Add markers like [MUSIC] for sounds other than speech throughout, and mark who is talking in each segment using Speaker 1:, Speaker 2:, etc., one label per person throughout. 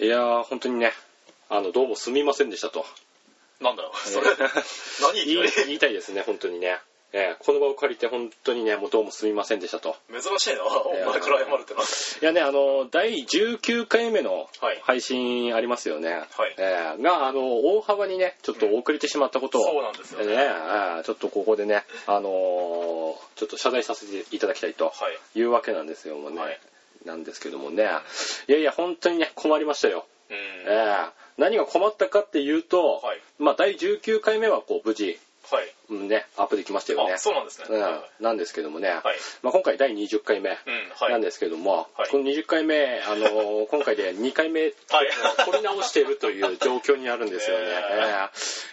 Speaker 1: いやー、本当にね、あの、どうもすみませんでしたと。
Speaker 2: なんだよ、それ。何
Speaker 1: [LAUGHS] 言い
Speaker 2: 言い
Speaker 1: 言いたいですね、本当にね。えーこの場を借りて本当にね、もうどうもすみませんでしたと。
Speaker 2: 珍しいな、お前から謝るってな。はい
Speaker 1: やね、あの、第19回目の
Speaker 2: はい
Speaker 1: 配信ありますよね。
Speaker 2: い。
Speaker 1: えーが、あの、大幅にね、ちょっと遅れてしまったことを、
Speaker 2: そうなんですよ
Speaker 1: ね
Speaker 2: ね。は
Speaker 1: え
Speaker 2: い。
Speaker 1: ーちょっとここでね、あのーちょっと謝罪させていただきたいというわけなんですよ、もうね。
Speaker 2: はい
Speaker 1: なんですけどもね。いやいや、本当にね、困りましたよ。
Speaker 2: うん。
Speaker 1: えー何が困ったかっていうと、
Speaker 2: はい
Speaker 1: まあ、第19回目はこう無事、
Speaker 2: はい。
Speaker 1: うんね、アップできましたよね
Speaker 2: あ、。そうなんですね。
Speaker 1: うん
Speaker 2: はい。
Speaker 1: なんですけどもね、
Speaker 2: はい
Speaker 1: まあ、今回第20回目
Speaker 2: うん、はい。
Speaker 1: なんですけども、
Speaker 2: はい
Speaker 1: この20回目、あの
Speaker 2: [LAUGHS]
Speaker 1: ー今回で2回目 [LAUGHS]
Speaker 2: はい。
Speaker 1: 取り直しているという状況にあるんですよね。
Speaker 2: え
Speaker 1: ええい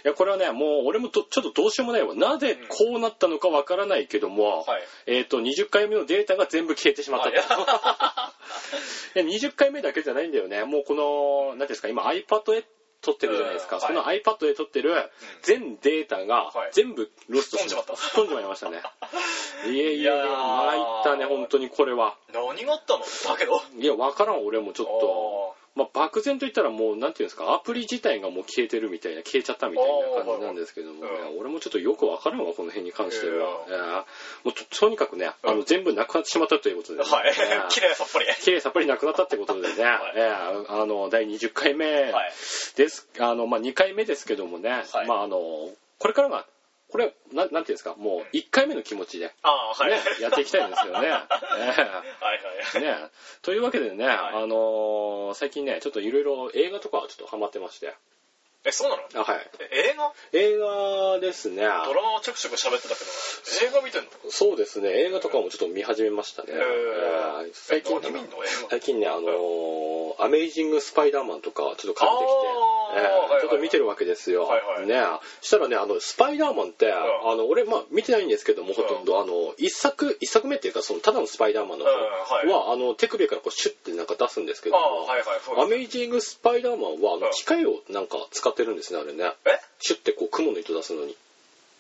Speaker 1: やこれはねもう俺もどちょっとどうしようもないわなぜこうなったのかわからないけども、
Speaker 2: はい
Speaker 1: えー、と20回目のデータが全部消えてしまったと。いや20回目だけじゃないんだよねもうこの何ですか今 iPad へ撮ってるじゃないですか、
Speaker 2: うんはい
Speaker 1: その iPad で撮ってる全データが
Speaker 2: はい
Speaker 1: 全部ロストしまった
Speaker 2: 吹
Speaker 1: 飛んじまい
Speaker 2: [LAUGHS]
Speaker 1: ましたねいやい
Speaker 2: いや
Speaker 1: や
Speaker 2: ー
Speaker 1: 参ったね本当にこれは
Speaker 2: 何があったのだけど。
Speaker 1: いやわからん俺もちょっと
Speaker 2: お
Speaker 1: まあ、漠然と言ったらもうなんていうんですかアプリ自体がもう消えてるみたいな消えちゃったみたいな感じなんですけども、
Speaker 2: あ
Speaker 1: ね
Speaker 2: ーはいはい
Speaker 1: 俺もちょっとよくわからんわこの辺に関しては、
Speaker 2: い
Speaker 1: えーもうととにかくねあの全部なくなってしまったということで、ね
Speaker 2: はい
Speaker 1: えー。
Speaker 2: [LAUGHS] 綺麗さっぱり。
Speaker 1: 綺麗さっぱりなくなったってことでね、
Speaker 2: はい
Speaker 1: えーあの第20回目
Speaker 2: はい。
Speaker 1: です、あのまあ、2回目ですけどもね、
Speaker 2: はい
Speaker 1: まあ、あのこれからがこれななんていうんですかもう1回目の気持ちで、ね
Speaker 2: あーはい。はい
Speaker 1: やっていきたいんですよね。え
Speaker 2: は
Speaker 1: ー
Speaker 2: い。
Speaker 1: ね、というわけでね、
Speaker 2: はい
Speaker 1: あの最近ねちょっといろいろ映画とかちょっとハマってまして
Speaker 2: え、そうなの
Speaker 1: あはい
Speaker 2: え映画
Speaker 1: 映画ですね
Speaker 2: ドラマはちょくちょく喋ってたけど、映画見てんの
Speaker 1: そうですね映画とかもちょっと見始めましたね、
Speaker 2: え
Speaker 1: えー最近
Speaker 2: 何見んの映画。
Speaker 1: 最近ね、あのーアメイジング・スパイダーマンとかちょっと買ってきて、
Speaker 2: あー
Speaker 1: えー
Speaker 2: はいはいはい
Speaker 1: ちょっと見てるわけですよ。
Speaker 2: はいはい
Speaker 1: ねしたらね、あの、スパイダーマンって、あの、俺、まあ、見てないんですけども、ほとんど、あの、一作、一作目っていうか、その、ただのスパイダーマンの方
Speaker 2: うんはい
Speaker 1: は、あの、手首からこう、シュッてなんか出すんですけ
Speaker 2: あ
Speaker 1: ど
Speaker 2: あ
Speaker 1: も、
Speaker 2: ー、はいはい。そうで
Speaker 1: ア
Speaker 2: す
Speaker 1: メイジング・スパイダーマンは、あ
Speaker 2: う
Speaker 1: の、
Speaker 2: ん
Speaker 1: 機械をなんか使ってるんですね、あれね。
Speaker 2: え
Speaker 1: シュッてこう、雲の糸出すのに。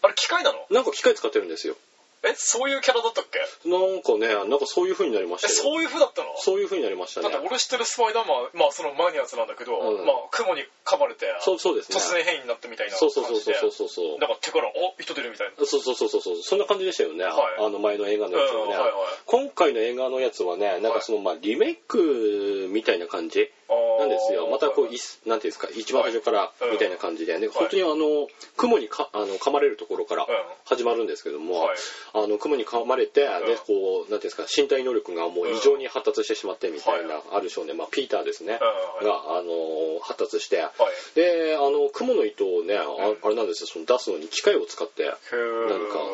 Speaker 2: あれ機械なの
Speaker 1: なんか機械使ってるんですよ。
Speaker 2: え、そういうキャラだったっけ
Speaker 1: なんかね、なんかそういう風になりまし
Speaker 2: え、
Speaker 1: たよ。
Speaker 2: そういう風だったの
Speaker 1: そういう風になりました
Speaker 2: だって
Speaker 1: ね。
Speaker 2: 俺知ってるスパイダーマン、まあその前のやつなんだけど、
Speaker 1: うん
Speaker 2: まあ雲に噛まれて、
Speaker 1: そうそうですね。
Speaker 2: 突然変異になったみたいな
Speaker 1: そ
Speaker 2: 感
Speaker 1: う
Speaker 2: じで
Speaker 1: そうそうそうそうそう。
Speaker 2: なんか手からお人出るみたいな
Speaker 1: そうそうそうそうそうそんな感じでしたよね、
Speaker 2: はい
Speaker 1: あの前の映画のやつ
Speaker 2: う
Speaker 1: はね、
Speaker 2: んはいはい
Speaker 1: 今回の映画のやつはねなんかその、まあ、リメイクみたいな感じ
Speaker 2: あー
Speaker 1: なんですよまたこ
Speaker 2: は
Speaker 1: ういすなんていうんですか一番最初から
Speaker 2: うん
Speaker 1: みたいな感じで、ね
Speaker 2: い
Speaker 1: 本当にあの雲にかあの噛まれるところから
Speaker 2: うん
Speaker 1: 始まるんですけども、
Speaker 2: はい
Speaker 1: あの雲に噛まれて、
Speaker 2: う
Speaker 1: で
Speaker 2: ん
Speaker 1: こうなんていうんですか身体能力がもう異常に発達してしまってみたいな、
Speaker 2: はい
Speaker 1: ある少年、まあ、ピーターですね、
Speaker 2: うん
Speaker 1: が
Speaker 2: は
Speaker 1: あの発達して、
Speaker 2: はい
Speaker 1: であの雲の糸をねあ
Speaker 2: うん
Speaker 1: あれなんですよその出すのに機械を使って。
Speaker 2: いへ
Speaker 1: なんか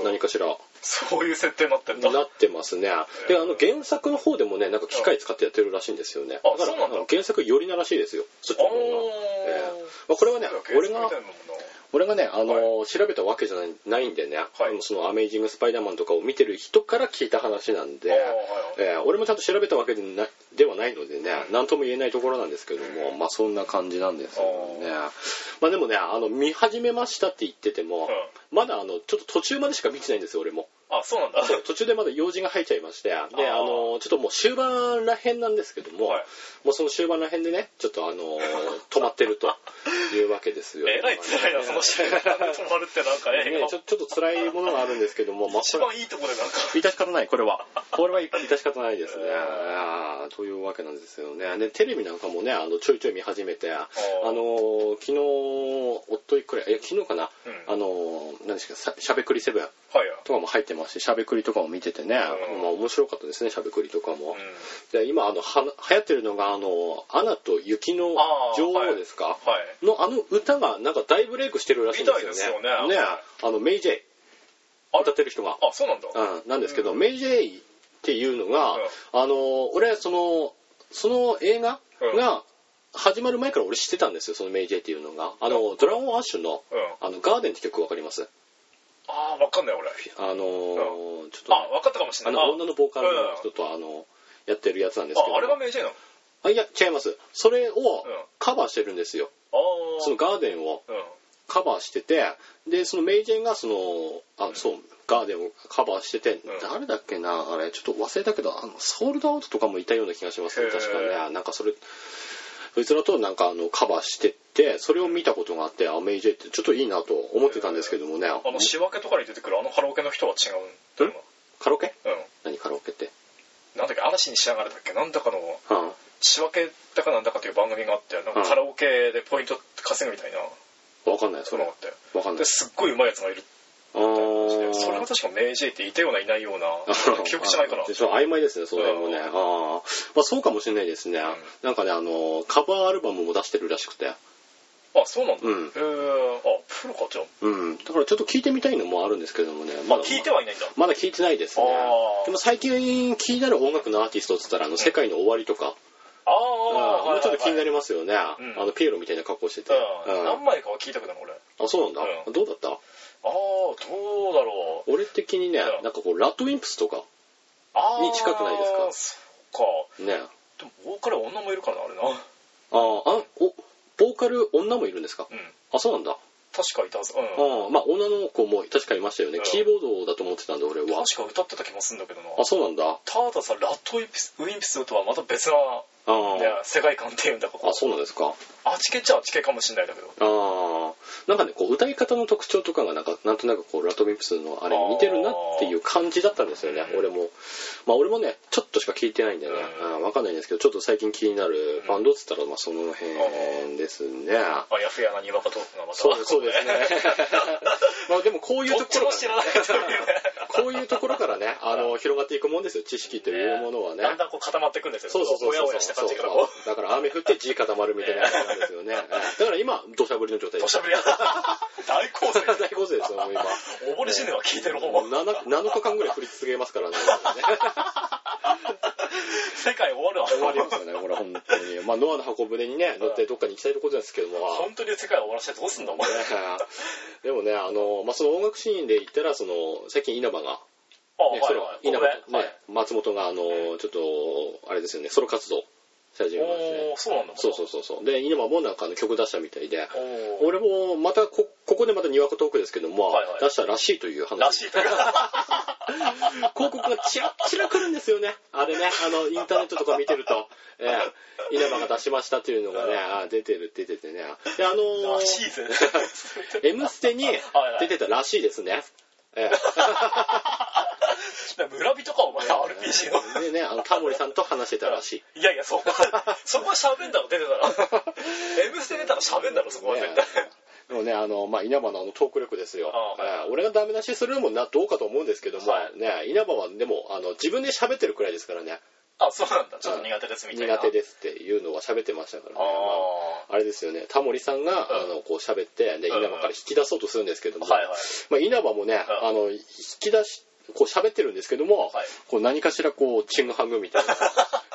Speaker 1: 何
Speaker 2: か
Speaker 1: かしら
Speaker 2: そういう設定になってんだ
Speaker 1: なってますね。で、あの原作の方でもね、なんか機械使ってやってるらしいんですよね。
Speaker 2: あ
Speaker 1: だか
Speaker 2: そう
Speaker 1: ら
Speaker 2: なんだ
Speaker 1: 原作よりならしいですよ。そっちの方が。ええまあこれはね、俺が、俺がね、あのー調べたわけじゃないないんでね、あのそのアメイジング・スパイダーマンとかを見てる人から聞いた話なんで、
Speaker 2: あーはい
Speaker 1: ええ俺もちゃんと調べたわけでなではないのでね、なんとも言えないところなんですけども、まあそんな感じなんですよね。まあでもね、あの、見始めましたって言ってても、
Speaker 2: う
Speaker 1: まだあの、ちょっと途中までしか見てないんですよ、俺も。
Speaker 2: あそうなんだ
Speaker 1: そう途中でまだ用事が入っちゃいましてであ
Speaker 2: あー
Speaker 1: のちょっともう終盤らへんなんですけども、
Speaker 2: はい
Speaker 1: もうその終盤らへんでねちょっと
Speaker 2: [LAUGHS]
Speaker 1: あの止まってるというわけですよ
Speaker 2: えらい辛いなその
Speaker 1: [LAUGHS]
Speaker 2: 試合が止まるってなんかね
Speaker 1: ねちょちょっと辛いものがあるんですけども、まあ、
Speaker 2: [LAUGHS] 一
Speaker 1: これは
Speaker 2: 番いいとこでなんか
Speaker 1: 致し方ないこれはこれは致し方ないですね、あーというわけなんですよねでテレビなんかもねあのちょいちょい見始めてあ
Speaker 2: ー
Speaker 1: の昨日おっといくらいいや昨日かな、
Speaker 2: うん
Speaker 1: あの何ですかさしゃべくりセブン
Speaker 2: はいはい
Speaker 1: とかも入ってましてしゃべくりとかも見ててね、
Speaker 2: うん
Speaker 1: まあ、面白かったですねしゃべくりとかも、
Speaker 2: うん
Speaker 1: で今あのは流行ってるのが「あのアナと雪の
Speaker 2: あー
Speaker 1: 女王」ですか、のあの歌がなんか大ブレイクしてるらしいんですよね
Speaker 2: みたいですよね
Speaker 1: あのメイ・ジェイ
Speaker 2: あ
Speaker 1: 歌ってる人が、
Speaker 2: あそうなんだ
Speaker 1: うん、なんですけど、メイ・ジェイっていうのが、
Speaker 2: うん
Speaker 1: あの俺そのその映画が始まる前から俺知ってたんですよそのメイ・ジェイっていうのがあのドラゴン・アッシュの
Speaker 2: うん
Speaker 1: 「あのガーデン」って曲わかります
Speaker 2: ああわかんない俺あ
Speaker 1: あのーちょっと
Speaker 2: わかったかもし
Speaker 1: あ
Speaker 2: れな
Speaker 1: の
Speaker 2: いあ
Speaker 1: 女のボーカルの人とあのやってるやつなんですけど
Speaker 2: ああれが名人なの
Speaker 1: あいや違いますそれを
Speaker 2: ん
Speaker 1: カバーしてるんですよ、
Speaker 2: ああ
Speaker 1: そのガーデンを
Speaker 2: うん
Speaker 1: カバーしててでそのメイジェンがそのあそうガーデンをカバーしてて、
Speaker 2: ん
Speaker 1: 誰だっけなあれちょっと忘れたけどあのソールドアウトとかもいたような気がしますね
Speaker 2: へー
Speaker 1: 確かねなんかそれそいつらとなんかあのカバーしてってそれを見たことがあってアメイジェってちょっといいなと思ってたんですけどもね、
Speaker 3: あの仕分けとかに出てくるあのカラオケの人は違うんだよ
Speaker 1: カラオケ
Speaker 3: なうん
Speaker 1: 何カラオケって
Speaker 3: なんだっけ嵐にしながらだっけなんだかの
Speaker 1: うん
Speaker 3: 仕分けだかなんだかという番組があってなんかカラオケでポイント稼ぐみたいな
Speaker 1: 分かんない
Speaker 3: そ
Speaker 1: そう
Speaker 3: いう
Speaker 1: れ
Speaker 3: のがあって
Speaker 1: 分かんない
Speaker 3: ですっごい上手いやつがいる
Speaker 1: あー
Speaker 3: それが確か明治っていたようないないような記憶じゃないかな
Speaker 1: あちょっと曖昧ですね、それもね。
Speaker 3: うん
Speaker 1: あーまあ、そうかもしれないですね、なんかね、あの、カバーアルバムも出してるらしくて。
Speaker 3: あそうなんだ、
Speaker 1: うん
Speaker 3: へえあプロかじゃん
Speaker 1: うん。だからちょっと聞いてみたいのもあるんですけどもね。
Speaker 3: まあ聞いてはいないんだ
Speaker 1: まだ聞いてないですね
Speaker 3: あ。ー
Speaker 1: でも最近気になる音楽のアーティストっつったら、あの、世界の終わりとか、
Speaker 3: あ
Speaker 1: あー
Speaker 3: あ
Speaker 1: もうちょっと気にな
Speaker 3: る
Speaker 1: りますよね。
Speaker 3: うん
Speaker 1: あの、ピエロみたいな格好してて。うん
Speaker 3: 何枚かは聞いたけども俺あ
Speaker 1: あ、そうなんだ。
Speaker 3: う
Speaker 1: どうだった
Speaker 3: あどうだろう
Speaker 1: 俺的にね、
Speaker 3: うん
Speaker 1: なんかこう、ラッドウィンプスとか、
Speaker 3: ああ
Speaker 1: に近くないですか
Speaker 3: そっか
Speaker 1: ね。
Speaker 3: でもボーカル女もいるからなあれなう
Speaker 1: あーあ、お、ボーカル女もいるんですか
Speaker 3: ん
Speaker 1: あ、そうなんだ。
Speaker 3: 確かいたはずうん
Speaker 1: ああまあ女の子も確かいましたよね、
Speaker 3: うん
Speaker 1: キーボードだと思ってたんで俺は
Speaker 3: 確か歌ってた気もするんだけどな
Speaker 1: あそうなんだあ
Speaker 3: たださラトウィンプスウィンプスとはまた別な、
Speaker 1: あ
Speaker 3: ね世界観っていうんだか
Speaker 1: あそうなんですか
Speaker 3: あっち系っちゃあっち系かもしんないんだけど
Speaker 1: ああなんかねこう歌い方の特徴とかがなんかなんとなくこうラトビンプスのあれに似てるなっていう感じだったんですよね
Speaker 3: あー
Speaker 1: 俺もまあ俺もねちょっとしか聞いてないんでね、
Speaker 3: うん
Speaker 1: あーわかんないんですけどちょっと最近気になるバンドっつったらまあその辺ですね、
Speaker 3: あやふやなにわかトークがまた
Speaker 1: そうそうですね [LAUGHS] まあでもこういう
Speaker 3: ど
Speaker 1: と
Speaker 3: っ
Speaker 1: こ
Speaker 3: ち
Speaker 1: ろ
Speaker 3: も
Speaker 1: が
Speaker 3: 知らないというね
Speaker 1: こういうところからねあの広がっていくもんですよ知識というものはね
Speaker 3: だんだんこう固まってくんですよ
Speaker 1: そうそうそうそう
Speaker 3: ぼやぼやした感じからこう
Speaker 1: だから雨降って地固まるみたいな感じなんですよねだから今土砂降りの状態で
Speaker 3: 土
Speaker 1: す
Speaker 3: 砂降りが大洪
Speaker 1: [LAUGHS]
Speaker 3: 水
Speaker 1: 大洪水ですよもう今
Speaker 3: 溺れ死ぬわ聞いてる方も
Speaker 1: 7, 7日間ぐらい降り続けますからね
Speaker 3: 世界終わるわ
Speaker 1: 終わりますよねこれ本当にまあノアの箱舟にね乗ってどっかに行きたいところですけども
Speaker 3: 本当に世界終わらせてどうすんだお前
Speaker 1: ねでもねあの、まあ、その音楽シーンで言ったらその最近稲葉が、
Speaker 3: あ
Speaker 1: ね
Speaker 3: は
Speaker 1: ソ
Speaker 3: い
Speaker 1: ロ
Speaker 3: はい
Speaker 1: 稲葉とね
Speaker 3: はい
Speaker 1: 松本があのちょっとあれですよねソロ活動し始めまして
Speaker 3: おおそうなんだ
Speaker 1: そうそうそうそうで稲葉もなんかあの曲出したみたいで
Speaker 3: おー
Speaker 1: 俺もまたこここでまたにわかトークですけども、
Speaker 3: はいはい
Speaker 1: 出したらしいという話
Speaker 3: らしいとい
Speaker 1: [LAUGHS]
Speaker 3: うか
Speaker 1: 広告がちらちら来るんですよねあれねあのインターネットとか見てると、ええ稲葉が出しましたというのがねあ出てる出ててねであの
Speaker 3: らしいぜ
Speaker 1: ー「M ステ」に
Speaker 3: い
Speaker 1: 出てたらしいですね、え
Speaker 3: 村人かお前 RPG の
Speaker 1: えでねあのタモリさんと話してたらしい
Speaker 3: いやいやそこ
Speaker 1: [LAUGHS]
Speaker 3: はそこは喋んだろ出てたら「M ステ」出たら喋んだろそこは絶対
Speaker 1: ねでもね、あの、まあ、稲葉のあのトーク力ですよ。
Speaker 3: あはい
Speaker 1: えー俺がダメ出しするのもな、どうかと思うんですけども、
Speaker 3: はい
Speaker 1: ね、稲葉はでも、あの、自分で喋ってるくらいですからね、
Speaker 3: あそうなんだちょっと苦手ですみたいな
Speaker 1: 苦手ですっていうのは喋ってましたからね。
Speaker 3: ああ
Speaker 1: まああれですよね、タモリさんが、あの、こう喋って、で、稲
Speaker 3: うん
Speaker 1: 葉から引き出そうとするんですけども、
Speaker 3: はいはい
Speaker 1: まあ、稲葉もね、
Speaker 3: うん
Speaker 1: あの、引き出し、こう喋ってるんですけども、
Speaker 3: はい
Speaker 1: こう何かしらこう、チングハグみた
Speaker 3: [LAUGHS]
Speaker 1: いな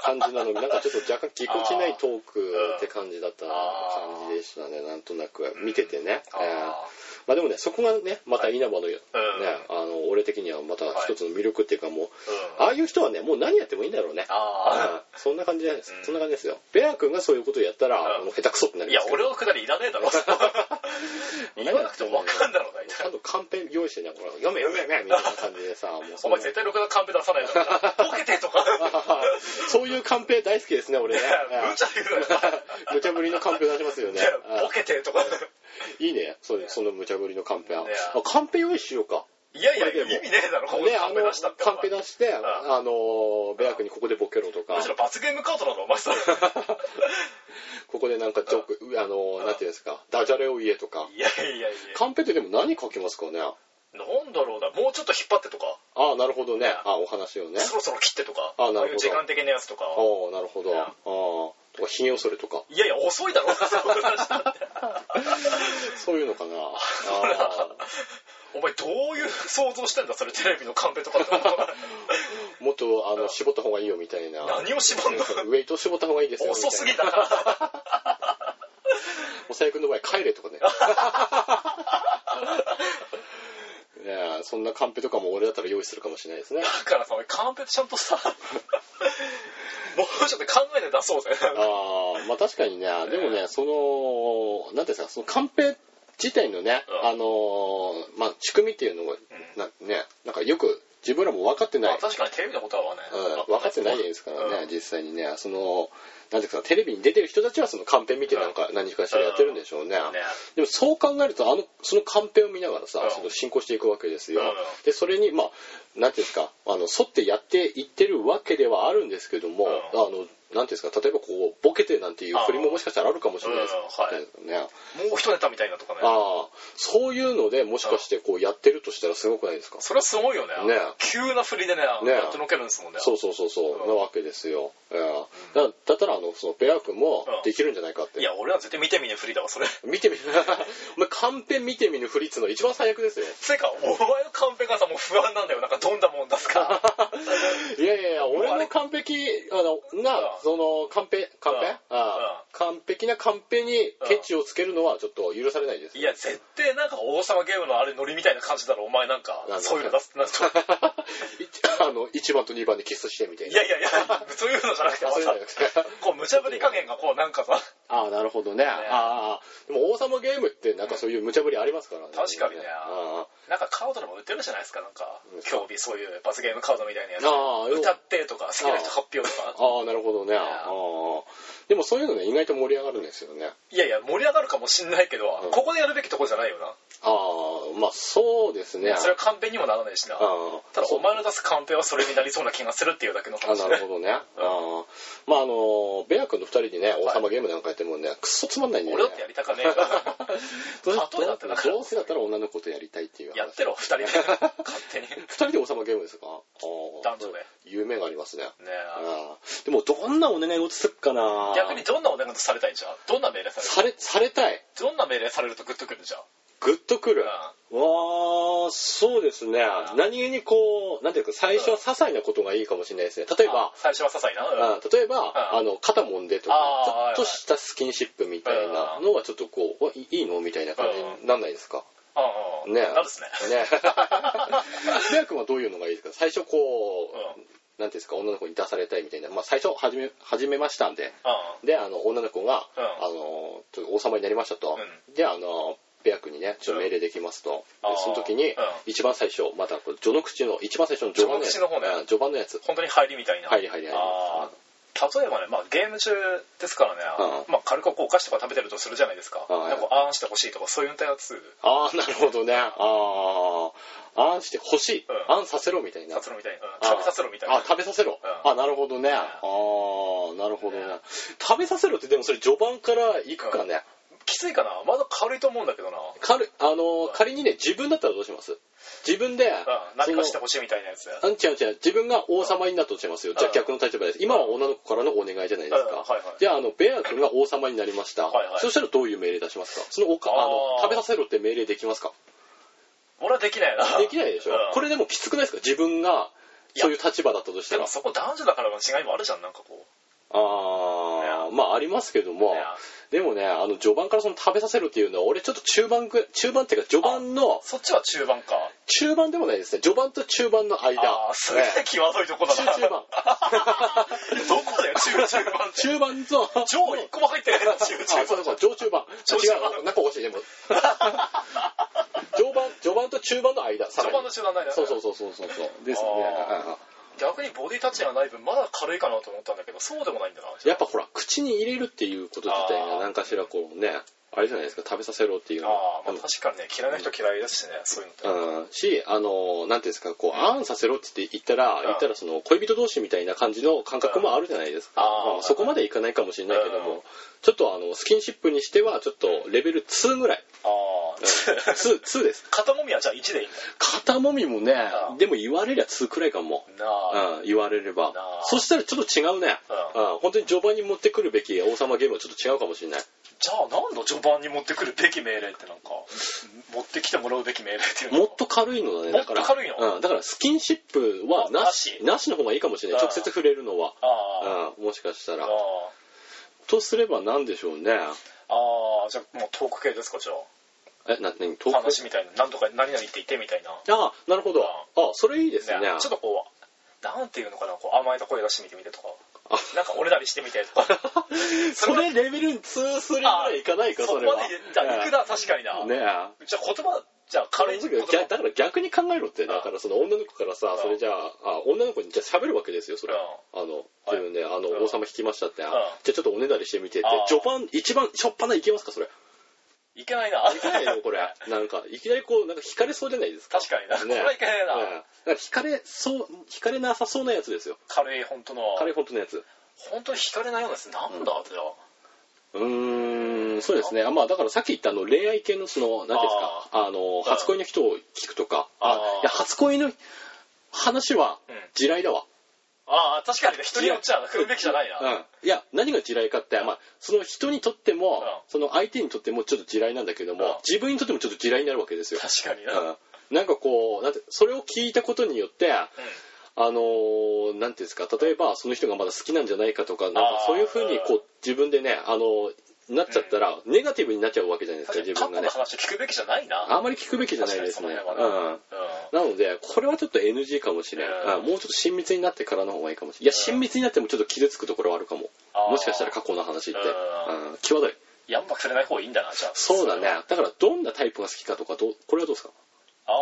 Speaker 1: 感じなのに、なんかちょっと若干ぎこちないトークって感じだった感じでしたね、なんとなく見ててね。えー
Speaker 3: あ
Speaker 1: まあでもねそこがねまた稲葉の、ね
Speaker 3: うん
Speaker 1: あの俺的にはまた一つの魅力っていうかもう、
Speaker 3: ーうん
Speaker 1: ああいう人はねもう何やってもいいんだろうね
Speaker 3: あ
Speaker 1: うん [LAUGHS] そんな感じじゃないです、
Speaker 3: うん
Speaker 1: そんな感じですよベア君がそういうことをやったら、
Speaker 3: うん
Speaker 1: もう下手くそってな
Speaker 3: あい
Speaker 1: りま
Speaker 3: や
Speaker 1: すけど
Speaker 3: 俺のくだりいらねえだろ
Speaker 1: [LAUGHS]
Speaker 3: 言わなくても分かんだろ大
Speaker 1: ちゃん
Speaker 3: 体
Speaker 1: とカンペ用意してねこれ読め読め読めみたいな感じでさもうそ
Speaker 3: お
Speaker 1: んな
Speaker 3: 前絶対ろくなカンペ出さない
Speaker 1: [LAUGHS]
Speaker 3: だろボケてとか
Speaker 1: そういうカンペ大好きですね俺ね
Speaker 3: いや無茶言うなよ
Speaker 1: うん無茶ぶりのカンペ出しますよね
Speaker 3: いやボケてと
Speaker 1: う
Speaker 3: か
Speaker 1: んいいねそうその無茶ぶりのカンペは
Speaker 3: ね
Speaker 1: あカンペ用意しようか
Speaker 3: いやいや
Speaker 1: これでも
Speaker 3: 意味ねえだろここ
Speaker 1: ね
Speaker 3: で、
Speaker 1: あ
Speaker 3: カンペ
Speaker 1: の
Speaker 3: 出したって
Speaker 1: カンペ出して、
Speaker 3: ん
Speaker 1: あのベア君にここでボケろと
Speaker 3: お
Speaker 1: か
Speaker 3: 前むしろ罰ゲームカードだろお
Speaker 1: [LAUGHS]
Speaker 3: 前それ
Speaker 1: ここでなんかジョーク、あのなんていうんですかダジャレを言えとか
Speaker 3: いやいやいや
Speaker 1: カンペってでも何書きますかね
Speaker 3: なんだろうなもうちょっと引っ張ってとか
Speaker 1: ああなるほどねああお話をね
Speaker 3: そろそろ切ってとか
Speaker 1: あなるほど
Speaker 3: ああいう時間的なやつとか
Speaker 1: ああなるほど
Speaker 3: うん
Speaker 1: ああとかひげをそれと [LAUGHS] か
Speaker 3: いやいや遅いだろ [LAUGHS] そんなしたって
Speaker 1: そういうのかなあ
Speaker 3: お前どういう想像してんだそれテレビのカンペと
Speaker 1: [LAUGHS]
Speaker 3: かって
Speaker 1: あもっとあの絞った方がいいよみたいな
Speaker 3: 何を絞んの
Speaker 1: ウェイト絞った方がいいですよみたいな
Speaker 3: 遅すぎだな
Speaker 1: おさゆくんの場合帰れとか [LAUGHS] ねねえそんなカンペとかも俺だったら用意するかもしれないですね
Speaker 3: だからさ、お前カンペちゃん
Speaker 1: [LAUGHS]
Speaker 3: とさ、もうちょっと考えて出そうぜ。
Speaker 1: ああまあ確かにねでもねそのなんていうんですかそのカンペ自体のね、
Speaker 3: うん
Speaker 1: あのーまあ仕組みっていうのが、なねなんかよく自分らも分かってない、
Speaker 3: まあ確かにテレビのことは分かんないな
Speaker 1: うん、分かってないですからね、
Speaker 3: うん
Speaker 1: 実際にねそのなんていうかテレビに出てる人たちはそのカンペ見てなんか何かしらやってるんでしょうね、
Speaker 3: ね
Speaker 1: でもそう考えるとあのそのカンペを見ながらさ、
Speaker 3: うん
Speaker 1: その進行していくわけですよ、
Speaker 3: うん
Speaker 1: でそれにまあ何ていうんですかあの沿ってやっていってるわけではあるんですけども、
Speaker 3: うん
Speaker 1: あのなんていうんですか例えばこうボケてなんていう振りももしかしたらあるかもしれないですけどね、
Speaker 3: もう一ネタみたいなとかね
Speaker 1: ああそういうのでもしかしてこうやってるとしたらすごくないですか、
Speaker 3: それはすごいよね
Speaker 1: ね
Speaker 3: 急な振りでね
Speaker 1: ね
Speaker 3: やってのけるんですもんね
Speaker 1: そうそうそうそう
Speaker 3: うん
Speaker 1: なわけですよ、ええだだったらあのそのペア君も
Speaker 3: うん
Speaker 1: できるんじゃないかって、
Speaker 3: いや俺は絶対見て見ぬ振りだわそれ
Speaker 1: 見てみ [LAUGHS] るお前カンペ見て見ぬフリッツの一番最悪
Speaker 3: [LAUGHS]
Speaker 1: ですよ
Speaker 3: つうかお前のカンペがさもう不安なんだよなんかどんなもん出すか
Speaker 1: いやいやいや、
Speaker 3: もうあれ
Speaker 1: 俺の完璧、あの、な
Speaker 3: うん、
Speaker 1: その、完璧、完
Speaker 3: うん
Speaker 1: 璧ああ完璧な完璧にケチをつけるのはちょっと許されないです
Speaker 3: い
Speaker 1: よ。
Speaker 3: や絶対なんか王様ゲームのあれノリみたいな感じだろお前なんか
Speaker 1: なんだ
Speaker 3: そういうの出すってなると
Speaker 1: [LAUGHS] あの、1番と2番でキスしてみたい
Speaker 3: い
Speaker 1: な。
Speaker 3: やいや
Speaker 1: [LAUGHS]
Speaker 3: いやそういうのじゃなくて
Speaker 1: あそういうのじゃなくて
Speaker 3: またこう無茶ぶり加減がこうなんかさ
Speaker 1: [LAUGHS] ああ、なるほどね。ああああ、でも王様ゲームってなんかそういう無茶ぶりありますからね。
Speaker 3: 確かにね
Speaker 1: ああ
Speaker 3: なんかカードでも売ってるじゃないですかなんか
Speaker 1: うん
Speaker 3: 競技そういう罰ゲームカードみたいなやつ
Speaker 1: ああ
Speaker 3: 歌ってとか好きな人発表とか
Speaker 1: ああ、なるほどね。ああでもそういうのね、意外と盛り上がるんですよね。
Speaker 3: いやいや盛り上がるかもしんないけど
Speaker 1: うん
Speaker 3: ここでやるべきとこじゃないよな
Speaker 1: ああ、まあそうですね。
Speaker 3: それはカンペにもならないしな
Speaker 1: ああ
Speaker 3: ただお前の出すカンペはそれになりそうな気がするっていうだけの
Speaker 1: あ
Speaker 3: 話
Speaker 1: な
Speaker 3: ね
Speaker 1: るほどね。ああまああのベア君と二人でね王様ゲームなんかやってもね、クソつまんないんだよ
Speaker 3: 俺
Speaker 1: ね。
Speaker 3: だってやりたかね
Speaker 1: [LAUGHS]
Speaker 3: えから
Speaker 1: どう
Speaker 3: 例えだってだから
Speaker 1: どうせだったら女の子とやりたいっていう話。
Speaker 3: やってろ二人で勝手にね
Speaker 1: 二人で王様ゲームですかああ
Speaker 3: 男女で
Speaker 1: 夢がありますね。
Speaker 3: え
Speaker 1: ああでもどんなお願いをするかな
Speaker 3: 逆にどんなお願いされたいんじゃんどんな命令される
Speaker 1: され、されたい。
Speaker 3: どんな命令されるとグッとくるんじゃん
Speaker 1: グッとくる。
Speaker 3: あ
Speaker 1: わあそうですね。何気にこう、なんていうか、最初は些細なことがいいかもしれないですね。例えば
Speaker 3: あ、最初は些細なうん
Speaker 1: あ例えば、
Speaker 3: うん
Speaker 1: あの肩揉んでとか
Speaker 3: あー
Speaker 1: ちょっとしたスキンシップみたいなのはちょっとこうおいいいのみたいな感じになんないですか
Speaker 3: ああ
Speaker 1: ね
Speaker 3: なるっすね
Speaker 1: ねレア君はどういうのがいいですか最初こう、
Speaker 3: うん
Speaker 1: なんていうんですか女の子に出されたいみたいな、まあ、最初始め始めましたんで
Speaker 3: あ
Speaker 1: であの女の子が、
Speaker 3: うん
Speaker 1: あのちょっと王様になりましたと、
Speaker 3: う
Speaker 1: であのペア君にねちょっと命令できますと、で
Speaker 3: あー
Speaker 1: その時に、
Speaker 3: うん
Speaker 1: 一番最初またこれ序の口の一番最初の序盤のやつ
Speaker 3: 序の口の方ね
Speaker 1: うん序盤のやつ
Speaker 3: 本当に入りみたいな
Speaker 1: 入り入り入り
Speaker 3: ああ例えばね、まあ、ゲーム中ですからね、
Speaker 1: うん
Speaker 3: まあ、軽くこうお菓子とか食べてるとするじゃないですか、
Speaker 1: はい
Speaker 3: なんかあーんしてほしいとかそういうやつ
Speaker 1: ああ、なるほどね。ああ、あんして欲しい。
Speaker 3: うん
Speaker 1: あんさせろみたいな。
Speaker 3: させろみたいな、うん食べさせろみたいな
Speaker 1: あ、食べさせろ。
Speaker 3: うん
Speaker 1: あ、なるほどね。ああ、なるほどね。食べさせろってでもそれ序盤から行くかね。
Speaker 3: きついかなまだ軽いと思うんだけどな、うん、
Speaker 1: 軽いあのー、仮にね、自分だったらどうします自分で、
Speaker 3: 何かし
Speaker 1: そ
Speaker 3: て
Speaker 1: の
Speaker 3: ほしいみたいなやつ
Speaker 1: あんちゃんちゃん、自分が王様になったとしますよ。じゃあ
Speaker 3: うん
Speaker 1: 逆の立場です。今は女の子からのお願いじゃないです
Speaker 3: うん
Speaker 1: か
Speaker 3: はいはい。
Speaker 1: じゃあ、あの、ベア君が王様になりました。
Speaker 3: はいはい
Speaker 1: そしたらどういう命令出しますかそのおか、あの
Speaker 3: あ、ー
Speaker 1: 食べさせろって命令できますか
Speaker 3: 俺はできないな
Speaker 1: できないでしょ、
Speaker 3: うん
Speaker 1: これでもきつくないですか自分がそういう立場だったとした
Speaker 3: で
Speaker 1: ら
Speaker 3: もそこ男女だからの違いもあるじゃんなんかこう
Speaker 1: ああまあありますけども
Speaker 3: いや
Speaker 1: でもねあの序盤からその食べさせるっていうのは俺ちょっと中盤ぐ中盤っていうか序盤の
Speaker 3: そっちは中盤か
Speaker 1: 中盤でもないですね序盤と中盤の間
Speaker 3: ああすげえ
Speaker 1: ね
Speaker 3: 際どいとこだな
Speaker 1: 中盤
Speaker 3: どこだよ中中盤って
Speaker 1: 中盤と
Speaker 3: 上一個も入ってないな中
Speaker 1: あそう
Speaker 3: 中
Speaker 1: そう上中盤
Speaker 3: 上中盤
Speaker 1: 違うなんかおかしい
Speaker 3: [LAUGHS]
Speaker 1: でも序盤序盤と中盤の間さら
Speaker 3: 序
Speaker 1: に
Speaker 3: 盤の中盤ないな
Speaker 1: そうそうそうそうそうそうですね
Speaker 3: あ逆にボディタッチがない分まだ軽いかなと思ったんだけどそうでもないんだな
Speaker 1: やっぱほら口に入れるっていうこと自体
Speaker 3: あ
Speaker 1: が
Speaker 3: ー
Speaker 1: 何かしらこうねあれじゃないですか食べさせろっていうのは
Speaker 3: ああまあ確かにね嫌いな人嫌いですしねそういう
Speaker 1: う
Speaker 3: のって
Speaker 1: ん、しあのなんていうんですかこう「あんさせろ」って言ったら
Speaker 3: ん
Speaker 1: 言ったらその恋人同士みたいな感じの感覚もあるじゃないですか、
Speaker 3: あー
Speaker 1: まあそこまでいかないかもしれないけど
Speaker 3: う
Speaker 1: も
Speaker 3: ん
Speaker 1: ちょっとあのスキンシップにしてはちょっとレベル2ぐらい
Speaker 3: ああ
Speaker 1: 2, 2です
Speaker 3: 肩もみはじゃあ1でいいんだ
Speaker 1: 肩もみもね
Speaker 3: うん
Speaker 1: でも言われりゃ2くらいかも、
Speaker 3: なあ
Speaker 1: うん、言われれば
Speaker 3: あー
Speaker 1: そしたらちょっと違うね、
Speaker 3: う
Speaker 1: うん、本当に序盤に持ってくるべき王様ゲームはちょっと違うかもしれない
Speaker 3: じゃあなんだ序盤に持ってくるべき命令ってなんか持ってきてもらうべき命令っていうの
Speaker 1: もっと軽いのだね。だから
Speaker 3: もっと軽いの
Speaker 1: うん。だからスキンシップはなし、
Speaker 3: あ
Speaker 1: なしの方がいいかもしれない。
Speaker 3: うん
Speaker 1: 直接触れるのは。
Speaker 3: ああ
Speaker 1: うん。もしかしたら。
Speaker 3: あ
Speaker 1: とすれば何でしょうね。
Speaker 3: あああじゃあもうトーク系ですかじゃあ
Speaker 1: え、な、何遠く
Speaker 3: 話みたいな何とか何々って言ってみたいな
Speaker 1: ああ、なるほど。
Speaker 3: うん
Speaker 1: あそれいいですね。
Speaker 3: ねちょっとこうなんていうのかなこう甘えた声出してみてみてとか
Speaker 1: あ
Speaker 3: なんか俺なりして
Speaker 1: [LAUGHS]
Speaker 3: みてとか
Speaker 1: それレベル2、3ぐらいいかないか、
Speaker 3: そ
Speaker 1: そ
Speaker 3: こ
Speaker 1: れは。
Speaker 3: までいったいくな確かにな
Speaker 1: ねえ。
Speaker 3: じゃあ言葉じゃあ軽い
Speaker 1: その時は逆だから逆に考えろってだからその女の子からさ
Speaker 3: うん
Speaker 1: それじゃああ女の子にじゃあ喋るわけですよそれあの自分で「あの
Speaker 3: うん
Speaker 1: 王様引きました」ってあ
Speaker 3: ん
Speaker 1: 「じゃあちょっとおねだりしてみて」って
Speaker 3: あ
Speaker 1: 序盤一番初っ端いけますかそれ
Speaker 3: いけないない
Speaker 1: けないよこれなんかいきなりこうなんか惹かれそうじゃないですか
Speaker 3: [LAUGHS] 確かに
Speaker 1: ね
Speaker 3: な、これはいけないな、
Speaker 1: うんだから惹かれそう惹かれなさそうなやつですよ
Speaker 3: 軽い本当の
Speaker 1: 彼本当のやつ
Speaker 3: 本当に惹かれないようなやつなんだってよ、
Speaker 1: うーんそうですねあまあだからさっき言ったあの恋愛系のその何ていうんですかあの初恋の人を聞くとか
Speaker 3: あー
Speaker 1: あいや初恋の話は
Speaker 3: うん
Speaker 1: 地雷だわ、
Speaker 3: ああ確かにね人によっちゃ食うべきじゃないな、
Speaker 1: うん、いや何が地雷かって、まあ、その人にとっても、
Speaker 3: ん
Speaker 1: その相手にとってもちょっと地雷なんだけども、
Speaker 3: うん
Speaker 1: 自分にとってもちょっと地雷になるわけですよ、
Speaker 3: 確かにな、うん
Speaker 1: うん、なんかこうなんてそれを聞いたことによってあのーなんていうんですか例えばその人がまだ好きなんじゃないかとかなんか
Speaker 3: あー
Speaker 1: そういうふうにこう自分でね、あのーなっちゃったら、ネガティブになっちゃうわけじゃないですか
Speaker 3: 確
Speaker 1: 自
Speaker 3: かに過去
Speaker 1: 分が
Speaker 3: の
Speaker 1: ね
Speaker 3: 話聞くべきじゃないな
Speaker 1: あまり聞くべきじゃないですね、
Speaker 3: 確かにその辺
Speaker 1: う
Speaker 3: は
Speaker 1: ん、なのでこれはちょっと NG かもしれん、
Speaker 3: うん
Speaker 1: あもうちょっと親密になってからの方がいいかもしれんいや
Speaker 3: うん
Speaker 1: 親密になってもちょっと傷つくところはあるかも
Speaker 3: あー
Speaker 1: もしかしたら過去の話って、
Speaker 3: うん
Speaker 1: うん、際どい
Speaker 3: やんばくされない方がいいんだなじゃあ
Speaker 1: そうだね
Speaker 3: あ
Speaker 1: だからどんなタイプが好きかとかどうこれはどうですか
Speaker 3: あ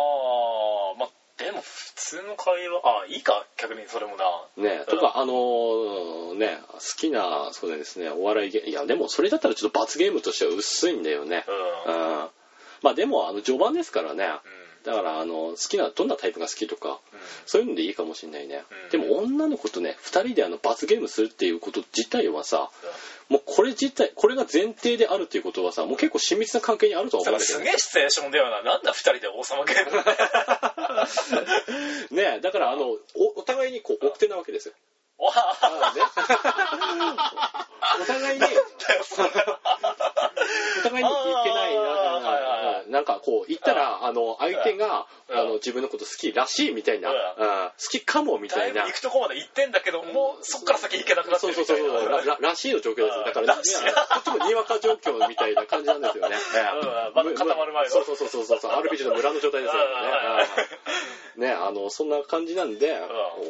Speaker 3: まあでも普通の会話ああいいか逆にそれもな
Speaker 1: ねとかあのーね好きなそうですねお笑い芸いやでもそれだったらちょっと罰ゲームとしては薄いんだよね
Speaker 3: うん、
Speaker 1: うん
Speaker 3: うん
Speaker 1: まあでもあの序盤ですからねだからあの好きなどんなタイプが好きとか
Speaker 3: うん
Speaker 1: そういうのでいいかもしれないね、
Speaker 3: うん
Speaker 1: でも女の子とね2人であの罰ゲームするっていうこと自体はさもうこれ自体これが前提であるっていうことはさもう結構親密な関係にあるとは
Speaker 3: だか
Speaker 1: 思うん
Speaker 3: ら
Speaker 1: だけ
Speaker 3: す
Speaker 1: ど
Speaker 3: げえシチュエーションだよななんだ二人で王様ゲーム
Speaker 1: ねえだからあのおお互いにこう奥手なわけですよ
Speaker 3: わあ
Speaker 1: ねお互いにお互いに言ってないな
Speaker 3: あーはいはい
Speaker 1: うんなんかこう言ったらあの相手が
Speaker 3: うん
Speaker 1: あの自分のこと好きらしいみたいな
Speaker 3: うん
Speaker 1: うん好きかもみた
Speaker 3: だい
Speaker 1: い
Speaker 3: ぶ
Speaker 1: な
Speaker 3: 行くとこまで行ってんだけど、もうそっから先行けなくなって
Speaker 1: そう
Speaker 3: る
Speaker 1: そう
Speaker 3: み
Speaker 1: そ
Speaker 3: た
Speaker 1: う
Speaker 3: いな
Speaker 1: そうらららしいの状況です
Speaker 3: うん
Speaker 1: だからね
Speaker 3: らしい
Speaker 1: とってもにわか状況みたいな感じなんですよね
Speaker 3: [LAUGHS] うんまだ固まる前の
Speaker 1: そうそうそうそうそう RPG の村の状態ですよ
Speaker 3: [LAUGHS]
Speaker 1: ねねあのそんな感じなんで
Speaker 3: ん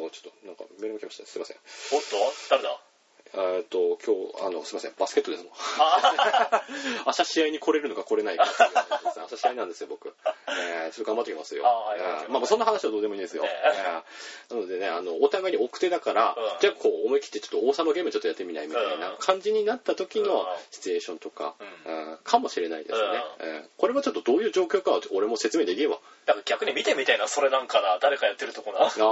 Speaker 1: おちょっとなんかメールが来ましたねすいません
Speaker 3: おっと誰だ
Speaker 1: えーっと今日あのすいませんバスケットですもん
Speaker 3: あ
Speaker 1: [LAUGHS] 明日試合に来れるのか来れないか
Speaker 3: [LAUGHS]
Speaker 1: っていうのがですね明日試合なんですよ僕、えーちょっと頑張ってきますよ、
Speaker 3: あはいはい
Speaker 1: えーまあまあそんな話はどうでもいいんですよ、
Speaker 3: ね
Speaker 1: えーなのでねあのお互いに奥手だから、
Speaker 3: うん
Speaker 1: じゃあこう思い切ってちょっと王様ゲームちょっとやってみないみたいな
Speaker 3: うん
Speaker 1: 感じになった時
Speaker 3: うん
Speaker 1: のシチュエーションとか、
Speaker 3: う
Speaker 1: えーかもしれないですよね、えーこれはちょっとどういう状況かは俺も説明できれば
Speaker 3: だから逆に見てみたいなそれなんかな誰かやってるとこな
Speaker 1: あ
Speaker 3: う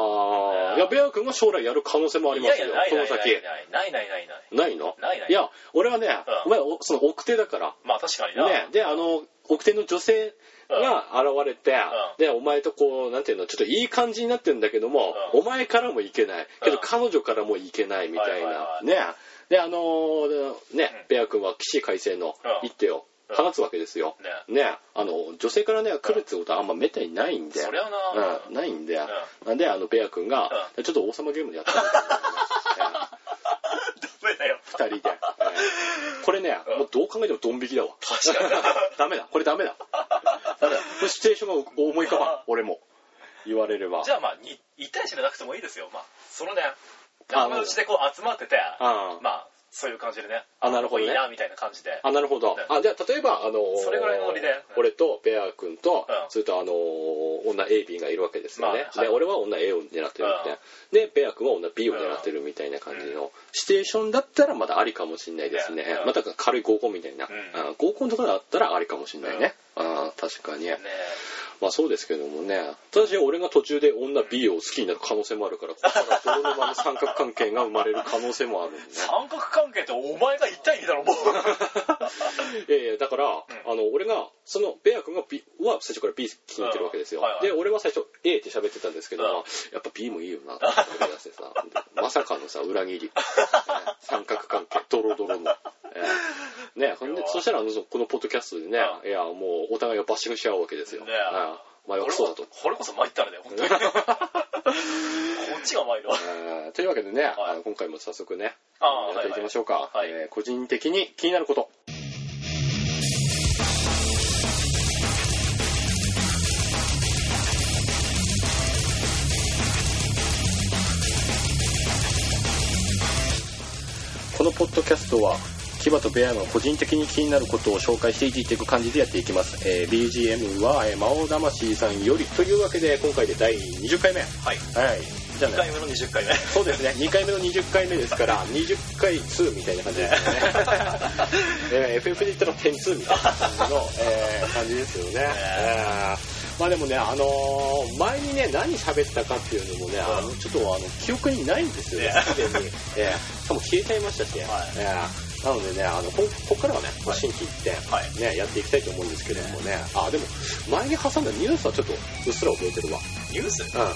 Speaker 1: あ
Speaker 3: ん
Speaker 1: いやベア君が将来やる可能性もあり
Speaker 3: い
Speaker 1: ま
Speaker 3: やい
Speaker 1: すよ
Speaker 3: やない
Speaker 1: そ
Speaker 3: な
Speaker 1: の
Speaker 3: いない
Speaker 1: 先
Speaker 3: ないないないない
Speaker 1: ないの
Speaker 3: ないない
Speaker 1: いや俺はね、
Speaker 3: う
Speaker 1: お
Speaker 3: ん
Speaker 1: 前おその奥手だから
Speaker 3: まあ確かにな、
Speaker 1: ね、であの奥手の女性が現れて、でお前とこうなんていうのちょっといい感じになってんだけども、
Speaker 3: うん
Speaker 1: お前からもいけないけど、
Speaker 3: うん
Speaker 1: 彼女からもいけないみたいな、
Speaker 3: はいはいはい
Speaker 1: ねであのーね
Speaker 3: うん
Speaker 1: ベア君は起死回生の
Speaker 3: うん
Speaker 1: 一手を
Speaker 3: うん
Speaker 1: 放つわけですよ、
Speaker 3: ね
Speaker 1: ねあの女性からね来るってことはあんまめったにないんで、
Speaker 3: そりゃな、
Speaker 1: うん、ないんで、なんであのベア君が、ちょっと王様ゲームでやってみる
Speaker 3: [LAUGHS] ダメだよ
Speaker 1: 2人で、えーこれね、
Speaker 3: うん
Speaker 1: もうどう考えてもドン引きだわ
Speaker 3: 確かにな
Speaker 1: ダメだこれダメだダメだこれシチュエーションが思い浮かばん俺も言われれば
Speaker 3: じゃあまあに1対1じゃなくてもいいですよまあそのね
Speaker 1: あ
Speaker 3: 仲間内でこう集まってて
Speaker 1: あ
Speaker 3: まあそういう感じでね
Speaker 1: あなるほどね
Speaker 3: いいなみたいな感じで
Speaker 1: あなるほど
Speaker 3: ね
Speaker 1: あじゃあ例えばあのー
Speaker 3: それぐらいのノリでうん
Speaker 1: 俺とベア君と、
Speaker 3: うん
Speaker 1: それとあのー女 A B がいるわけですよね、
Speaker 3: まあはい
Speaker 1: で俺は女 A を狙ってるみたいな、でベア君は女 B を狙ってるみたいな感じの、シチュエーションだったらまだありかもしれないですね、
Speaker 3: ねうん
Speaker 1: また軽い合コンみたいな、
Speaker 3: うん
Speaker 1: あ合コンとかだったらありかもしれないね、あ確かに、
Speaker 3: ね
Speaker 1: まあそうですけどもねただし俺が途中で女 B を好きになる可能性もあるからここから泥沼の三角関係が生まれる可能性もあ
Speaker 3: [LAUGHS]
Speaker 1: るんでね
Speaker 3: 三角関係ってお前が1対2だろもう
Speaker 1: いやいやだから、あの俺がそのベア君が B は最初から B 気に入ってるわけですよ、
Speaker 3: うんはいはい
Speaker 1: で俺は最初 A って喋ってたんですけど、
Speaker 3: うん
Speaker 1: やっぱ B もいいよなって思い出してさまさかのさ裏
Speaker 3: [LAUGHS]
Speaker 1: 切り、ね三角関係ドロドロの。ええねほんで
Speaker 3: うわ
Speaker 1: そしたらあのそこのポッドキャストでね、
Speaker 3: う
Speaker 1: いやもうお互いがバッシングし合うわけですよ、
Speaker 3: ね
Speaker 1: うんお前はクソだと
Speaker 3: 俺もこれこそ参ったらだよ
Speaker 1: [LAUGHS]
Speaker 3: 本当にこっちが参るわ
Speaker 1: えーというわけでね、あの今回も早速ね
Speaker 3: あー
Speaker 1: やっていきましょうか、
Speaker 3: はいはい
Speaker 1: えー個人的に気になることこのポッドキャストはキバとベアの個人的に気になることを紹介していじっていく感じでやっていきます、えー BGM は、えー魔王魂さんよりというわけで今回で第20回目はいじゃあ
Speaker 3: 2
Speaker 1: ね
Speaker 3: 回目の20回目
Speaker 1: そうですね2回目の20回目ですから20回2みたいな感じですよ [LAUGHS] ね、えー FF で言ったら点2みたいな感じの、えー感じですよね、えーまあでもねあのー前にね何喋ったかっていうのもねあのちょっとあの記憶にないんですよね
Speaker 3: ね
Speaker 1: すでに、えーしかも消えちゃいましたし、
Speaker 3: はい
Speaker 1: えーなのでねあのこここからはね
Speaker 3: はい
Speaker 1: 新規一点
Speaker 3: はい
Speaker 1: ね、やっていきたいと思うんですけれどもね、あ、でも、前に挟んだニュースはちょっと、うっすら覚えてるわ。
Speaker 3: ニュース
Speaker 1: うん。あ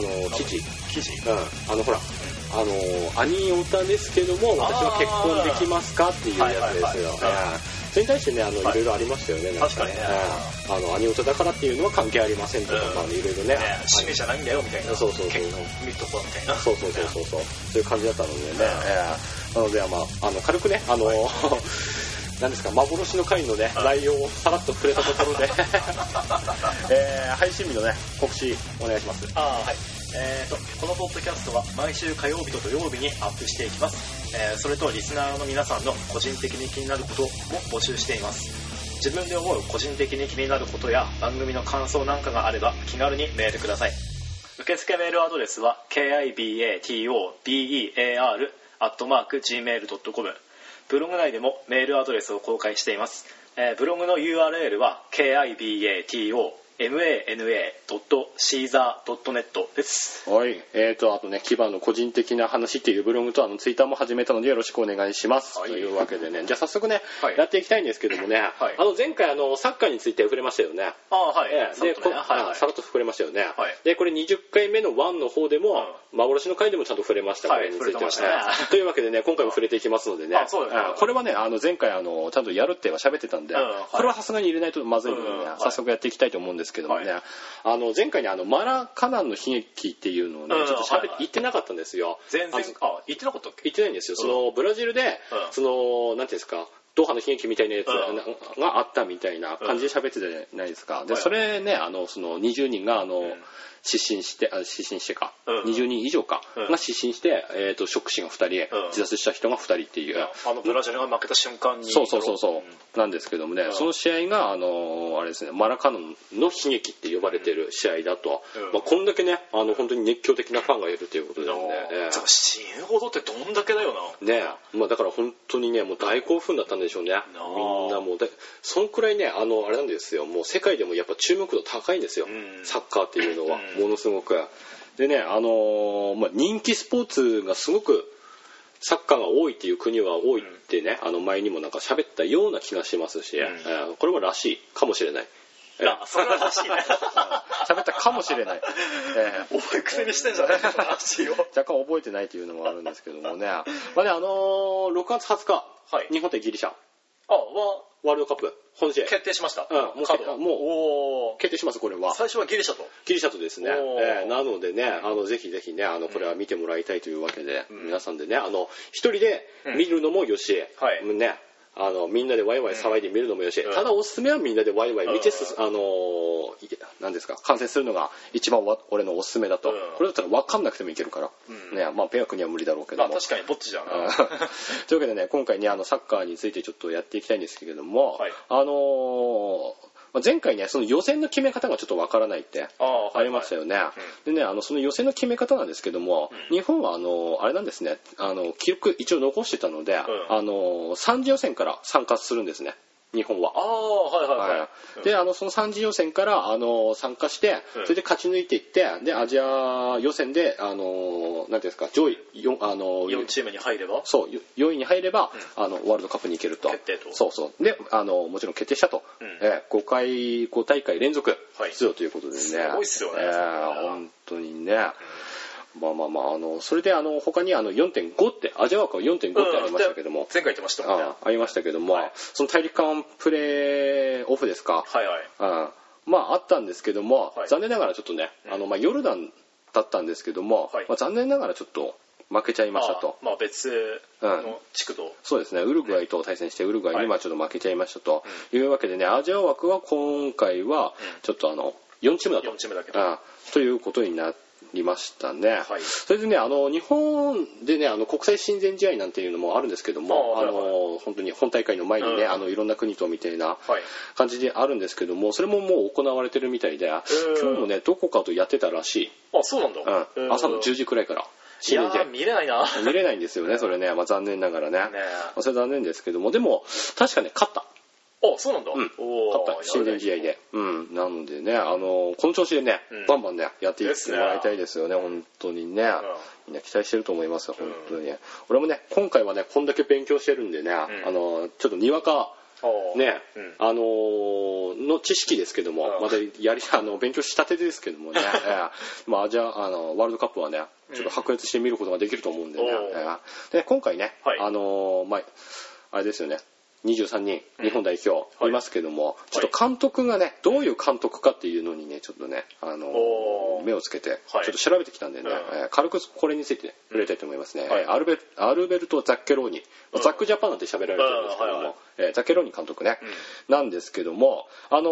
Speaker 1: の、記事、
Speaker 3: 記事
Speaker 1: うん、あのほら、あの、兄オタですけども、私は結婚できますかっていうやつですよ。
Speaker 3: は
Speaker 1: う
Speaker 3: い
Speaker 1: ん
Speaker 3: はいはい
Speaker 1: それに対してね、あの、い
Speaker 3: はい
Speaker 1: ろいろありましたよね、なんかね。
Speaker 3: 確
Speaker 1: うんあの、兄オタだからっていうのは関係ありませんとか
Speaker 3: うん、
Speaker 1: まあいろいろね。
Speaker 3: ね使命じゃないんだよみたいな
Speaker 1: そうそうそう
Speaker 3: 結構見とこうみたいな
Speaker 1: そうそうそうそうそうそういう感じだったのでね、え
Speaker 3: ん
Speaker 1: えなのでまああの軽くねあの、 [LAUGHS] なんですか幻の回のね
Speaker 3: うん
Speaker 1: 内容をさらっと触れたところで、 [LAUGHS] えー配信日のね告知お願いします
Speaker 3: あーはいえー、とこのポッドキャストは毎週火曜日と土曜日にアップしていきます、えーそれとリスナーの皆さんの個人的に気になることも募集しています自分で思う個人的に気になることや番組の感想なんかがあれば気軽にメールください受付メールアドレスは kibatobear.gmail.com ブログ内でもメールアドレスを公開しています、えーブログの URL は kibatomanA.caesar.net です
Speaker 1: はいえーとあとね「キバの個人的な話」っていうブログとあのツイッターも始めたのでよろしくお願いします、
Speaker 3: はい
Speaker 1: というわけでねじゃあ早速ね、
Speaker 3: はい
Speaker 1: やっていきたいんですけどもね、
Speaker 3: はい
Speaker 1: あの前回あのサッカーについて触れましたよね
Speaker 3: ああはい、
Speaker 1: ええで
Speaker 3: サ
Speaker 1: こ
Speaker 3: ッとねはいはい
Speaker 1: さらっと触れましたよね、
Speaker 3: はい
Speaker 1: でこれ20回目の1の方でも、幻の回でもちゃんと触れました、
Speaker 3: はい
Speaker 1: これについては
Speaker 3: 触れてましたね
Speaker 1: え [LAUGHS] えというわけでね今回も触れていきますのでね
Speaker 3: あそうですね
Speaker 1: ええこれはねあの前回あのちゃんとやるっては喋ってたんで、
Speaker 3: うんはい
Speaker 1: これはさすがに入れないとまずいのでね、
Speaker 3: うんはい
Speaker 1: 早速やっていきたいと思うんですけどもね、
Speaker 3: は
Speaker 1: あの前回にあのマラカナンの悲劇っていうのをね、
Speaker 3: うん
Speaker 1: ちょっと喋っ
Speaker 3: はい
Speaker 1: て
Speaker 3: はい
Speaker 1: 言ってなかったんですよ
Speaker 3: 全然
Speaker 1: あの
Speaker 3: あ言ってなかったっけ
Speaker 1: 言ってないんですよ、そのブラジルで、
Speaker 3: ん
Speaker 1: そのなんていうんですかドーハの悲劇みたいなやつ
Speaker 3: うん
Speaker 1: ながあったみたいな感じで喋ってたじゃないですか、で
Speaker 3: はい
Speaker 1: それねあのその20人があの、
Speaker 3: ん
Speaker 1: 失神してあ失神してか、
Speaker 3: うん
Speaker 1: 20人以上か、
Speaker 3: うん
Speaker 1: が失神して、えー、とショック死が2人、自殺した人が2人っていう、
Speaker 3: あのブラジルが負けた瞬間に
Speaker 1: そうそうそうそう、
Speaker 3: ん
Speaker 1: なんですけどもね、
Speaker 3: うん
Speaker 1: その試合があのーあれですねマラカノンの悲劇って呼ばれてる試合だと、
Speaker 3: うん
Speaker 1: まあ、こんだけねあの本当に熱狂的なファンがいるということでね、ええ
Speaker 3: そう死ぬほどってどんだけだよな
Speaker 1: ねまあだから本当にねもう大興奮だったんでしょうねみんなもうでそのくらいねあのあれなんですよもう世界でもやっぱ注目度高いんですよ、
Speaker 3: うん
Speaker 1: サッカーっていうのは
Speaker 3: うん
Speaker 1: ものすごく、でねあのーまあ、人気スポーツがすごくサッカーが多いっていう国は多いってね、あの前にもなんか喋ったような気がしますし、
Speaker 3: ん
Speaker 1: えーこれもらしいかもしれない
Speaker 3: あそれはらし [LAUGHS] いね
Speaker 1: [LAUGHS] 喋ったかもしれない、えー
Speaker 3: 覚え癖にしてんじゃないかな話を
Speaker 1: 若干覚えてないというのもあるんですけども
Speaker 3: [LAUGHS]
Speaker 1: ねまあねあのー6月20日、
Speaker 3: はい
Speaker 1: 日本対ギリシャ
Speaker 3: あは
Speaker 1: ワールドカップ本試合
Speaker 3: 決定しました、
Speaker 1: うんもう
Speaker 3: カードは
Speaker 1: もう
Speaker 3: おー
Speaker 1: 決定しますこれは
Speaker 3: 最初はギリシャと
Speaker 1: ギリシャとですね、
Speaker 3: おー
Speaker 1: えーなのでねあのぜひぜひねあのこれは見てもらいたいというわけで、皆さんでねあの一人で見るのもよし、
Speaker 3: はい
Speaker 1: ねあのみんなでワイワイ騒いで見るのもよし、
Speaker 3: うん
Speaker 1: ただおすすめはみんなでワイワイ見て、
Speaker 3: う
Speaker 1: あのーいなんですか観戦するのが一番わ俺のおすすめだと、
Speaker 3: うん
Speaker 1: これだったら分かんなくてもいけるから、
Speaker 3: うん
Speaker 1: ねまあペア君には無理だろうけど
Speaker 3: まあ
Speaker 1: も、
Speaker 3: 確かにぼっちじゃん
Speaker 1: [LAUGHS]
Speaker 3: な
Speaker 1: というわけでね今回ねあのサッカーについてちょっとやっていきたいんですけれども、
Speaker 3: はい
Speaker 1: あのーまあ前回ねその予選の決め方がちょっとわからないって
Speaker 3: ああ
Speaker 1: ありましたよね、でねあのその予選の決め方なんですけども、日本はあのあれなんですねあの記録一応残してたので、
Speaker 3: ん
Speaker 1: あの3次予選から参加するんですね日本は
Speaker 3: あ。あはいはいはい、
Speaker 1: はい、であのその3次予選からあの参加して
Speaker 3: うん
Speaker 1: それで勝ち抜いていってでアジア予選であのなんていうんですか上位よあの
Speaker 3: 4チームに入れば
Speaker 1: そうよ4位に入れば、あのワールドカップに行けると
Speaker 3: 決定と
Speaker 1: そうそうであのもちろん決定したと、
Speaker 3: うん
Speaker 1: えー5回5大会連続
Speaker 3: はい
Speaker 1: 出場ということでね、
Speaker 3: すごいっすよね
Speaker 1: えー
Speaker 3: それは
Speaker 1: 本当にね、まあまあまああのそれであの他にあの4.5ってアジア枠は4.5ってありましたけども、
Speaker 3: 前回言ってましたもんね
Speaker 1: あありましたけども、
Speaker 3: はい
Speaker 1: その大陸間プレーオフですか、
Speaker 3: はいはい
Speaker 1: あまああったんですけども、
Speaker 3: はい
Speaker 1: 残念ながらちょっとね、
Speaker 3: うん
Speaker 1: あのまあ、ヨルダンだったんですけども、
Speaker 3: はい
Speaker 1: まあ、残念ながらちょっと負けちゃいましたと
Speaker 3: あ。まあ別の地区と、
Speaker 1: そうですねウルグアイと対戦してウルグアイにまあちょっと負けちゃいましたというわけでねアジア枠は今回はちょっとあの4チームだと
Speaker 3: 4チームだけど、
Speaker 1: あということになりましたね、
Speaker 2: はい
Speaker 1: それでねあの日本でねあの国際親善試合なんていうのもあるんですけども
Speaker 2: あ
Speaker 1: あ
Speaker 2: ー
Speaker 1: の、
Speaker 2: はい
Speaker 1: 本当に本大会の前にね、
Speaker 2: うん
Speaker 1: あのいろんな国とみたいな
Speaker 2: はい
Speaker 1: 感じであるんですけどもそれももう行われてるみたいで、今日もねどこかとやってたらしい、
Speaker 2: あそうなんだ、
Speaker 1: うん
Speaker 2: うん
Speaker 1: 朝の10時くらいから
Speaker 2: い
Speaker 1: 親
Speaker 2: や
Speaker 1: 善試合
Speaker 2: ー見れないなね
Speaker 1: 見れないんですよねそれね、まあ、残念ながらねまあそれ残念ですけどもでも確かね勝った
Speaker 2: あそうなんだ、
Speaker 1: うん
Speaker 2: おー
Speaker 1: 勝った新年試合でうんなのでねあのこの調子でね、
Speaker 2: うん
Speaker 1: バンバンねやっていっ
Speaker 2: です
Speaker 1: て
Speaker 2: ね
Speaker 1: もらいたいですよね本当にね、みんな期待してると思いますよ
Speaker 2: うん
Speaker 1: 本当に、俺もね今回はねこんだけ勉強してるんでね、あのちょっとにわか
Speaker 2: うん
Speaker 1: ね、
Speaker 2: うん
Speaker 1: あのーの知識ですけども、
Speaker 2: うん
Speaker 1: またやり [LAUGHS] あの勉強したてですけどもね、ええまあアジアあのワールドカップはねちょっと白熱して見ることができると思うんで
Speaker 2: う
Speaker 1: ね、
Speaker 2: ん
Speaker 1: ええで今回ね、
Speaker 2: はい
Speaker 1: あのーまああれですよね23人
Speaker 2: うん
Speaker 1: 日本代表
Speaker 2: はい
Speaker 1: いますけども、ちょっと監督がねどういう監督かっていうのにねちょっとねあのー
Speaker 2: おー
Speaker 1: 目をつけてちょ
Speaker 2: はい
Speaker 1: っと調べてきたんでね、
Speaker 2: うん
Speaker 1: ええ軽くこれについて、ね、触れたいと思いますね、
Speaker 2: はい
Speaker 1: ええアルベアルベルト・ザッケローニ、
Speaker 2: うん
Speaker 1: ザック・ジャパンなんて喋られてるんですけども、
Speaker 2: うんはいはい
Speaker 1: えーザケローニ監督ね、なんですけどもあの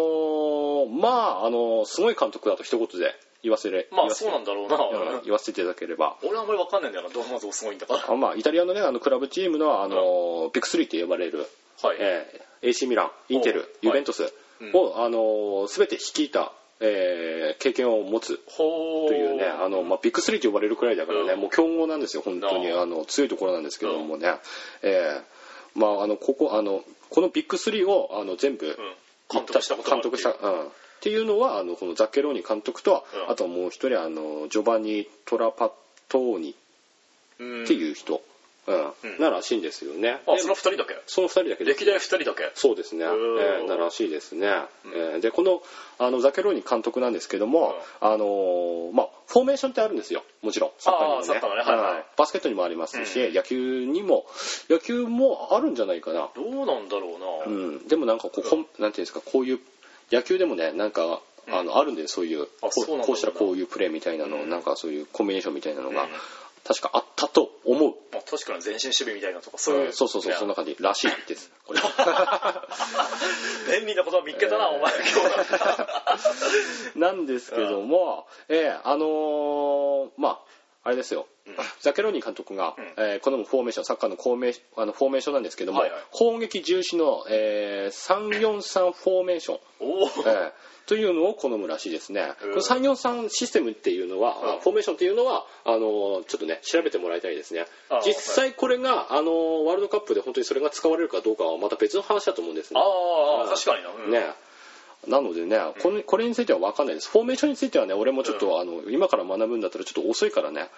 Speaker 1: ーまあ、あのーすごい監督だと一言で言わせれ、
Speaker 2: ま
Speaker 1: 言
Speaker 2: あ
Speaker 1: わせ
Speaker 2: そうなんだろうな、
Speaker 1: うん言わせていただければ。
Speaker 2: 俺はあんまりわかんないんだよなどうまずすごいんだから
Speaker 1: あまあ、イタリアのねあのクラブチームの、あのービッグスリーと呼ばれる、
Speaker 2: はい、
Speaker 1: えー AC ミランインテ
Speaker 2: お
Speaker 1: ル
Speaker 2: う
Speaker 1: ユベントス
Speaker 2: うん
Speaker 1: を、あのー全て率いた、えー経験を持つ
Speaker 2: ほー
Speaker 1: というねあの、まあ、ビッグスリーと呼ばれるくらいだからね、
Speaker 2: うん
Speaker 1: もう強豪なんですよ本当に
Speaker 2: ああ
Speaker 1: あの強いところなんですけどもね、えーまああのここあのこのビッグスリーをあの全部、
Speaker 2: うん監督したことがあ
Speaker 1: 監
Speaker 2: るっていう
Speaker 1: 督した、うん、っていうのはあのこのザッケローニ監督と、
Speaker 2: うん
Speaker 1: あともう一人あのジョバニ・トラパットーニ
Speaker 2: うん
Speaker 1: っていう人、うん
Speaker 2: うん
Speaker 1: ならしいんですよね、
Speaker 2: あ
Speaker 1: で
Speaker 2: その二人だけ
Speaker 1: その二人だけです
Speaker 2: 歴代二人だけ
Speaker 1: そうですね、え
Speaker 2: うー
Speaker 1: ーならしいですね、えーでこのあのザケローニ監督なんですけども、あのーまあ、フォーメーションってあるんですよもちろんサッカーに
Speaker 2: あ
Speaker 1: も
Speaker 2: ー
Speaker 1: ね
Speaker 2: サッカーはねはいはい
Speaker 1: うんバスケットにもありますし、
Speaker 2: う
Speaker 1: 野球にも野球もあるんじゃないかな、
Speaker 2: どうなんだろう
Speaker 1: う
Speaker 2: な、
Speaker 1: ん、でもなんかこう、こんなんていうんですかこういう野球でもねなんかあのあるんでそういうこ
Speaker 2: そうなんだ
Speaker 1: こうしたらこういうプレーみたいなの、
Speaker 2: うん
Speaker 1: なんかそういうコンビネーションみたいなのが、
Speaker 2: うん
Speaker 1: 確かあったと思う
Speaker 2: まあ、確かに全身守備みたいなとかそういう、
Speaker 1: そうそうそう
Speaker 2: ね
Speaker 1: そんな感じらしいですこれ
Speaker 2: 便利なことは見っけたな、お前今日
Speaker 1: なんですけども、えーあのーまああれですよ、
Speaker 2: うん
Speaker 1: [COUGHS] ザケローニ監督が、
Speaker 2: うん
Speaker 1: えーこのフォーメーションサッカーのフォーメーションあのフォーメーションなんですけども、
Speaker 2: はいはい
Speaker 1: 攻撃重視の、えー343フォーメーション、
Speaker 2: [LAUGHS] おお
Speaker 1: えーというのを好むらしいですね、
Speaker 2: うん
Speaker 1: この343システムっていうのは、
Speaker 2: うん
Speaker 1: フォーメーションっていうのはあのーちょっとね調べてもらいたいですね
Speaker 2: あ
Speaker 1: 実際これが、あのーワールドカップで本当にそれが使われるかどうかはまた別の話だと思うんですね
Speaker 2: ああ
Speaker 1: うん
Speaker 2: 確かにな、うん
Speaker 1: ね、なのでねこれこれについては分かんないですフォーメーションについてはね俺もちょっと、あの今から学ぶんだったらちょっと遅いか
Speaker 2: [LAUGHS]
Speaker 1: らね、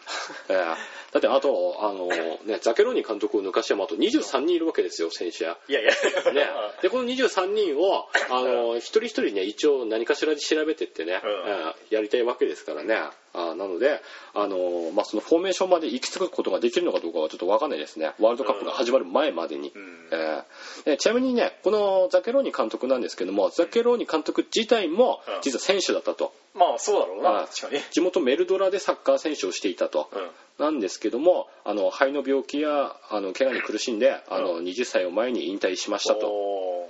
Speaker 1: えーだってあとあの、ね、ザケローニ監督を抜かしてもあと23人いるわけですよ選手や。
Speaker 2: いやいや、
Speaker 1: ね、でこの23人をあの一人一人ね一応何かしらで調べてってね、
Speaker 2: うん
Speaker 1: えーやりたいわけですからねあーなのであの、まあ、そのフォーメーションまで行き着くことができるのかどうかはちょっと分かんないですねワールドカップが始まる前までに。
Speaker 2: [LAUGHS] うん
Speaker 1: えーでちなみにねこのザケローニ監督なんですけどもザケローニ監督自体も
Speaker 2: うん
Speaker 1: 実は選手だったと
Speaker 2: まあそうだろう
Speaker 1: う
Speaker 2: なん確かに
Speaker 1: 地元メルドラでサッカー選手をしていたと
Speaker 2: うん
Speaker 1: なんですけどもあの肺の病気やあの怪我に苦しんであの20歳を前に引退しましたと
Speaker 2: お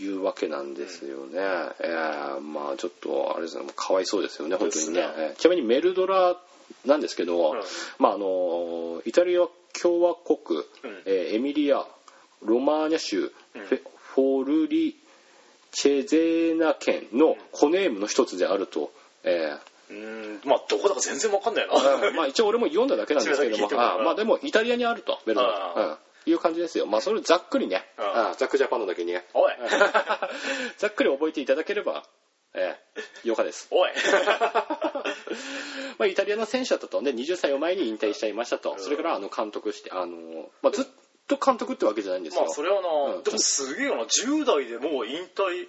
Speaker 1: いうわけなんですよね、えーまあちょっとあれですねかわいそうですよね本当にね
Speaker 2: ですね
Speaker 1: えーちなみにメルドラなんですけど、
Speaker 2: うん
Speaker 1: まああのイタリア共和国、
Speaker 2: うん
Speaker 1: えーエミリアロマーニャ州、フェフォルリチェゼーナ県のコネームの一つであると、え
Speaker 2: ー
Speaker 1: ー
Speaker 2: うんまあどこだか全然わかんないな、
Speaker 1: まあ一応俺も読んだだけなんですけど
Speaker 2: 一
Speaker 1: も
Speaker 2: 応聞いてもらう
Speaker 1: あーまあでもイタリアにあるとメルドラ
Speaker 2: あー
Speaker 1: うんいう感じですよまあそれをざっくりね
Speaker 2: うん
Speaker 1: あーざっくジャパンのだけにね [LAUGHS]
Speaker 2: おい
Speaker 1: ざっくり覚えていただければ、ええ、よかです。
Speaker 2: おい
Speaker 1: まあ、イタリアの選手だったと、ね、20歳を前に引退しちゃいましたと、それからあの監督して、あのまあ、ずっと監督ってわけじゃないんですよ。
Speaker 2: まあそれはな、
Speaker 1: うん
Speaker 2: でもすげえよな10代でもう引退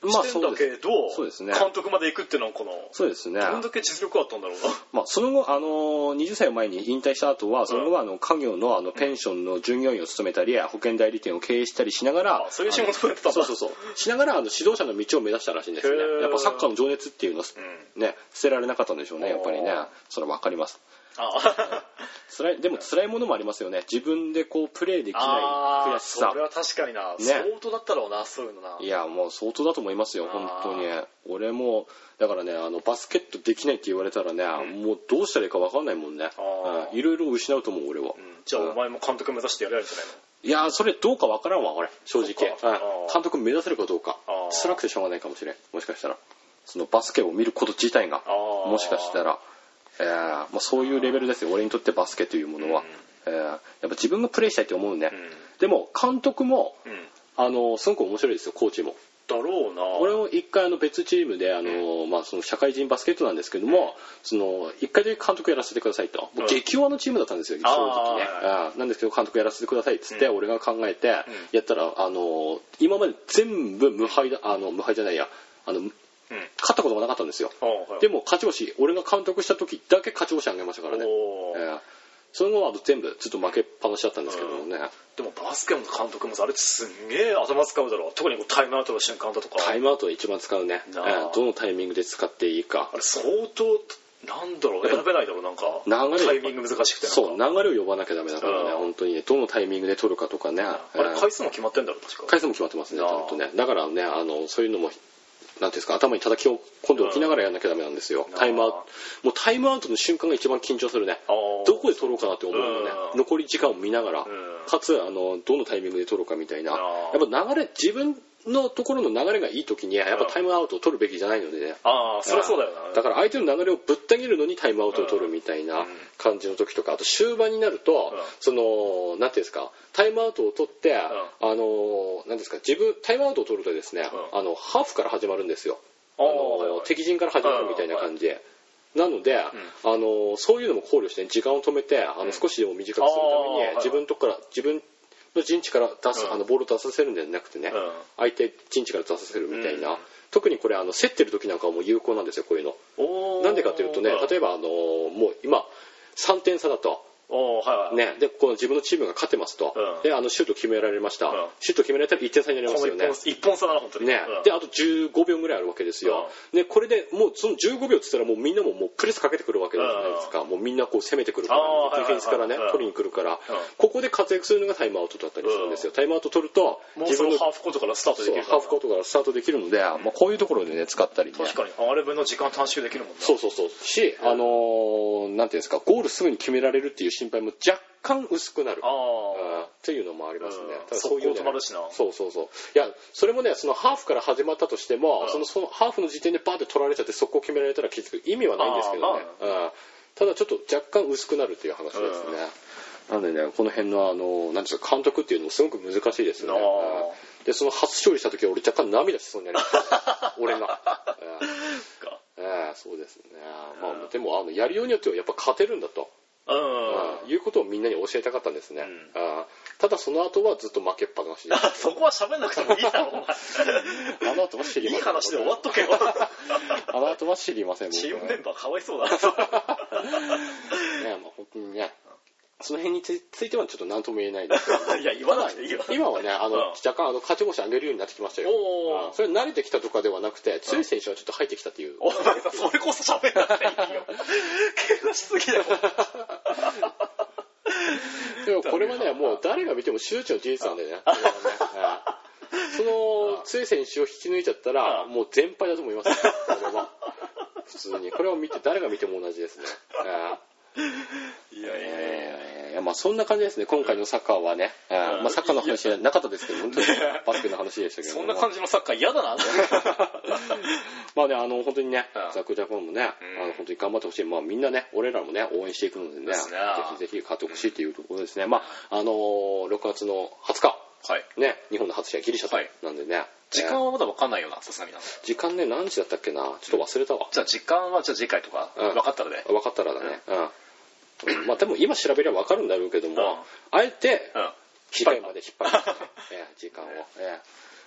Speaker 1: まあ
Speaker 2: してん
Speaker 1: そ
Speaker 2: だ
Speaker 1: う
Speaker 2: け
Speaker 1: です。
Speaker 2: ど、
Speaker 1: そうですね
Speaker 2: 監督まで行くってなんかな
Speaker 1: そうですね。
Speaker 2: どんだけ実力あったんだろうな
Speaker 3: [LAUGHS]
Speaker 1: まあ、その後、あの20歳を前に引退した後は、その後はあの家業のあのペンションの従業員を務めたり、保険代理店を経営したりしながら、
Speaker 2: あそういう仕事をやってたんだ
Speaker 1: そうそうそう。しながら、あの、指導者の道を目指したらしいんですよ
Speaker 2: へー
Speaker 1: ね。やっぱサッカーの情熱っていうのは、
Speaker 2: う
Speaker 1: ね、捨てられなかったんでしょうね、やっぱりね
Speaker 2: あー。
Speaker 1: それはわかります。
Speaker 3: あ
Speaker 1: 辛いでも辛いものもありますよね自分でこうプレイできない
Speaker 3: [LAUGHS] あ
Speaker 1: 悔
Speaker 3: ー
Speaker 1: し
Speaker 3: そ
Speaker 1: さ
Speaker 3: れは確かにな、
Speaker 1: ね
Speaker 3: 相当だったろうなそういうのない
Speaker 1: やもう相当だと思いますよ
Speaker 3: あー
Speaker 1: 本当に俺もだからねあのバスケットできないって言われたらね、もうどうしたらいいか分かんないもんね
Speaker 3: あー
Speaker 1: うんいろいろ失うと思う俺は、
Speaker 3: うんじゃあお前も監督目指してやるやつじゃないの
Speaker 1: いやーそれどうか分からんわ俺正直
Speaker 3: そっか
Speaker 1: うん
Speaker 3: あー
Speaker 1: 監督目指せるかどうか
Speaker 3: あー
Speaker 1: 辛くてしょうがないかもしれんもしかしたらそのバスケを見ること自体が
Speaker 3: あー
Speaker 1: もしかしたら、えーまあ、そういうレベルですよ俺にとってバスケというものは、えーやっぱ自分がプレイしたいって思うね、
Speaker 3: うん
Speaker 1: でも監督も
Speaker 3: うん
Speaker 1: あのすごく面白いですよコーチも
Speaker 3: だろうな
Speaker 1: 俺も一回あの別チームであの、まあ、その社会人バスケットなんですけども、その一回で監督やらせてくださいと、もう激弱のチームだったんですよ正
Speaker 3: あー
Speaker 1: 直ねあーなんですけど監督やらせてくださいっつって、
Speaker 3: うん
Speaker 1: 俺が考えてやったら、あの今まで全部無敗だあの無敗じゃないやあの勝
Speaker 3: うん
Speaker 1: ったことがなかったんですよ
Speaker 3: あーはい
Speaker 1: でも勝ち星俺が監督した時だけ勝ち星あげましたからね、
Speaker 3: おー
Speaker 1: えーその後は全部ずっと負けっぱなしだったんですけどもね、
Speaker 3: でもバスケの監督もさあれってすんげえ頭使うだろう特にこうタイムアウトの瞬間だとか
Speaker 1: タイムアウトを一番使うね、え
Speaker 3: なあ
Speaker 1: ーどのタイミングで使っていいか
Speaker 3: あれ相当なんだろう選べないだろうなんか
Speaker 1: 流れ
Speaker 3: タイミング難しくてなんか
Speaker 1: そう流れを呼ばなきゃダメだからね
Speaker 3: うん
Speaker 1: 本当にねどのタイミングで取るかとかね
Speaker 3: あ
Speaker 1: え
Speaker 3: れ
Speaker 1: ー
Speaker 3: 回数も決まってんだろう確か
Speaker 1: 回数も決まってますねち
Speaker 3: あー
Speaker 1: ゃんとねだからねあのそういうのもなんていうんですか頭に叩きを今度置きながらやんなきゃダメなんですよ
Speaker 3: うん
Speaker 1: タイムアウ
Speaker 3: あ
Speaker 1: トもうタイムアウトの瞬間が一番緊張するね
Speaker 3: あー
Speaker 1: どこで取ろうかなって思うのね
Speaker 3: うん
Speaker 1: 残り時間を見ながら
Speaker 3: ん
Speaker 1: かつあのどのタイミングで取ろうかみたいなや
Speaker 3: あー
Speaker 1: っぱ流れ自分のところの流れがいい時にやっぱ
Speaker 3: うん
Speaker 1: タイムアウトを取るべきじゃないのでね
Speaker 3: ああそりゃそうだよな
Speaker 1: だから相手の流れをぶった切るのにタイムアウトを取るみたいな感じの時とかあと終盤になると、
Speaker 3: うん
Speaker 1: そのなんていうんですかタイムアウトを取って、あのなんですか自分タイムアウトを取るとですね、
Speaker 3: うん
Speaker 1: あのハーフから始まるんですよ
Speaker 3: あ
Speaker 1: あ
Speaker 3: ー
Speaker 1: の、
Speaker 3: はいはい
Speaker 1: 敵陣から始まるみたいな感じで。なので、あのそういうのも考慮して時間を止めてあ
Speaker 3: うん
Speaker 1: の少しでも短くするため
Speaker 3: あーはい
Speaker 1: に、
Speaker 3: はい
Speaker 1: 自分のとこから自分の陣地から出す、
Speaker 3: うん
Speaker 1: あのボールを出させるんじゃなくてね、
Speaker 3: うん
Speaker 1: 相手陣地から出させるみたいな、
Speaker 3: うん
Speaker 1: 特にこれあの競ってる時なんかはもう有効なんですよこういうの
Speaker 3: おー
Speaker 1: なんでかというとね例えばあのもう今3点差だと。
Speaker 3: おーはいはい
Speaker 1: ね、でこの自分のチームが勝てますと、
Speaker 3: うん
Speaker 1: であのシュート決められました、
Speaker 3: うん
Speaker 1: シュート決められたら1点差になりま
Speaker 3: こ
Speaker 1: す
Speaker 3: の
Speaker 1: よ
Speaker 3: 一
Speaker 1: ね
Speaker 3: 本一本差だな本当に
Speaker 1: ね
Speaker 3: うん
Speaker 1: であと15秒ぐらいあるわけですよ、でこれでもうその15秒っつったらもうみんなももうプレスかけてくるわけじゃないですか、もうみんなこう攻めてくるから、
Speaker 3: あーはい
Speaker 1: ディフェンスからね、
Speaker 3: はいはい
Speaker 1: 取りに来るから、ここで活躍するのがタイムアウトだったりするんですよ、タイムアウト取ると
Speaker 3: もうその
Speaker 1: の
Speaker 3: ハーフコートからスタートで
Speaker 1: そう
Speaker 3: きる
Speaker 1: ハーフコートからスタートできるので、まあ、こういうところでね使ったりね
Speaker 3: 確かにあれ分の時間短縮できるもんな
Speaker 1: そうそうそうし、あのーなんていうんですかゴールすぐに決められるっていう心配も若干薄くなる
Speaker 3: あ
Speaker 1: うんっていうのもありますね
Speaker 3: うん。
Speaker 1: ただそういうね
Speaker 3: 速攻止まるしな
Speaker 1: そうそうそう。いや、それもね、そのハーフから始まったとしても、
Speaker 3: うん
Speaker 1: そのそのハーフの時点でバーって取られちゃって速攻決められたら結局意味はないんですけどね。
Speaker 3: あ
Speaker 1: うんただちょっと若干薄くなるっていう話ですね。なんでね、この辺のあの、なんていうんですか、監督っていうのもすごく難しいですよね。
Speaker 3: あー
Speaker 1: うんで、その初勝利した時は俺若干涙しそうになりま [LAUGHS] した。俺が。うんええそうですね。まあ、でも、あの、やるようによってはやっぱ勝てるんだと。
Speaker 3: あうん [LAUGHS]
Speaker 1: いうことをみんなに教えたかったんですね、
Speaker 3: う
Speaker 1: あーただその後はずっと負けっぱなしで [LAUGHS] あ
Speaker 3: そこは喋んなくてもいいだ
Speaker 1: [LAUGHS]
Speaker 3: ろお前
Speaker 1: の後は知りませ
Speaker 3: い
Speaker 1: ん
Speaker 3: い話で終わっとけよ
Speaker 1: [LAUGHS] あの後は知りません僕は
Speaker 3: チームメンバーかわいそうだな
Speaker 1: [LAUGHS] ねまあ本当にねその辺につついてはちょっと何とも言えない [LAUGHS] ですけど
Speaker 3: いや言わなくていいよ
Speaker 1: ただ今はねあの、
Speaker 3: うん
Speaker 1: 若干あの勝ち星上げるようになってきましたよ
Speaker 3: おー
Speaker 1: あーそれ慣れてきたとかではなくて強い選手がちょっと入ってきたっていう、
Speaker 3: お前さそれこそ喋んなくていいよ怪我しすぎだよ [LAUGHS]
Speaker 1: でもこれはねもう誰が見ても周知の事実なんだよねこれはねうんその強い選手を引き抜いちゃったらもう全敗だと思いますよこれは普通にこれを見て誰が見ても同じですねうん
Speaker 3: いやいやいや
Speaker 1: えーまあそんな感じですね今回のサッカーはね、うん
Speaker 3: うん
Speaker 1: まあ、サッカーの話じゃなかったですけど本当にバスケの話でしたけど
Speaker 3: そんな感
Speaker 1: じ
Speaker 3: じのサッカー嫌だな
Speaker 1: [LAUGHS] まあねあの本当にね
Speaker 3: うん
Speaker 1: ザックジャパンもね、
Speaker 3: うん
Speaker 1: あの本当に頑張ってほしい、まあ、みんなね俺らもね応援していくのでね
Speaker 3: ですね
Speaker 1: ぜひぜひ勝ってほしいというところですねまああのー6月の20日
Speaker 3: はい
Speaker 1: ね、日本の初試合ギリシャと
Speaker 3: はい
Speaker 1: なんでね、
Speaker 3: 時
Speaker 1: えー
Speaker 3: 間はまだ分かんないよなさすがにな
Speaker 1: 時間ね何時だったっけなちょっと忘れたわ、
Speaker 3: じゃあ時間はじゃあ次回とか
Speaker 1: うん
Speaker 3: 分かったらね
Speaker 1: 分かったらだねうん、まあでも今調べれば分かるんだろうけども、 [LAUGHS] あえて
Speaker 3: うん
Speaker 1: 次回まで引っ張る、えー時間を、え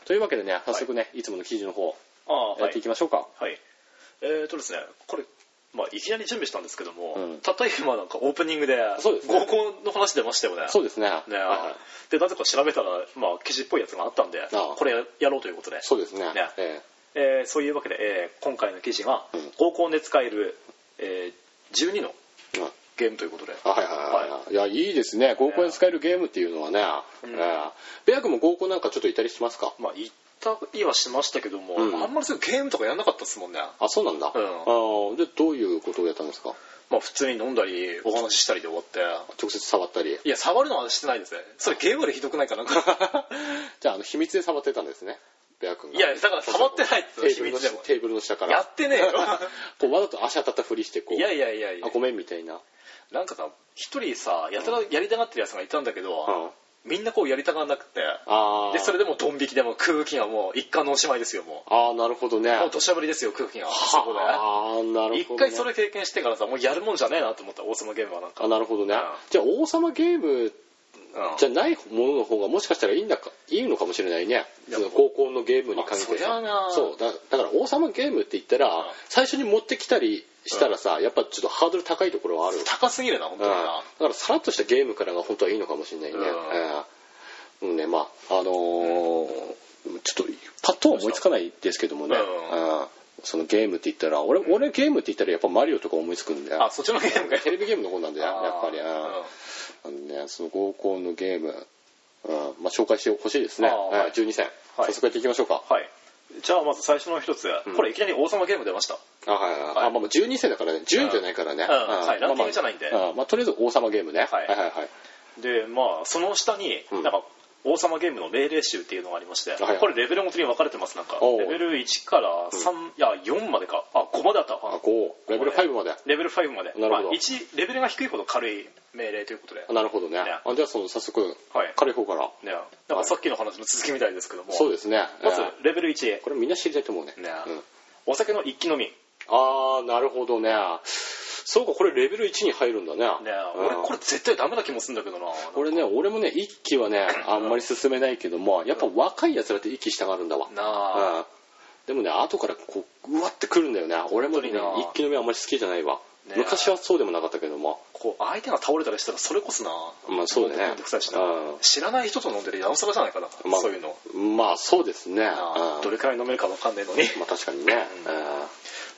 Speaker 1: ーというわけでね早速ね、い、つもの記事の方
Speaker 3: ああ
Speaker 1: やっ
Speaker 3: は
Speaker 1: てい
Speaker 3: い
Speaker 1: きましょうか、
Speaker 3: はいえーとですねこれまあいきなり準備したんですけども
Speaker 1: うん
Speaker 3: たった今なんかオープニングで
Speaker 1: そうですね
Speaker 3: 合コンの話出ましたよね
Speaker 1: そうですね
Speaker 3: ね
Speaker 1: はいはい
Speaker 3: でなぜか調べたらまあ記事っぽいやつがあったんで
Speaker 1: あ
Speaker 3: これやろうということで
Speaker 1: そうですね
Speaker 3: ね
Speaker 1: え
Speaker 3: えーそういうわけでえー今回の記事が
Speaker 1: うん
Speaker 3: 合コンで使えるえー12の
Speaker 1: ーうん
Speaker 3: ゲームということで
Speaker 1: あはいはいはい、はい、いやいいですね合コンに使えるゲームっていうのはね、
Speaker 3: うん
Speaker 1: ええベア君も合コンなんかちょっといたりしますか
Speaker 3: まあ行ったりはしましたけども、
Speaker 1: うん
Speaker 3: あんまりそういうゲームとかやんなかったですもんね
Speaker 1: あそうなんだ、
Speaker 3: うん
Speaker 1: あーでどういうことをやったんですか
Speaker 3: まあ普通に飲んだりお話ししたりで終わって
Speaker 1: 直接触ったり
Speaker 3: いや触るのはしてないですねそれゲームよりひどくないか [LAUGHS] な
Speaker 1: じゃああの秘密で触ってたんですねベア君が
Speaker 3: いやだから触ってないって
Speaker 1: テー
Speaker 3: 秘
Speaker 1: ブルの
Speaker 3: 密でも
Speaker 1: テーブルの下から
Speaker 3: やって [LAUGHS] ねえよ
Speaker 1: こうわざと足当たったふりしてこう
Speaker 3: いやいやいやいや
Speaker 1: あごめんみたいな、
Speaker 3: なんかさ一人さやたらやりたがってるやつがいたんだけど、
Speaker 1: うん、
Speaker 3: みんなこうやりたがらなくて
Speaker 1: ああ
Speaker 3: でそれでもうドン引きでもう空気がもう一貫のおしまいですよも
Speaker 1: ああなるほどね
Speaker 3: うもう土砂降りですよ空気がそこで
Speaker 1: ああなるほど、ね、
Speaker 3: 一回それ経験してからさもうやるもんじゃねえなと思った王様ゲームはなんか、
Speaker 1: あなるほどね、
Speaker 3: うん
Speaker 1: じゃあ王様ゲーム
Speaker 3: うん
Speaker 1: じゃないものの方がもしかしたらいいんだかいいのかもしれないね
Speaker 3: いや
Speaker 1: その高校のゲームに関して
Speaker 3: まあそりゃな
Speaker 1: そうだだから王様ゲームって言ったら、
Speaker 3: うん
Speaker 1: 最初に持ってきたりしたらさ、やっぱちょっとハードル高いところはある、
Speaker 3: 高すぎるな本
Speaker 1: う
Speaker 3: 当
Speaker 1: ん、
Speaker 3: に
Speaker 1: だ
Speaker 3: な、
Speaker 1: からさらっとしたゲームからが本当はいいのかもしれないね、
Speaker 3: うん
Speaker 1: うんうんねまああのーちょっとパッとは思いつかないですけどもね、
Speaker 3: うん
Speaker 1: うんそのゲームって言ったら俺俺ゲームって言ったらやっぱマリオとか思いつくんだよ
Speaker 3: あそっちのゲームが
Speaker 1: テレビゲームの方なんだよやっぱり、うん
Speaker 3: あ
Speaker 1: あのね、その合コンのゲーム、うんまあ、紹介してほしいですね、
Speaker 3: あー
Speaker 1: はい
Speaker 3: はい
Speaker 1: 12戦、
Speaker 3: はい
Speaker 1: 早速やっていきましょうか、
Speaker 3: ーはいじゃあまず最初の一つ、
Speaker 1: ん
Speaker 3: これいきなり王様ゲーム出ました
Speaker 1: あはいはいはい
Speaker 3: はい
Speaker 1: あまあ、まあ12戦だからね順位じゃないからね、
Speaker 3: うんうんはい
Speaker 1: まあ
Speaker 3: ランキングじゃないんで
Speaker 1: まあうんまあとりあえず王様ゲームね、
Speaker 3: はい
Speaker 1: はいはいはい
Speaker 3: でまあその下に、
Speaker 1: うん
Speaker 3: なんか王様ゲームの命令集っていうのがありまして、
Speaker 1: はいはい
Speaker 3: これレベルごとに分かれてますなんか
Speaker 1: おう
Speaker 3: レベル1から3、いや4までかあ5まであった
Speaker 1: あ5レベル5まで、
Speaker 3: レベル5まで
Speaker 1: なるほど
Speaker 3: まあ、1レベルが低いほど軽い命令ということで、
Speaker 1: あなるほどね
Speaker 3: ね
Speaker 1: あじゃあその早速
Speaker 3: はい
Speaker 1: 軽い方から、
Speaker 3: ね、だからさっきの話の続きみたいですけども
Speaker 1: そうですね
Speaker 3: まず
Speaker 1: えー
Speaker 3: レベル1、
Speaker 1: これみんな知りたいと思うね
Speaker 3: ね
Speaker 1: うん
Speaker 3: お酒の一気飲み、ね
Speaker 1: ああなるほどねそうかこれレベル1に入るんだねうん
Speaker 3: 俺これ絶対ダメな気もするんだけどな
Speaker 1: 俺ね俺もね一期はねあんまり進めないけどもやっぱ若いやつらって一期したがるんだわ
Speaker 3: なあ、
Speaker 1: うんでもね後からこううわってくるんだよね俺もね
Speaker 3: 本当にな
Speaker 1: 一気飲みあんまり好きじゃないわ、
Speaker 3: ね
Speaker 1: 昔はそうでもなかったけども
Speaker 3: こう相手が倒れたりしたらそれこそな
Speaker 1: まあそうだね
Speaker 3: 飲んでくさいしな
Speaker 1: うん
Speaker 3: 知らない人と飲んでるやおさらじゃないかな、
Speaker 1: まあ
Speaker 3: そういうの
Speaker 1: まあそうですね
Speaker 3: なあ
Speaker 1: うん
Speaker 3: どれくらい飲めるか分かんないのに
Speaker 1: まあ確かにね、
Speaker 3: う
Speaker 1: うんんあ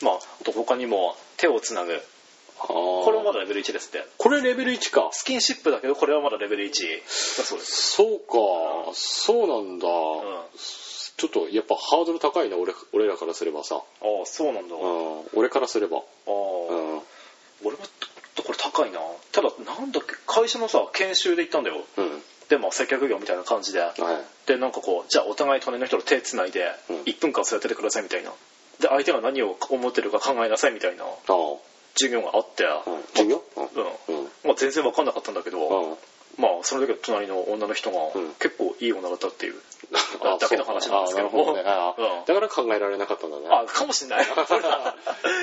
Speaker 3: まああと他にも手をつなぐ
Speaker 1: こ
Speaker 3: これもまだレベル1ですって
Speaker 1: これレベル1か
Speaker 3: スキンシップだけどこれはまだレベル1だそうです
Speaker 1: そうかそうなんだ、
Speaker 3: うん
Speaker 1: ちょっとやっぱハードル高いな俺俺らからすればさ、
Speaker 3: ああそうなんだ、
Speaker 1: う
Speaker 3: あ
Speaker 1: ん、俺からすれば、う
Speaker 3: あ、
Speaker 1: ん
Speaker 3: 俺もちょっとこれ高いなただなんだっけ会社のさ研修で行ったんだよ
Speaker 1: うん
Speaker 3: でまあ接客業みたいな感じで
Speaker 1: はい
Speaker 3: でなんかこうじゃあお互い隣の人と手つないで
Speaker 1: うん
Speaker 3: 1分間そうやっててくださいみたいなで相手が何を思ってるか考えなさいみたいな
Speaker 1: あ
Speaker 3: 授業があって、
Speaker 1: あ、うん、授業うん
Speaker 3: うん
Speaker 1: うん
Speaker 3: まあ、全然分かんなかったんだけど、
Speaker 1: うん
Speaker 3: まあその時の隣の女の人が
Speaker 1: うん
Speaker 3: 結構いい女だったっていう、
Speaker 1: あ
Speaker 3: だけ [LAUGHS] の話なんですけども
Speaker 1: そうあなるほどねあ
Speaker 3: うん
Speaker 1: だから考えられなかったんだね
Speaker 3: あかもしんない [LAUGHS] あ
Speaker 1: [LAUGHS]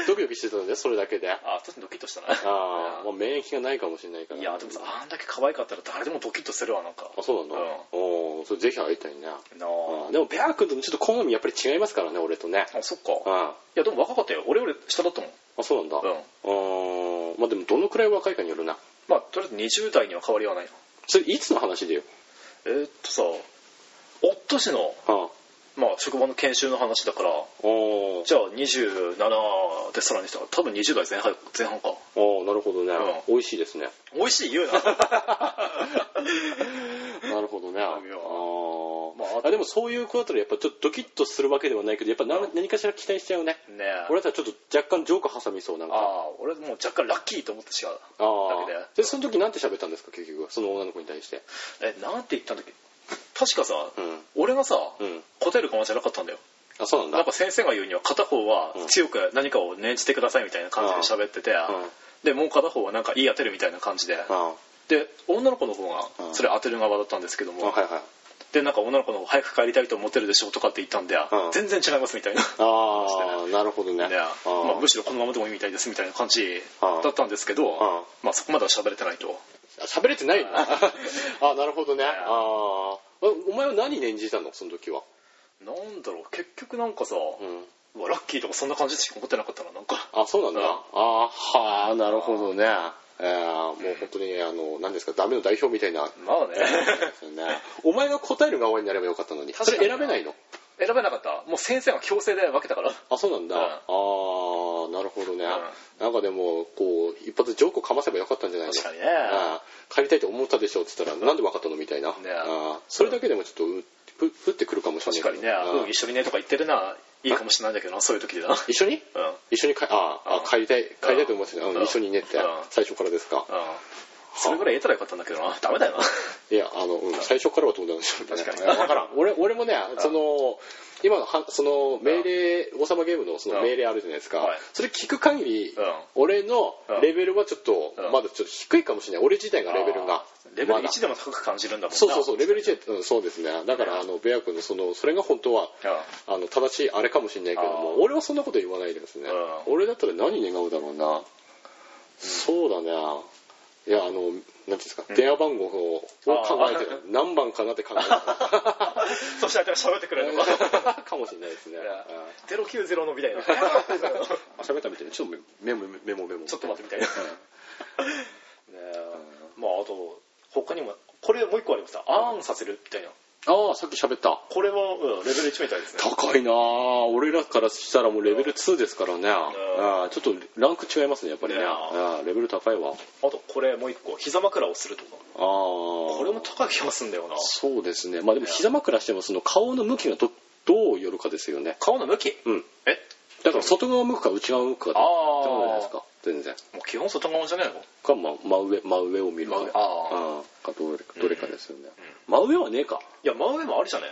Speaker 1: ドキドキしてたんでそれだけであ
Speaker 3: 確かにドキッとしたな
Speaker 1: あ、まあ、免疫がないかもしれないから
Speaker 3: いやでもさあんだけ可愛かったら誰でもドキッとするわなんか
Speaker 1: あそうなの、おーそれぜひ会いたいね
Speaker 3: なあ
Speaker 1: うんでもベア君とちょっと好みやっぱり違いますからね俺とね
Speaker 3: あそっか
Speaker 1: うん
Speaker 3: い
Speaker 1: あ
Speaker 3: やでも若かったよ俺より下だったもん
Speaker 1: そうなんだ
Speaker 3: うん
Speaker 1: うんまあでもどのくらい若いかによるな
Speaker 3: まあとりあえず20代には変わりはないな
Speaker 1: それいつの話でよ
Speaker 3: えーっとさ夫氏の、
Speaker 1: うん
Speaker 3: まあ、職場の研修の話だから
Speaker 1: おー
Speaker 3: じゃあ27でさらにしたら多分20代前半前半か
Speaker 1: おーなるほどね、
Speaker 3: う
Speaker 1: 美味しいですね
Speaker 3: 美味しい言う [LAUGHS] な
Speaker 1: なるほ
Speaker 3: [LAUGHS]
Speaker 1: どねあ
Speaker 3: 妙
Speaker 1: ー、
Speaker 3: まああ
Speaker 1: あ、
Speaker 3: と
Speaker 1: でもそういう子だったらやっぱちょっとドキッとするわけではないけどやっぱ何,、何かしら期待しちゃうね
Speaker 3: ねえ
Speaker 1: 俺だったらちょっと若干ジョーク挟みそうなんか
Speaker 3: ああ俺もう若干ラッキーと思ってしか
Speaker 1: ああ
Speaker 3: だけで
Speaker 1: でその時なんて喋ったんですか結局その女の子に対して
Speaker 3: えなんて言ったんだっけ確かさ、
Speaker 1: うん
Speaker 3: 俺がさ、
Speaker 1: うん
Speaker 3: 答える側じゃなかったんだよ
Speaker 1: あそうなんだ
Speaker 3: なんか先生が言うには片方は
Speaker 1: うん
Speaker 3: 強く何かを念じてくださいみたいな感じで喋ってて、
Speaker 1: うん
Speaker 3: でもう片方はなんか言い当てるみたいな感じで、
Speaker 1: あ
Speaker 3: で女の子の方が
Speaker 1: うん
Speaker 3: それ当てる側だったんですけど
Speaker 1: あ
Speaker 3: も、
Speaker 1: はいはい
Speaker 3: でなんか女の子の方早く帰りたいと思ってるでしょとかって言ったんで、
Speaker 1: ん
Speaker 3: 全然違いますみたいな。
Speaker 1: ああなるほどね
Speaker 3: で
Speaker 1: あ
Speaker 3: [LAUGHS] まあ、む
Speaker 1: ー
Speaker 3: しろこのままでもいいみたいですみたいな感じ
Speaker 1: うん
Speaker 3: だったんですけど、
Speaker 1: ん
Speaker 3: まあ、そこまでは喋れてないと
Speaker 1: あ喋れてないのあ [LAUGHS] あなるほどねああおお前は何念じたのその時は
Speaker 3: なんだろう結局なんかさ、
Speaker 1: うん
Speaker 3: うわラッキーとかそんな感じしか思ってなかったななんか
Speaker 1: [LAUGHS] あそうなんだ
Speaker 3: うん
Speaker 1: ああはあなるほどねえーもう本当にあの何ですかダメの代表
Speaker 3: [LAUGHS]
Speaker 1: みたいな
Speaker 3: まあね
Speaker 1: ねお前が答える側になればよかったのにそれ選べないの
Speaker 3: 選べなかったもう先生が強制で分けたから
Speaker 1: あそうなんだ、
Speaker 3: うん
Speaker 1: ああなるほどね、なんかでもこう一発ジョークをかませばよかったんじゃないの
Speaker 2: 確かにね
Speaker 1: あー帰りたいと思ったでしょって言ったらなんで分かったのみたいな、あーそれだけでもちょっとうふふってくるかもしれない
Speaker 3: 確かにね
Speaker 1: あー
Speaker 3: うん一緒にねとか言ってるのはいいかもしれないんだけどなそういう時 [LAUGHS] でなうん
Speaker 1: 一緒に
Speaker 3: うん
Speaker 1: 一緒にかあーあ
Speaker 3: うん
Speaker 1: ー帰りたい帰りたいと思ってた、うん
Speaker 3: うん
Speaker 1: 一緒にねって、
Speaker 3: うん
Speaker 1: 最初からですか、
Speaker 3: それぐらい得たらよかったんだけどなダメだよない
Speaker 1: やあの、うん最初からはどうなんでしょう
Speaker 3: 確かに
Speaker 1: いやわからん俺俺もねその今のはその命令王様ゲームのその
Speaker 3: うん
Speaker 1: 命令あるじゃないですか、
Speaker 3: はい
Speaker 1: それ聞く限り、
Speaker 3: うん
Speaker 1: 俺のレベルはちょっと、
Speaker 3: うん
Speaker 1: まだちょっと低いかもしれない俺自体がレベルが
Speaker 3: あーレベル
Speaker 1: まだ
Speaker 3: 1でも高く感じるんだもんな
Speaker 1: そうそうそうレベル1、うん、そうですねだからあのベア君のそのそれが本当は
Speaker 3: う
Speaker 1: あの正しいあれかもしれないけど
Speaker 3: あ
Speaker 1: も
Speaker 3: ー
Speaker 1: 俺はそんなこと言わないですね
Speaker 3: う
Speaker 1: 俺だったら何願うだろうなそうだねいやあのなんていうんですか電話番号を
Speaker 3: あー
Speaker 1: 考えてる何番かなって考え
Speaker 3: んそして相手が喋ってく [LAUGHS] れるの
Speaker 1: て
Speaker 3: か
Speaker 1: るかもしれないですね
Speaker 3: いや
Speaker 1: うん
Speaker 3: 090のみた [LAUGHS] いな
Speaker 1: あ喋ったみたいなちょっとメモメモメモ
Speaker 3: ちょっと待ってみたいな。ねえまああと他にもこれもう一個ありました。アーンさせるみたいな。
Speaker 1: ああさっき喋った
Speaker 3: これは、うん、レベル1みたいですね。
Speaker 1: 高いなあ俺らからしたらもうレベル2ですからね、ああちょっとランク違いますねやっぱりね、
Speaker 3: ね
Speaker 1: ああレベル高いわあ
Speaker 3: あとこれもう一個膝枕をするとか。
Speaker 1: あ
Speaker 3: これも高い気がすんだよな。
Speaker 1: そうですねまあでも膝枕してもその顔の向きがどどうよるかですよね
Speaker 3: 顔の向き。
Speaker 1: うん
Speaker 3: え？
Speaker 1: だから外側向くか内側向くか
Speaker 3: あ
Speaker 1: っ
Speaker 3: あ
Speaker 1: てことじゃないですか全然
Speaker 3: もう基本外側じゃないの？
Speaker 1: か真真上真上を見るか
Speaker 3: 真上あ
Speaker 1: うんかどれかどれかですよね、真上はねえか
Speaker 3: いや真上もありじゃね。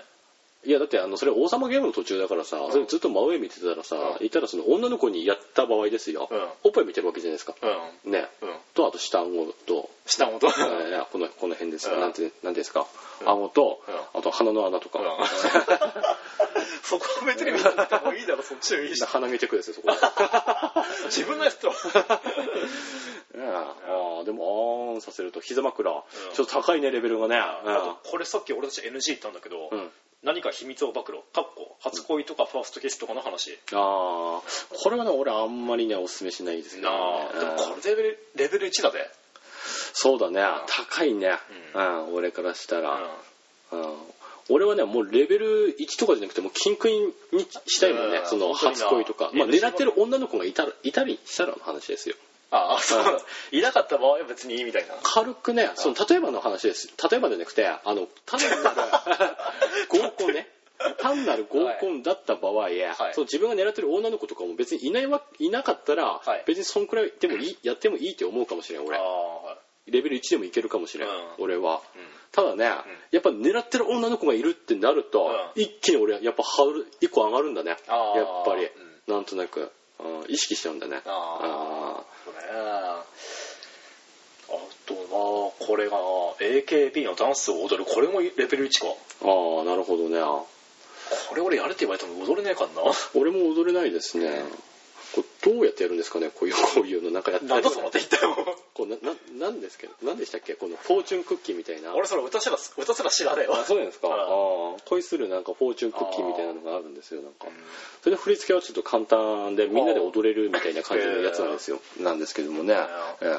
Speaker 1: いやだってあのそれ王様ゲームの途中だからさそれずっと真上見てたらさいたらその女の子にやった場合ですよ、
Speaker 3: うん
Speaker 1: おっぱい見てるわけじゃないですか
Speaker 3: うん
Speaker 1: ね
Speaker 3: うん。
Speaker 1: とあと下顎と
Speaker 3: 下元。うん。
Speaker 1: いやこのこの辺ですよ、
Speaker 3: うん
Speaker 1: なんてなんていうんですか、顎と、
Speaker 3: うん
Speaker 1: あと鼻の穴とか、
Speaker 3: [LAUGHS] そこは別に見なくてもいいだろそっちをいいし。
Speaker 1: 鼻見てくですよそこで
Speaker 3: 自分のやつと。
Speaker 1: ねえああでもあーんさせると膝枕、ちょっと高いねレベルがね、
Speaker 3: あとこれさっき俺たち NG 言ったんだけど、
Speaker 1: うん
Speaker 3: 何か秘密を暴露かっこ初恋とかファーストキスとかの話、
Speaker 1: ああこれはね俺あんまりねおすすめしないですけど、
Speaker 3: な
Speaker 1: ね
Speaker 3: あ、でも
Speaker 1: う
Speaker 3: こ
Speaker 1: ん
Speaker 3: れレベルレベル1だぜ、
Speaker 1: そうだね高いね、うん俺からした
Speaker 3: う
Speaker 1: ら、うん俺はねもうレベル1とかじゃなくてもうキンクインにしたいもんね、
Speaker 3: うん
Speaker 1: その
Speaker 3: 本当にな
Speaker 1: 初恋とか、まあ、
Speaker 3: いいです
Speaker 1: 狙ってる女の子がいたらいたりしたらの話ですよ
Speaker 3: ああそうだいなかった場合は別にいいみたいな
Speaker 1: 軽くねその例えばの話です例えばじゃなくてあの単
Speaker 3: [LAUGHS]
Speaker 1: なる合コンね単なる合コンだった場合、その自分が狙ってる女の子とかも別にいないわいなかったら、
Speaker 3: はい
Speaker 1: 別にそんくらいでもいいやってもいいって思うかもしれん
Speaker 3: あ
Speaker 1: 俺
Speaker 3: あはい
Speaker 1: レベル1でもいけるかもしれん、
Speaker 3: うん
Speaker 1: 俺は、ただね、やっぱ狙ってる女の子がいるってなると、
Speaker 3: う
Speaker 1: 一気に俺やっぱハードル1個上がるんだねやっ
Speaker 3: あー
Speaker 1: ぱり、なんとなく、うん意識しちゃうんだね
Speaker 3: あ
Speaker 1: あー
Speaker 3: そうねあとはこれが AKB のダンスを踊るこれもレベル1か
Speaker 1: あーなるほどね
Speaker 3: これ俺やれって言われても踊れねえかん [LAUGHS] な
Speaker 1: 俺も踊れないですねこうどうやってやるんですかねこういう [LAUGHS] こういうのなんかやって
Speaker 3: なんだそのって言ったよ
Speaker 1: こうなななんですけど何でしたっけこのフォーチュンクッキーみたいな
Speaker 3: [LAUGHS] 俺それ歌すら歌すら知らねえわ
Speaker 1: あそうなんですか
Speaker 3: うん
Speaker 1: ああ恋するなんかフォーチュンクッキーみたいなのがあるんですよなんかそれで振り付けはちょっと簡単でみんなで踊れるみたいな感じのやつなんですよなんですけどもね、ええ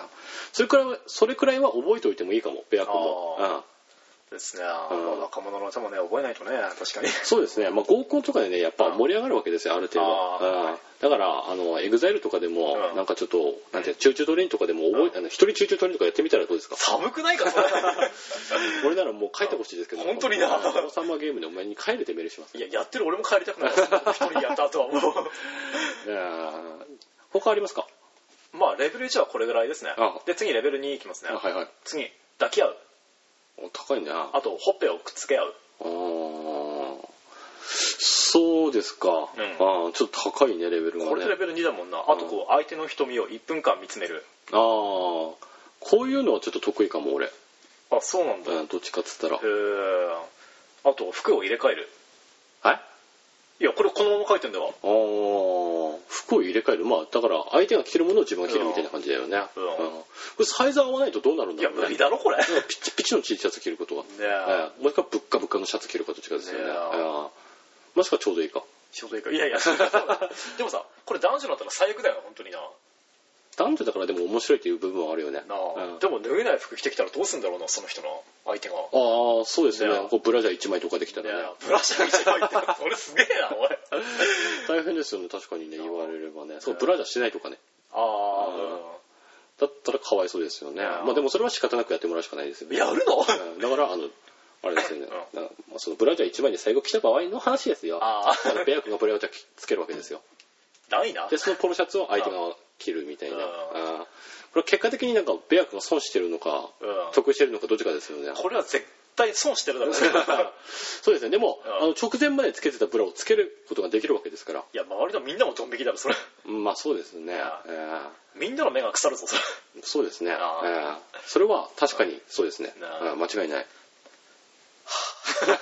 Speaker 1: それくらいはそれくらいは覚えておいてもいいかもペア君も、
Speaker 3: あー
Speaker 1: うん
Speaker 3: ですね、
Speaker 1: うん
Speaker 3: 若者の歌もね覚えないとね確かに
Speaker 1: そうですね、まあ、合コンとかでねやっぱ盛り上がるわけですよある程度、
Speaker 3: あー
Speaker 1: うんだからあのエグザイルとかでも、
Speaker 3: うん
Speaker 1: なんかちょっとなんていうのチューチュートレインとかでも覚え、あの一人チューチュートレインとかやってみたらどうですか
Speaker 3: 寒くないかそれ
Speaker 1: 俺ならもう帰ってほしいですけど
Speaker 3: 本当にな
Speaker 1: 王様ゲームでお前に帰れてメールします
Speaker 3: [LAUGHS] いややってる俺も帰りたくない一人やった後はも
Speaker 1: いやー他ありますか
Speaker 3: う [LAUGHS] まあレベル1はこれぐらいですね
Speaker 1: あ
Speaker 3: で次レベル2いきますね
Speaker 1: あはいはい
Speaker 3: 次抱き合う
Speaker 1: お高いな
Speaker 3: あとほっぺをくっつけ合う
Speaker 1: あーそうですか、あ
Speaker 3: ん
Speaker 1: あーちょっと高いねレベルがね
Speaker 3: これでレベル2だもんなあとこう相手の瞳を1分間見つめる
Speaker 1: ああこういうのはちょっと得意かも俺、
Speaker 3: あそうなんだへ
Speaker 1: うんどっちかっつったら
Speaker 3: えあと服を入れ替える
Speaker 1: はい
Speaker 3: いやこれこのまま書いてんだわ
Speaker 1: あー服を入れ替えるまあだから相手が着てるものを自分が着るみたいな感じだよね、
Speaker 3: うん
Speaker 1: これサイズ合わないとどうなるん
Speaker 3: い
Speaker 1: だ
Speaker 3: や
Speaker 1: ろう
Speaker 3: 無
Speaker 1: ね
Speaker 3: 理だろこれね
Speaker 1: ピッチピチの T シャツ着ることは、
Speaker 3: え
Speaker 1: ええもしくはぶっかぶっかのシャツ着ること違うですよね
Speaker 3: ねえ
Speaker 1: ええもしくはちょうどいいか
Speaker 3: 仕事いいかいやいやでもさこれ男女だったら最悪だよ本当にな
Speaker 1: 男女だからでも面白いという部分はあるよね
Speaker 4: なあ、
Speaker 1: うん
Speaker 4: でも脱げない服着てきたらどうすんだろうなその人の相手が
Speaker 1: ああそうですね
Speaker 4: ね
Speaker 1: こうブラジャー1枚とかできた
Speaker 4: いや
Speaker 1: らね
Speaker 4: ブラシャー一枚って俺すげえなおい
Speaker 1: 大変ですよね確かにね言われればねそうブラジャーしないとかね
Speaker 4: あ
Speaker 1: だったらかわいそうですよ
Speaker 4: い
Speaker 1: ね
Speaker 4: や
Speaker 1: まあでもそれは仕方なくやってもらうしかないですよ
Speaker 4: あ
Speaker 1: ね
Speaker 4: やるの
Speaker 1: うんだからあのあれですよね、
Speaker 4: う
Speaker 1: なんかまあそのブラジャー1枚で最後来た場合の話ですよ
Speaker 4: あ
Speaker 1: あのベア君がブラジャーつけるわけ
Speaker 4: [LAUGHS]
Speaker 1: ですよ
Speaker 4: あないな
Speaker 1: でそのポロシャツを相手が着るみたいな
Speaker 4: うん
Speaker 1: あーこれ結果的になんかベア君が損してるのか
Speaker 4: うん
Speaker 1: 得してるのかどっちかですよね
Speaker 4: これは絶対損して [LAUGHS] るだろうね
Speaker 1: そうですねでも
Speaker 4: うん
Speaker 1: あの直前までつけてたブラをつけることができるわけですから
Speaker 4: いや周りのみんなもドン引きだろそれ
Speaker 1: まあそうですね、
Speaker 4: う
Speaker 1: えー
Speaker 4: みんなの目が腐るぞそれ
Speaker 1: そうですね、え
Speaker 4: あー
Speaker 1: ーそれは確かにそうですね
Speaker 4: な、
Speaker 1: うん間違いない
Speaker 4: [LAUGHS]
Speaker 1: じゃ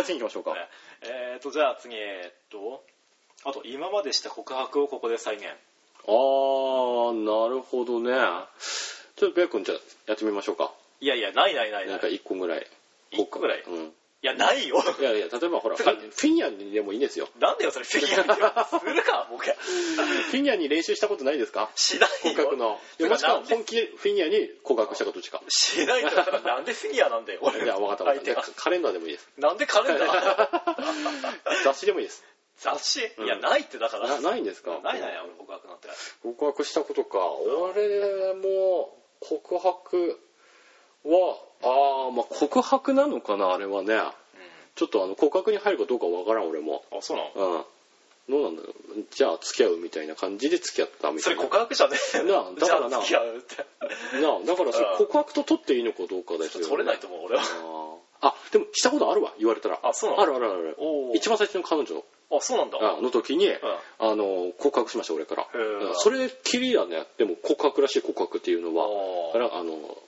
Speaker 1: あ次 [LAUGHS] 行きましょうか、
Speaker 3: ねえーとじゃあ次えーっとあと今までした告白をここで再現
Speaker 1: あーなるほどねちょっとベア君じゃあやってみましょうか
Speaker 3: いやいやないないない
Speaker 1: なん
Speaker 3: ない
Speaker 1: か1個ぐらい
Speaker 3: 一個ぐらい
Speaker 1: うん
Speaker 3: いやないよ
Speaker 1: いやいや例えばほらフィフィギュアにでもいいんです
Speaker 3: [LAUGHS]
Speaker 1: よ
Speaker 3: なんでよそれフィギュアにするか僕
Speaker 1: フィギュアに練習したことないですか
Speaker 3: しな
Speaker 1: 骨
Speaker 3: いよ
Speaker 1: 格のいやもしくは本気でフィギュアに骨格したかどっちか
Speaker 3: しないよなんでフィギュアなんだよ俺
Speaker 1: いや分かった分か
Speaker 3: 相
Speaker 1: っ
Speaker 3: 手
Speaker 1: た
Speaker 3: が
Speaker 1: カレンダーでもいいです
Speaker 3: なんで彼だ
Speaker 1: 雑誌でもいいです
Speaker 3: 雑誌
Speaker 1: うん
Speaker 3: いやないってだから
Speaker 1: なないんですか
Speaker 3: ないない俺告白なんて
Speaker 1: 告白したことか俺も告白はああまあ告白なのかなあれはねちょっとあの告白に入るかどうかわからん俺も
Speaker 3: あそうなの
Speaker 1: うんどうなんだろうじゃあ付き合うみたいな感じで付き合ったみ
Speaker 3: そ
Speaker 1: たい
Speaker 3: れ
Speaker 1: な
Speaker 3: 告白じゃねえ
Speaker 1: なあだからな
Speaker 3: じゃあ付き合うって
Speaker 1: なあだからそれ
Speaker 3: うん
Speaker 1: 告白と取っていいのかどうかですよ、ね、
Speaker 3: 取れないと思う俺は
Speaker 1: あーあでもしたことあるわ言われたら
Speaker 3: あそうなの
Speaker 1: あるあるある
Speaker 3: おお
Speaker 1: 一番最初の彼女
Speaker 3: あそうなんだ
Speaker 1: あの時に、
Speaker 3: うん
Speaker 1: あの告白しました俺から、
Speaker 3: ー
Speaker 1: うんそれきりだねでも告白らしい告白っていうのはだ
Speaker 3: お
Speaker 1: か
Speaker 3: ー
Speaker 1: らあの好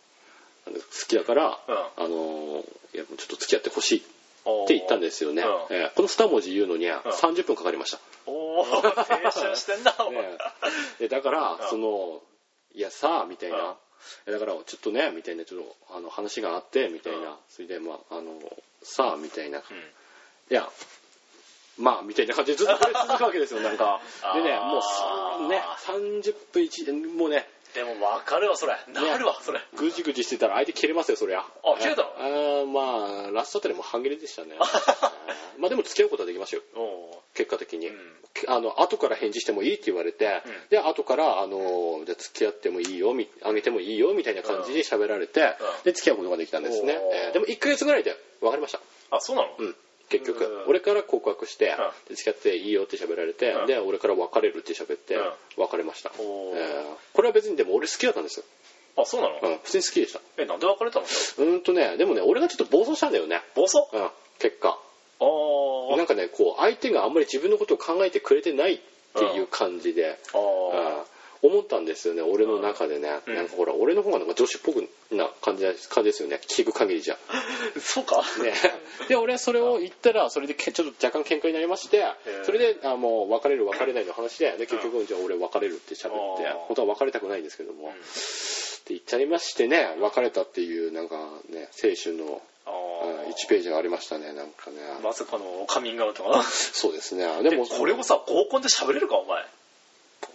Speaker 1: きだから、
Speaker 3: う
Speaker 1: あのいやちょっと付き合ってほしいっ
Speaker 3: おー
Speaker 1: て言ったんですよね、
Speaker 3: うん
Speaker 1: えーこの2文字言うのに30分かかりました、
Speaker 3: おお青春してんな [LAUGHS] お前
Speaker 1: ねえでだから
Speaker 3: うん
Speaker 1: その「いやさあ」みたい
Speaker 3: うん
Speaker 1: な「いやだからちょっとね」みたいなちょっとあの話があってみたい
Speaker 3: うん
Speaker 1: なそれでまああの「さあ」みたいな「い
Speaker 3: うん
Speaker 1: やまあ」みたいな感じでずっとこれ続くわけですよなん
Speaker 3: [LAUGHS]
Speaker 1: かでねもう
Speaker 3: あー
Speaker 1: そね30分1もうね
Speaker 3: でも分かるわそれなるわそれ
Speaker 1: ぐじぐじしてたら相手切れますよそりゃあ
Speaker 3: 切れたの
Speaker 1: あーまあラストあたりもう半切れでした
Speaker 3: [LAUGHS]
Speaker 1: ねあーまあでも付き合うことはできましたよ
Speaker 3: お
Speaker 1: 結果的に、
Speaker 3: うん
Speaker 1: あの後から返事してもいいって言われて、
Speaker 3: うん
Speaker 1: で後からあのじゃあ付き合ってもいいよみあげてもいいよみたいな感じで喋られて、
Speaker 3: うん
Speaker 1: で付き合うことができたんですね
Speaker 3: おー、
Speaker 1: えーでも1ヶ月ぐらいで分かりました
Speaker 3: あそうなの
Speaker 1: うん結局
Speaker 3: うん
Speaker 1: 俺から告白して、で付き合っていいよって喋られて、
Speaker 3: うん
Speaker 1: で俺から別れるって喋って、
Speaker 3: うん
Speaker 1: 別れました、
Speaker 3: おー
Speaker 1: えーこれは別にでも俺好きだったんですよ、
Speaker 3: あそうなの
Speaker 1: うん、普通に好きでした
Speaker 3: えなんで別れたの
Speaker 1: うーんとねでもね俺がちょっと暴走したんだよね、
Speaker 3: 暴走
Speaker 1: うん、結果
Speaker 3: あー
Speaker 1: なんかねこう相手があんまり自分のことを考えてくれてないっていう感じで、
Speaker 3: あ
Speaker 1: あー思ったんですよね俺の中でね、
Speaker 3: うん
Speaker 1: なんかほら俺の方がなんか女子っぽくな感じな感じですよね聞く限りじゃ
Speaker 3: [LAUGHS] ーそうか
Speaker 1: ねで俺はそれを言ったらそれでけちょっと若干喧嘩になりましてそれであもう別れる別れないの話でで結局じゃあ俺別れるって喋って
Speaker 3: あー
Speaker 1: 本当は別れたくないんですけども、
Speaker 3: ん
Speaker 1: って言っちゃいましてね別れたっていうなんかね青春の
Speaker 3: あ
Speaker 1: うん1
Speaker 3: ー
Speaker 1: ページがありましたねなんかね、
Speaker 3: まさかのカミングアウトが
Speaker 1: そうですねで
Speaker 3: [LAUGHS]
Speaker 1: も
Speaker 3: これをさ合コンで喋れるかお前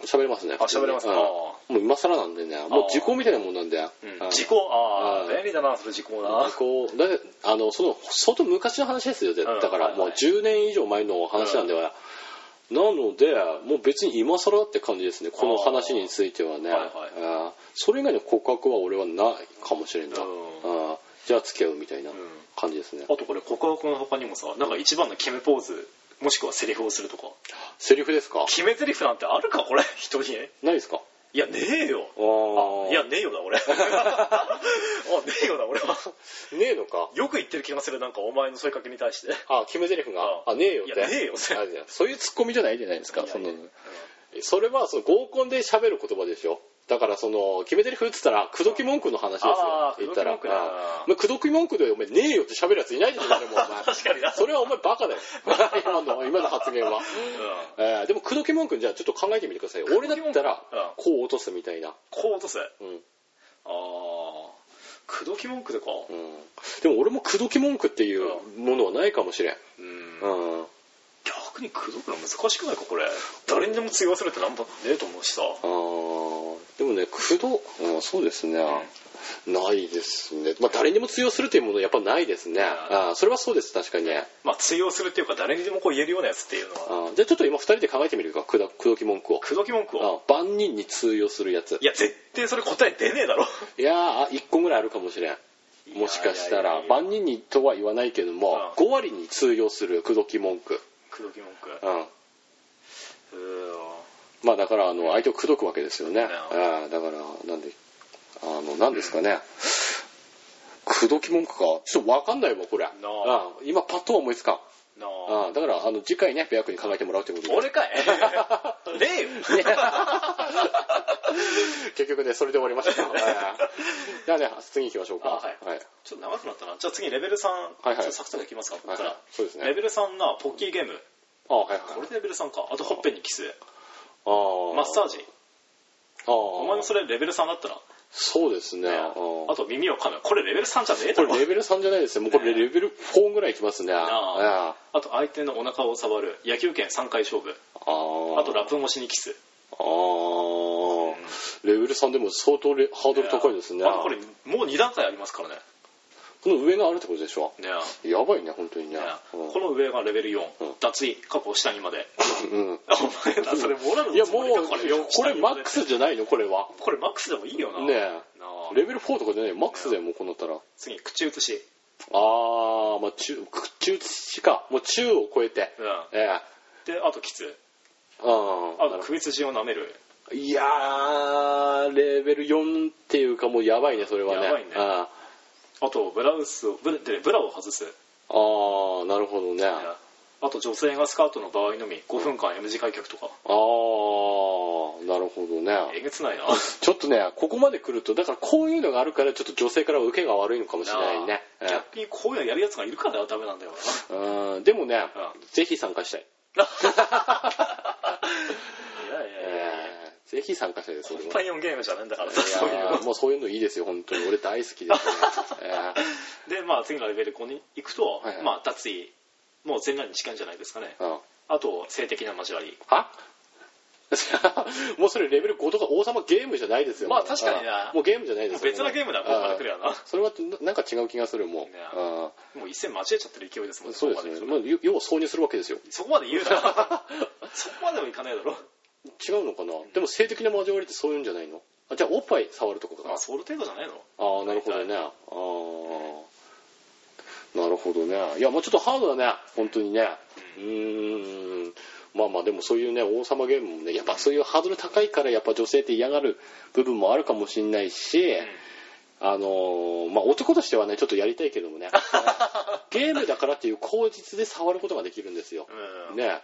Speaker 1: 喋れますね
Speaker 3: あ喋れます
Speaker 1: う
Speaker 3: か
Speaker 1: んもう今更なんでねもう時効みたいなもんなんで、
Speaker 3: うん
Speaker 1: うん
Speaker 3: 時効あ
Speaker 1: うん
Speaker 3: あ便利だなそれ時効な
Speaker 1: あこうだってあのその相当昔の話ですよ絶
Speaker 3: う
Speaker 1: 対
Speaker 3: ん
Speaker 1: だから、
Speaker 3: はいはい
Speaker 1: もう10年以上前の話なんでは、なのでもう別に今更って感じですねこの話についてはね
Speaker 3: あーはい
Speaker 1: あーそれ以外の告白は俺はないかもしれんな、
Speaker 3: うん
Speaker 1: あーじゃあ付き合うみたいな感じですね、
Speaker 3: あとこれ告白の他にもさなんか一番の決めポーズもしくはセリフをするとか
Speaker 1: セリフですか
Speaker 3: 決め台詞なんてあるかこれ [LAUGHS] 人に
Speaker 1: ないですか
Speaker 3: いやねえよ
Speaker 1: あー
Speaker 3: いやねえ
Speaker 1: [LAUGHS]
Speaker 3: よな俺あねえよな俺は
Speaker 1: ねえのか
Speaker 3: よく言ってる気がするなんかお前の問いかけに対して
Speaker 1: あ決め台詞が
Speaker 3: あ
Speaker 1: あねえよっ
Speaker 3: いや
Speaker 1: て
Speaker 3: ねえよそれ
Speaker 1: あじゃあそういうツッコミじゃないじゃないですか
Speaker 3: いやいや
Speaker 1: そのそれはその合コンで喋る言葉でしょだからその決め台詞って言ったら口説き文句の話ですよ
Speaker 3: あー
Speaker 1: 言ったら
Speaker 3: 口説き文句だな
Speaker 1: あーまあ口説き文句でお前ねえよって喋るやついないでしょ誰もお前
Speaker 3: 確かにな
Speaker 1: それはお前バカだよ [LAUGHS] 今の今の発言は、えーでも口説き文句じゃあちょっと考えてみてください俺だったら
Speaker 3: うん
Speaker 1: こう落とすみたいな、
Speaker 3: こう落とすあ
Speaker 1: うんうん
Speaker 3: あ口説き文句でか
Speaker 1: でも俺も口説き文句っていうものはないかもしれん、
Speaker 3: うん
Speaker 1: うん
Speaker 3: 逆逆に口説くの難しくないかこれ誰にでも通用するってなんもねえと思うしさ
Speaker 1: あーでもね工藤、うん、そうですね、ないですね、まあ、誰にも通用するというものはやっぱないですね、あーそれはそうです確かにね
Speaker 3: まあ通用するっていうか誰にでもこう言えるようなやつっていうのは
Speaker 1: あーじゃあちょっと今2人で考えてみるかくだ口説き文句を
Speaker 3: 口説き文句を
Speaker 1: あー万人に通用するやつ
Speaker 3: いや絶対それ答え出ねえだろ
Speaker 1: いやーあ1個ぐらいあるかもしれんもしかした
Speaker 3: いやい
Speaker 1: ら
Speaker 3: やいや
Speaker 1: 万人にとは言わないけども
Speaker 3: うん
Speaker 1: 5割に通用する口説き文句
Speaker 3: 口説き文句
Speaker 1: うん
Speaker 3: うーん
Speaker 1: まあだからあの相手を口説くわけですよね、
Speaker 3: う
Speaker 1: ああだからなんであのなんですかね、口説き文句かちょっと分かんないわこれ、ああ今パッとは思いつかん、
Speaker 3: なあ
Speaker 1: ああだからあの次回ねペア君に考えてもらうということで
Speaker 3: 俺かいねえよ
Speaker 1: ね [LAUGHS] 結局ねそれで終わりましたよはいじゃあね次行きましょうか
Speaker 3: あはい
Speaker 1: はい
Speaker 3: ちょっと長くなったなじゃあ次レベル3、
Speaker 1: はい
Speaker 3: ちょっとサクサクいきますかここ
Speaker 1: はい
Speaker 3: から、
Speaker 1: そうですね
Speaker 3: レベル3なポッキーゲーム
Speaker 1: ああはいはい
Speaker 3: これでレベル3かあとほっぺにキス
Speaker 1: ああ
Speaker 3: マッサージ
Speaker 1: ああ
Speaker 3: お前もそれレベル3だったら
Speaker 1: そうですねあ
Speaker 3: あと耳を噛むこれレベル3じゃねえだ
Speaker 1: こ
Speaker 3: ろ
Speaker 1: れレベル3じゃないですねもうこれ
Speaker 3: ね
Speaker 1: レベル4ぐらいいきますね
Speaker 3: あ
Speaker 1: あ
Speaker 3: あと相手のお腹を触る野球拳3回勝負
Speaker 1: ああ
Speaker 3: あとラップ越しにキス
Speaker 1: あーレベル3でも相当レハードル高いですね
Speaker 3: あとこれもう2段階ありますからね
Speaker 1: この上があるってことでしょ
Speaker 3: ね
Speaker 1: やばいね本当にね
Speaker 3: ね
Speaker 1: うん
Speaker 3: この上がレベル4、
Speaker 1: うん
Speaker 3: 脱衣過去下にまで
Speaker 1: うん
Speaker 3: あお前らそれモラル
Speaker 1: い
Speaker 3: の
Speaker 1: や
Speaker 3: つ
Speaker 1: も
Speaker 3: も
Speaker 1: う
Speaker 3: りかこれ
Speaker 1: いやこれ
Speaker 3: 下に
Speaker 1: マ
Speaker 3: ま
Speaker 1: ッ
Speaker 3: で
Speaker 1: クスじゃないのこれは
Speaker 3: これマックスでもいいよな
Speaker 1: ね
Speaker 3: なあ
Speaker 1: えレベル4とかじゃないよマックスだよもうこうなったら
Speaker 3: 次口移し、
Speaker 1: ああまあ中中しかもう中を超えて
Speaker 3: うん、
Speaker 1: ええ
Speaker 3: であとキス
Speaker 1: うん
Speaker 3: あと首筋を舐める
Speaker 1: いやーレベル4っていうかもうやばいねそれはね
Speaker 3: やばいね
Speaker 1: あ
Speaker 3: あとブラウスをブラでブラを外す、
Speaker 1: あーなるほどねあ
Speaker 3: あと女性がスカートの場合のみ5分間 M 字開脚とか
Speaker 1: あーなるほどね
Speaker 3: えげつないな
Speaker 1: ちょっとね、ここまで来ると、だからこういうのがあるから、ちょっと女性からは受けが悪いのかもしれないね。
Speaker 3: なあ逆にこういうのやるやつがいるからダメなんだよな
Speaker 1: うんうんでもね、ぜひ参加したい。え
Speaker 3: いやいやいや
Speaker 1: ーぜひ参加したいです、俺も。
Speaker 3: パイオンゲームじゃないんだからさそう
Speaker 1: い
Speaker 3: いう
Speaker 1: やー
Speaker 3: の
Speaker 1: もうそういうのいいですよ、本当に。俺大好き
Speaker 3: [LAUGHS]
Speaker 1: です、ね
Speaker 3: でまあ次のレベル5に行くと、
Speaker 1: はいはい
Speaker 3: まあ脱衣もう全裸に近いんじゃないですかね
Speaker 1: えーうん
Speaker 3: あと性的な交わり
Speaker 1: は [LAUGHS] もうそれレベル5とか王様ゲームじゃないですよ。
Speaker 3: まあ確かにね
Speaker 1: うんもうゲームじゃないですよ
Speaker 3: 別なゲームだ
Speaker 1: もう
Speaker 3: ここから来るやな
Speaker 1: あーそれはななんか違う気がする、もう。
Speaker 3: ね
Speaker 1: あ
Speaker 3: もう一線交えちゃってる勢いですもん
Speaker 1: ーそうです
Speaker 3: ここ
Speaker 1: ね。
Speaker 3: ま
Speaker 1: まあ、要要は挿入するわけですよ。
Speaker 3: そこまで言うな
Speaker 1: [LAUGHS]
Speaker 3: そこまでもいかないだろ
Speaker 1: 違うのかなでも性的な交わりってそういうんじゃないのあじゃあおっぱい触るとかか
Speaker 3: ま
Speaker 1: な
Speaker 3: あその程度じゃないの
Speaker 1: ああなるほどねああなるほどねいやもうちょっとハードだね本当にねうーんまあまあでもそういうね王様ゲームもねやっぱそういうハードル高いからやっぱ女性って嫌がる部分もあるかもしんないし、あのーまあ男としてはねちょっとやりたいけども [LAUGHS] ねゲームだからっていう口実で触ることができるんですよ、
Speaker 3: うん、
Speaker 1: ね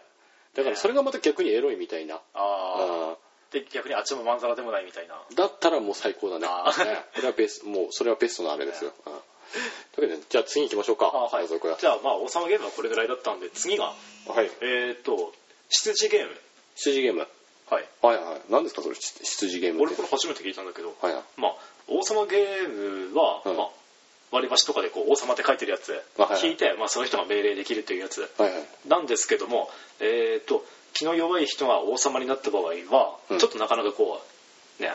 Speaker 1: だからそれがまた逆にエロいみたいな、
Speaker 3: ああ
Speaker 1: うん
Speaker 3: で逆にあっちもまんざらでもないみたいな
Speaker 1: だったらもう最高だね。
Speaker 3: あー
Speaker 1: ねこれはベスもうそれはベストなあれですよ。うんというわけで、じゃあ次行きましょうか。
Speaker 3: あはい
Speaker 1: 家族は
Speaker 3: じゃあまあ王様ゲームはこれぐらいだったんで次が
Speaker 1: はい。
Speaker 3: えーっと羊ゲーム
Speaker 1: 羊ゲーム。
Speaker 3: はい
Speaker 1: はいはい。何ですかそれ、し羊ゲームっ
Speaker 3: 俺
Speaker 1: て
Speaker 3: こ。れ初めて聞いたんだけど
Speaker 1: はいはい。
Speaker 3: まあ王様ゲームは、
Speaker 1: うん
Speaker 3: まあ割り箸とかでこう王様って書いてるやつ
Speaker 1: あはいはい
Speaker 3: 引いて、まあ、その人が命令できるっていうやつ
Speaker 1: はいはい。
Speaker 3: なんですけども、えー、と気の弱い人が王様になった場合は、
Speaker 1: うん
Speaker 3: ちょっとなかなかこうね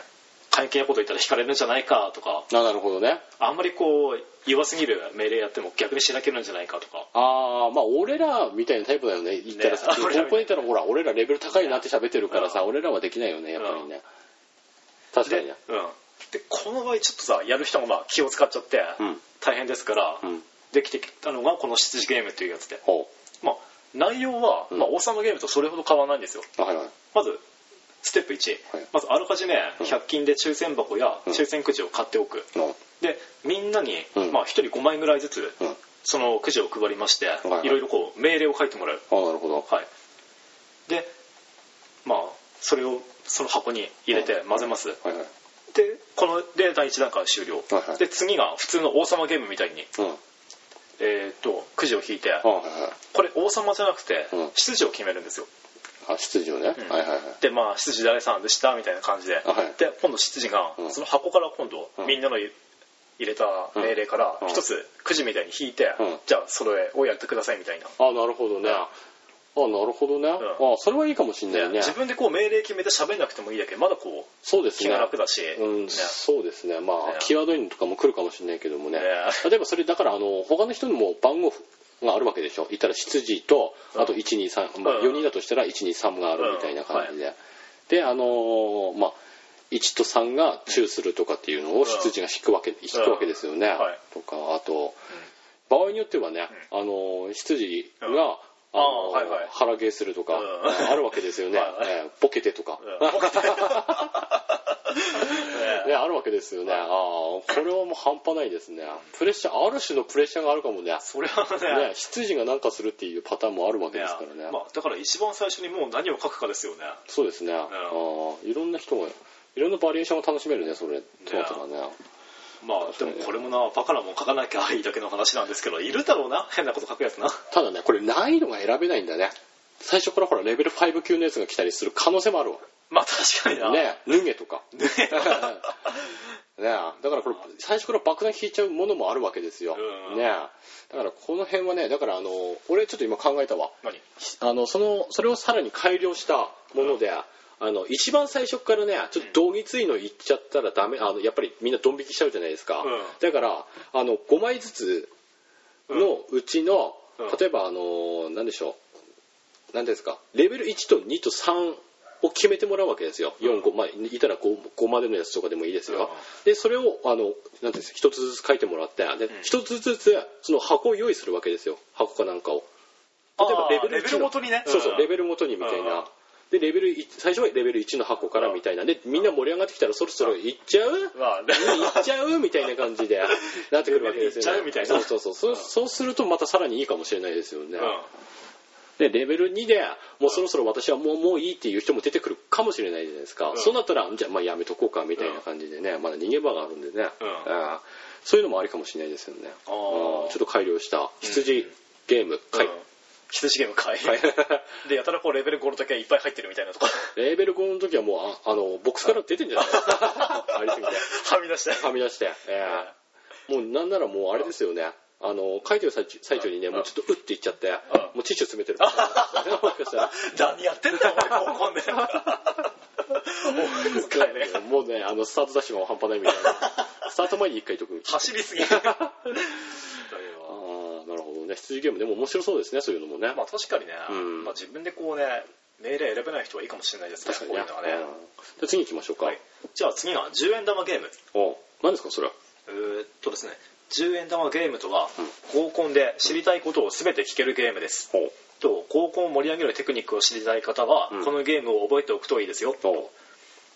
Speaker 3: 過激なこと言ったら引かれるんじゃないかとか
Speaker 1: あ、なるほどね。
Speaker 3: あんまりこう弱すぎる命令やっても逆にしなけるんじゃないかとか
Speaker 1: あー、まあ俺らみたいなタイプだよね。言ったらさ、
Speaker 3: ね
Speaker 1: 高
Speaker 3: 俺らみた
Speaker 1: 校
Speaker 3: い
Speaker 1: にいたらほら、俺らレベル高いなって喋ってるからさ、俺らはできないよね、やっぱりね。確か
Speaker 3: で,、
Speaker 1: に
Speaker 3: うん
Speaker 1: ね。、
Speaker 3: でこの場合ちょっとさやる人もまあ気を使っちゃって
Speaker 1: うん
Speaker 3: 大変ですから、
Speaker 1: うん。
Speaker 3: できてきたのがこの羊ゲームっていうやつで、
Speaker 1: ほ
Speaker 3: まあ、内容は、
Speaker 1: うん
Speaker 3: まあ、王様ゲームとそれほど変わらないんですよ
Speaker 1: う。あはいはい。
Speaker 3: まずステップ1、
Speaker 1: はい
Speaker 3: まずあらかじめ
Speaker 1: うん
Speaker 3: 100均で抽選箱や
Speaker 1: うん
Speaker 3: 抽選くじを買っておく、
Speaker 1: の
Speaker 3: でみんなに、
Speaker 1: うん
Speaker 3: まあ、1人5枚ぐらいずつ
Speaker 1: うん。あ
Speaker 3: そのくじを配りまして、
Speaker 1: い
Speaker 3: い
Speaker 1: はい
Speaker 3: ろいろこう命令を書いてもらう、
Speaker 1: ー、なるほど。
Speaker 3: はい、でまあそれをその箱に入れて混ぜます、
Speaker 1: はいはい。
Speaker 3: でこので第1段階終了、
Speaker 1: はいはい
Speaker 3: で次が普通の王様ゲームみたいに、
Speaker 1: うん。あ
Speaker 3: えーっとくじを引いて
Speaker 1: ーはいはい。
Speaker 3: これ王様じゃなくて
Speaker 1: うん
Speaker 3: 羊を決めるんですよ
Speaker 1: あ、羊をね。はい
Speaker 3: うん
Speaker 1: はいはい。
Speaker 3: でまあ羊誰さんでしたみたいな感じで、
Speaker 1: はい
Speaker 3: で今度羊が
Speaker 1: うん
Speaker 3: その箱から今度、
Speaker 1: うん
Speaker 3: みんなの入れた命令から
Speaker 1: うん
Speaker 3: 一つくじみたいに引いて、
Speaker 1: うん
Speaker 3: じゃあそれをやってくださいみたいな、
Speaker 1: あなるほどねあなるほどね、あそれはいいかもしんないね
Speaker 3: 自分でこう命令決めて喋んなくてもいいだけまだこう
Speaker 1: そうです
Speaker 3: 気
Speaker 1: ね
Speaker 3: が楽だし、
Speaker 1: うん、そうですねまあ
Speaker 3: ね
Speaker 1: 際どいのとかも来るかもしれないけどもね
Speaker 3: ね
Speaker 1: 例えばそれだからあの他の人にも番号があるわけでしょいたら執事とあと123、まあ、
Speaker 3: うん
Speaker 1: 4人だとしたら123があるみたいな感じで、であのーまあ1と3がチューするとかっていうのを執事が引くわけ,、引くわけですよね、
Speaker 3: はい
Speaker 1: とかあと場合によってはね、あのー執事が、あのー
Speaker 3: ああはいはい
Speaker 1: 腹芸するとか、
Speaker 3: うん
Speaker 1: あるわけですよね、
Speaker 3: [LAUGHS] はい
Speaker 1: えーボケてと [LAUGHS] か、
Speaker 3: うん僕ね
Speaker 1: ね、あるわけですよね。ああ、これはもう半端ないですね。プレッシャー、ある種のプレッシャーがあるかもね。
Speaker 3: それはね [LAUGHS]
Speaker 1: ね、執事が何かするっていうパターンもあるわけですからね。
Speaker 3: まあ、だから一番最初にもう何を書くかですよね
Speaker 1: そうですね。ああ、いろんな人が、いろんなバリエーションが楽しめるね、それ。トマトがね。
Speaker 3: まあでもこれもなバカなもん書かなきゃいいだけの話なんですけどいるだろうな変なこと書くやつな
Speaker 1: ただね、これ難易度が選べないんだね。最初からほら、レベル5級のやつが来たりする可能性もあるわ。
Speaker 3: まあ確かにな、
Speaker 1: ね、脱げとか。 [LAUGHS] ねだからこれ、最初から爆弾引いちゃうものもあるわけですよ。
Speaker 3: うん
Speaker 1: ねだからこの辺はね、だからあの、俺ちょっと今考えたわ。
Speaker 3: 何 [LAUGHS]
Speaker 1: あのそのそれをさらに改良したもので、あの一番最初からねちょっと道義ついの言っちゃったらダメあのやっぱりみんなドン引きしちゃうじゃないですか、
Speaker 3: うん
Speaker 1: だからあの5枚ずつのうちの、
Speaker 3: うん
Speaker 1: 例えばあの何でしょう何ですかレベル1と2と3を決めてもらうわけですよ45まあいたら 5, 5までのやつとかでもいいですよ、
Speaker 3: うん
Speaker 1: でそれをあの何です一つずつ書いてもらってで一、つずつその箱を用意するわけですよ箱かなんかを。例えば
Speaker 3: あー
Speaker 1: レベル
Speaker 3: レベルごとにね
Speaker 1: そうそうう、
Speaker 3: ん
Speaker 1: レベルごとにみたい
Speaker 3: うん
Speaker 1: な。で、レベル一、最初はレベル1の箱からみたいな。で、みんな盛り上がってきたらそろそろ行っちゃう
Speaker 3: ま
Speaker 1: [LAUGHS]
Speaker 3: あね
Speaker 1: 行っちゃうみたいな感
Speaker 3: [LAUGHS]
Speaker 1: じで、なってくるわけですよね。
Speaker 3: 行っちゃうみたいな
Speaker 1: そうそうそう。そうそうするとまたさらにいいかもしれないですよね。
Speaker 3: う
Speaker 1: で、レベル2で、もうそろそろ私はもう、もういいっていう人も出てくるかもしれないじゃないですか。
Speaker 3: ん
Speaker 1: そうなったら、じゃあまあやめとこうかみたいな感じでね、まだ逃げ場があるんでね。
Speaker 3: うん
Speaker 1: ああそういうのもありかもしれないですよね。
Speaker 3: あ
Speaker 1: あ
Speaker 3: ー
Speaker 1: あちょっと改良した羊ゲーム
Speaker 3: ん、は
Speaker 1: 会
Speaker 3: い。羊ゲーム会、 [LAUGHS] でやたらこうレベル5だけいっぱい入ってるみたいなと [LAUGHS] か
Speaker 1: レーベル5の時はもうああのボックスから出てん [LAUGHS] じゃないですかありすぎて
Speaker 3: はみ出 [LAUGHS] して
Speaker 1: はみ出して、ええもうなんならもうあれですよねあの書いてる最中最中にねもうちょっとうっていっちゃってもうティッシュ詰めてるもしかした [LAUGHS] ら
Speaker 3: 何やってんだよお前合コ [LAUGHS] ンでお前使えね
Speaker 1: もうねあのスタートダッシュが半端ないみたいなスタート前に一回解くみたいな
Speaker 3: [LAUGHS] 走りすぎ [LAUGHS]
Speaker 1: あーなるほどね羊ゲームでも面白そうですねそういうのもね、
Speaker 3: まあ確かにね、
Speaker 1: うん
Speaker 3: まあ、自分でこうね命令選べない人はいいかもしれないですね
Speaker 1: 確かにね
Speaker 3: こういうのはね、
Speaker 1: うんで次行きましょうか、
Speaker 3: はい、じゃあ次が10円玉ゲーム
Speaker 1: お何ですかそれは
Speaker 3: えーっとですね10円玉ゲームとは合コンで知りたいことを全て聞けるゲームです、
Speaker 1: お
Speaker 3: と合コンを盛り上げるテクニックを知りたい方は、
Speaker 1: うん
Speaker 3: このゲームを覚えておくといいですよ、
Speaker 1: お